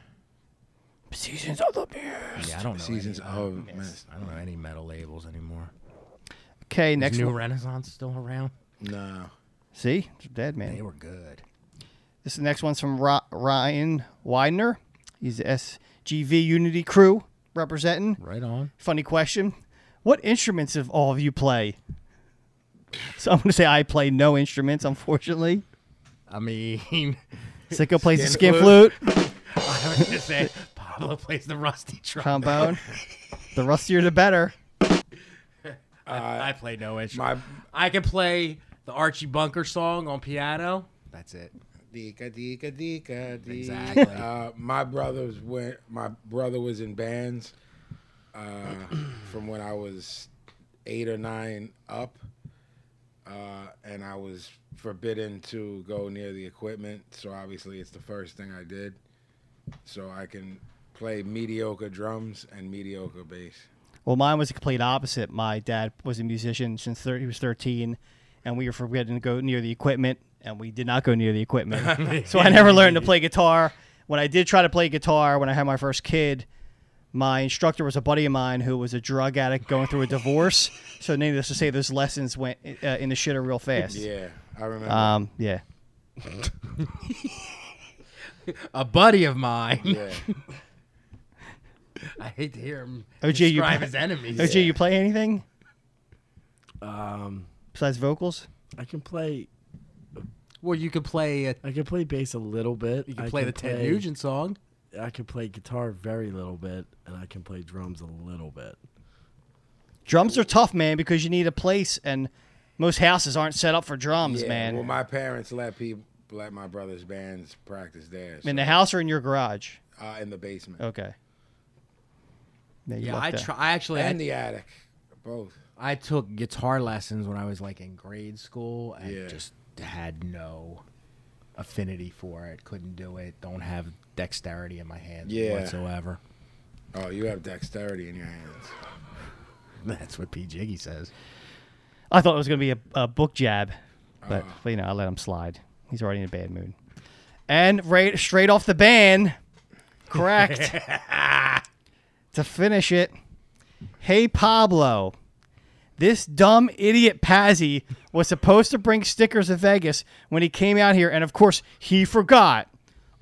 Speaker 1: Seasons of the Mist.
Speaker 6: Yeah, I don't know.
Speaker 2: Seasons
Speaker 6: any, I don't-
Speaker 2: of Mist.
Speaker 6: I don't know any metal labels anymore.
Speaker 1: Okay,
Speaker 6: Next
Speaker 1: next
Speaker 6: New
Speaker 1: one.
Speaker 6: Renaissance still around?
Speaker 2: No,
Speaker 1: See, dead man.
Speaker 6: They were good.
Speaker 1: This next one's from Ro- Ryan Widener. He's the SGV Unity crew representing.
Speaker 6: Right on.
Speaker 1: Funny question. What instruments have all of you play? So I'm going to say I play no instruments, unfortunately.
Speaker 6: I mean,
Speaker 1: Sicko plays the
Speaker 2: Skin
Speaker 1: skin flute,
Speaker 6: I was gonna say Pablo plays the rusty trumpet.
Speaker 1: trombone. the rustier, the better.
Speaker 6: I play no instrument.
Speaker 2: My
Speaker 6: I can play the Archie Bunker song on piano. That's it.
Speaker 2: Dika dika dika dika.
Speaker 6: Exactly.
Speaker 2: Uh, my brothers went. My brother was in bands uh, from when I was eight or nine up, uh, and I was forbidden to go near the equipment. So obviously, it's the first thing I did. So I can play mediocre drums and mediocre bass.
Speaker 1: Well, mine was the complete opposite. My dad was a musician since thir- he was 13, and we were forbidden to go near the equipment, and we did not go near the equipment. so I never learned to play guitar. When I did try to play guitar, when I had my first kid, my instructor was a buddy of mine who was a drug addict going through a divorce. So needless to say, those lessons went uh, in the shitter real fast.
Speaker 2: Yeah, I remember.
Speaker 1: Um, yeah.
Speaker 6: A buddy of mine.
Speaker 2: yeah.
Speaker 6: I hate to hear him
Speaker 1: OG, you
Speaker 6: describe
Speaker 1: play-
Speaker 6: his enemies.
Speaker 1: OG, you play anything
Speaker 4: Um,
Speaker 1: besides vocals?
Speaker 4: I can play.
Speaker 6: Well, you could play. A,
Speaker 4: I can play bass a little bit.
Speaker 6: you could
Speaker 4: I
Speaker 6: play
Speaker 4: can
Speaker 6: the Ted Nugent song.
Speaker 4: I can play guitar very little bit, and I can play drums a little bit.
Speaker 1: Drums are tough, man, because you need a place, and most houses aren't set up for drums,
Speaker 2: Yeah,
Speaker 1: man.
Speaker 2: Well, my parents let people let my brother's bands practice theirs
Speaker 1: in the house or in your garage?
Speaker 2: uh, in the basement
Speaker 1: Okay. Yeah, you
Speaker 6: Yeah,
Speaker 1: lucked
Speaker 6: I
Speaker 1: out.
Speaker 6: try. I actually I,
Speaker 2: and the attic, both.
Speaker 6: I took guitar lessons when I was like in grade school and
Speaker 2: Yeah.
Speaker 6: just had no affinity for it. Couldn't do it. Don't have dexterity in my hands
Speaker 2: Yeah.
Speaker 6: whatsoever.
Speaker 2: Oh, you have dexterity in your hands.
Speaker 6: That's what P Jiggy says.
Speaker 1: I thought it was going to be a, a book jab, but,
Speaker 6: Ah.
Speaker 1: but, you know, I let him slide. He's already in a bad mood. And right, straight off the ban, correct. to finish it, hey Pablo, this dumb idiot Pazzi was supposed to bring stickers to Vegas when he came out here, and of course he forgot.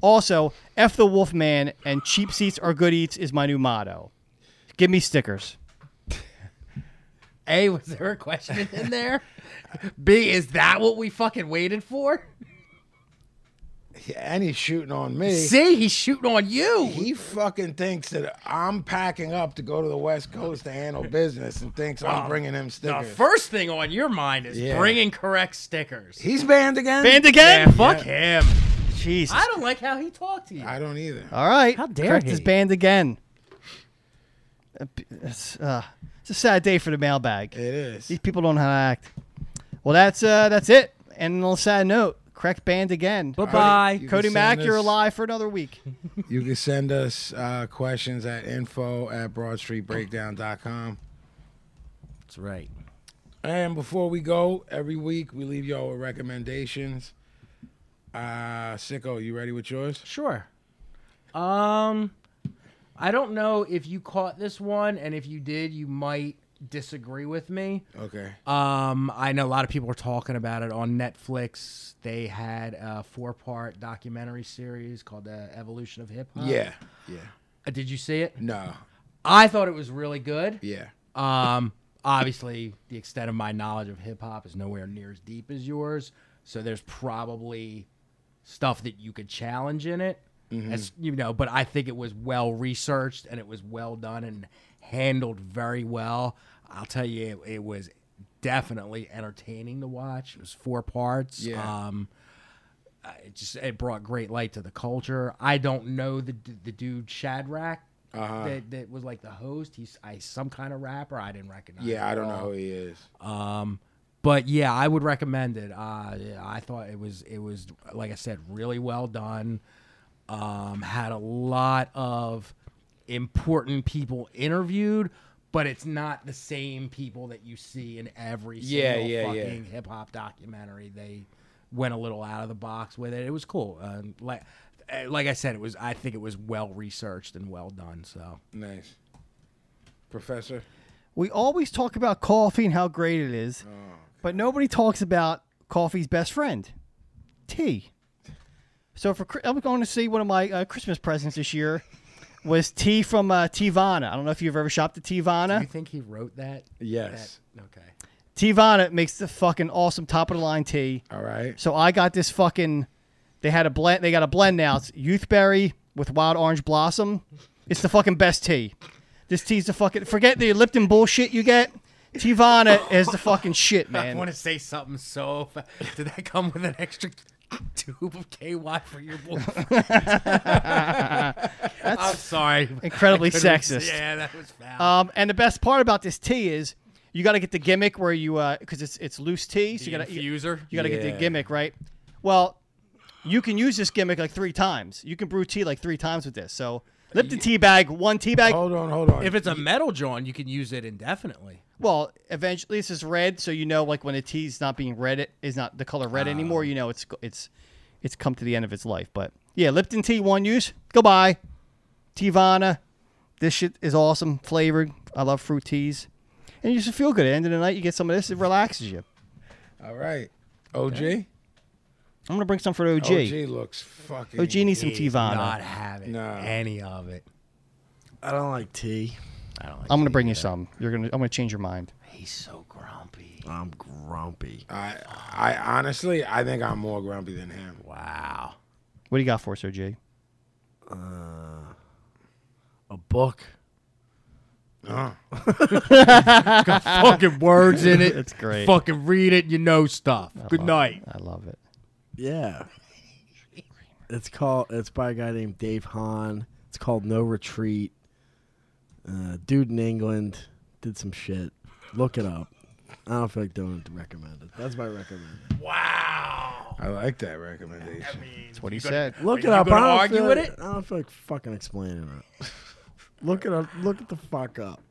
Speaker 1: Also, f the Wolfman and cheap seats are good eats is my new motto. Give me stickers.
Speaker 6: A, was there a question in there? B, is that what we fucking waited for?
Speaker 2: Yeah, and he's shooting on me.
Speaker 6: C, he's shooting on you.
Speaker 2: He fucking thinks that I'm packing up to go to the West Coast to handle business and thinks I'm bringing him
Speaker 6: The
Speaker 2: stickers.
Speaker 6: first thing on your mind is
Speaker 2: Yeah.
Speaker 6: bringing correct stickers.
Speaker 2: he's banned again?
Speaker 1: Banned again?
Speaker 6: Yeah, fuck him.
Speaker 1: Jesus.
Speaker 6: I don't like how he talked to you.
Speaker 2: I don't either.
Speaker 1: All right.
Speaker 6: How dare
Speaker 1: Correct his
Speaker 6: he.
Speaker 1: band again. Uh, p- It's, uh, it's a sad day for the mailbag.
Speaker 2: It is.
Speaker 1: These people don't know how to act. Well, that's uh, that's it. And on a sad note, correct band again.
Speaker 3: Bye bye.
Speaker 2: You can
Speaker 1: Cody
Speaker 2: send
Speaker 1: Mack, you're
Speaker 2: us-
Speaker 1: alive for another week.
Speaker 2: You can send us uh, questions at info at broadstreetbreakdown.com.
Speaker 6: That's right.
Speaker 2: And before we go, every week we leave y'all with recommendations. Uh, Sicko, you ready with yours?
Speaker 6: Sure. Um, I don't know if you caught this one, and if you did, you might disagree with me.
Speaker 2: Okay.
Speaker 6: Um, I know a lot of people are talking about it on Netflix. They had a four-part documentary series called "The Evolution of Hip Hop."
Speaker 2: yeah. Yeah.
Speaker 6: Uh, Did you see it?
Speaker 2: No.
Speaker 6: I thought it was really good.
Speaker 2: Yeah.
Speaker 6: Um, obviously, the extent of my knowledge of hip hop is nowhere near as deep as yours. So there's probably stuff that you could challenge in it, as you know. But I think it was well researched and it was well done and handled very well. I'll tell you, it, it was definitely entertaining to watch. It was four parts.
Speaker 2: Yeah.
Speaker 6: Um, it just it brought great light to the culture. I don't know the d- the dude Shadrack that, that was like the host. He's I some kind of rapper. I didn't recognize.
Speaker 2: Yeah,
Speaker 6: him
Speaker 2: I
Speaker 6: at
Speaker 2: don't know
Speaker 6: all.
Speaker 2: who he is.
Speaker 6: But yeah, I would recommend it. Uh, yeah, I thought it was it was like I said, really well done. Um, had a lot of important people interviewed, but it's not the same people that you see in every
Speaker 2: Yeah,
Speaker 6: single
Speaker 2: yeah, yeah.
Speaker 6: fucking hip hop documentary. They went a little out of the box with it. It was cool. Um, like eh, like I said, it was. I think it was well researched and well done. So
Speaker 2: Nice. Professor?
Speaker 1: We always talk about coffee and how great it
Speaker 2: Oh,
Speaker 1: is, but nobody talks about coffee's best friend, tea. So for Chri- I'm going to see one of my uh, Christmas presents this year was tea from uh, Tivana. I don't know if you've ever shopped at Tivana.
Speaker 6: you think he wrote that?
Speaker 2: Yes.
Speaker 6: That- okay.
Speaker 1: Tivana makes the fucking awesome top of the line tea.
Speaker 2: All right.
Speaker 1: So I got this fucking. They had a blend. They got a blend now. It's youthberry with wild orange blossom. It's the fucking best tea. This tea's the fucking. Forget the Lipton bullshit you get. Tivana is the fucking shit,
Speaker 6: I want
Speaker 1: man.
Speaker 6: to say something so. Fa- Did that come with an extra tube of KY for your boy? I'm sorry.
Speaker 1: Incredibly
Speaker 6: I couldn't-
Speaker 1: sexist.
Speaker 6: Yeah, that was foul.
Speaker 1: Um, and the best part about this tea is you got to get the gimmick where you because it's it's loose tea, so
Speaker 6: the
Speaker 1: you got to
Speaker 6: infuser.
Speaker 1: You got to get
Speaker 2: Yeah.
Speaker 1: the gimmick, right? Well, you can use this gimmick like three times. You can brew tea like three times with this. So Lipton tea bag, one tea bag.
Speaker 2: Hold on, hold on.
Speaker 6: if it's a metal John, you can use it indefinitely.
Speaker 1: Well, eventually this is red, so you know like when a tea's not being red, it is not the color red
Speaker 6: Ah.
Speaker 1: anymore. You know it's it's it's come to the end of its life. But yeah, Lipton tea, one use, goodbye. Tivana, this shit is awesome, flavored. I love fruit teas, and you should feel good. At the end of the night, you get some of this, it relaxes you.
Speaker 2: All right. OG.
Speaker 1: I'm gonna bring some for OG. OG,
Speaker 2: OG looks fucking.
Speaker 1: needs some
Speaker 6: He's
Speaker 1: Tivana.
Speaker 6: Not having
Speaker 2: No.
Speaker 6: any of it.
Speaker 4: I don't like tea.
Speaker 6: I don't like.
Speaker 1: I'm gonna bring you some. You're gonna. I'm gonna change your mind.
Speaker 6: He's so grumpy.
Speaker 4: I'm grumpy.
Speaker 2: I, I honestly, I think I'm more grumpy than him.
Speaker 6: Wow.
Speaker 1: What do you got for us, OG?
Speaker 4: A book.
Speaker 2: Uh-huh.
Speaker 6: Fucking words in it.
Speaker 1: That's Ah. great.
Speaker 6: Fucking read it. You know stuff. Good
Speaker 1: love
Speaker 6: night.
Speaker 1: I love it.
Speaker 4: Yeah. It's called. It's by a guy named Dave Hahn. It's called No Retreat. Uh, dude in England did some shit. Look it up. I don't feel like doing it to recommend it. That's my recommend.
Speaker 6: Wow.
Speaker 2: I like that recommendation.
Speaker 1: That's what he said.
Speaker 4: Look it
Speaker 6: you
Speaker 4: up. I
Speaker 6: gonna
Speaker 4: don't
Speaker 6: argue
Speaker 4: feel
Speaker 6: with
Speaker 4: like-
Speaker 6: it?
Speaker 4: I don't feel like fucking explaining it. look it up. Look it the fuck up.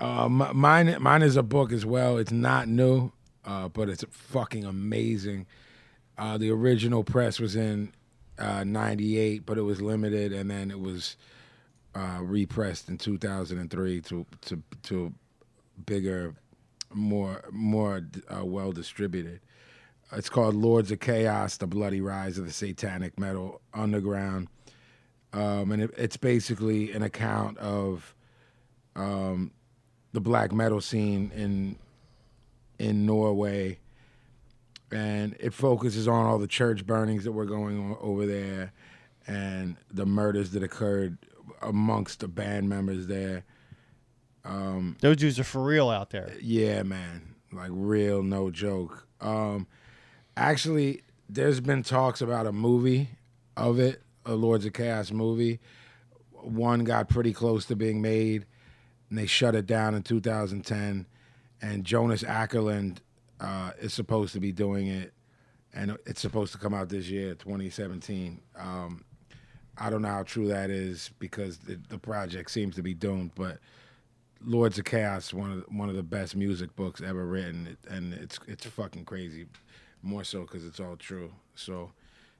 Speaker 2: Uh, m- mine, mine is a book as well. It's not new, uh, but it's fucking amazing. Uh, the original press was in uh, '98, but it was limited, and then it was uh, repressed in 2003 to to to bigger, more more uh, well distributed. It's called Lords of Chaos: The Bloody Rise of the Satanic Metal Underground, um, and it, it's basically an account of the black metal scene in in Norway, and it focuses on all the church burnings that were going on over there, and the murders that occurred amongst the band members there.
Speaker 1: Those dudes are for real out there.
Speaker 2: Yeah, man, like real no joke. Um, actually, there's been talks about a movie of it, a Lords of Chaos movie. One got pretty close to being made, and they shut it down in 2010. And Jonas Ackerland uh, is supposed to be doing it, and it's supposed to come out this year, 2017. Um, I don't know how true that is because the, the project seems to be doomed, but. Lords of Chaos, one of the, one of the best music books ever written, It- and it's it's fucking crazy, more so because it's all true. So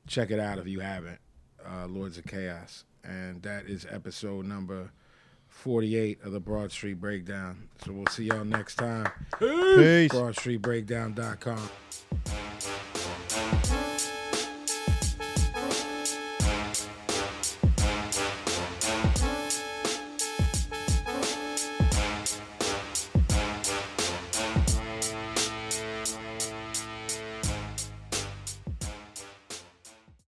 Speaker 2: check it out if you haven't. Uh, Lords of Chaos, and that is episode number forty-eight of the Broad Street Breakdown. So we'll see y'all next time.
Speaker 1: Peace.
Speaker 2: BroadStreetBreakdown.com.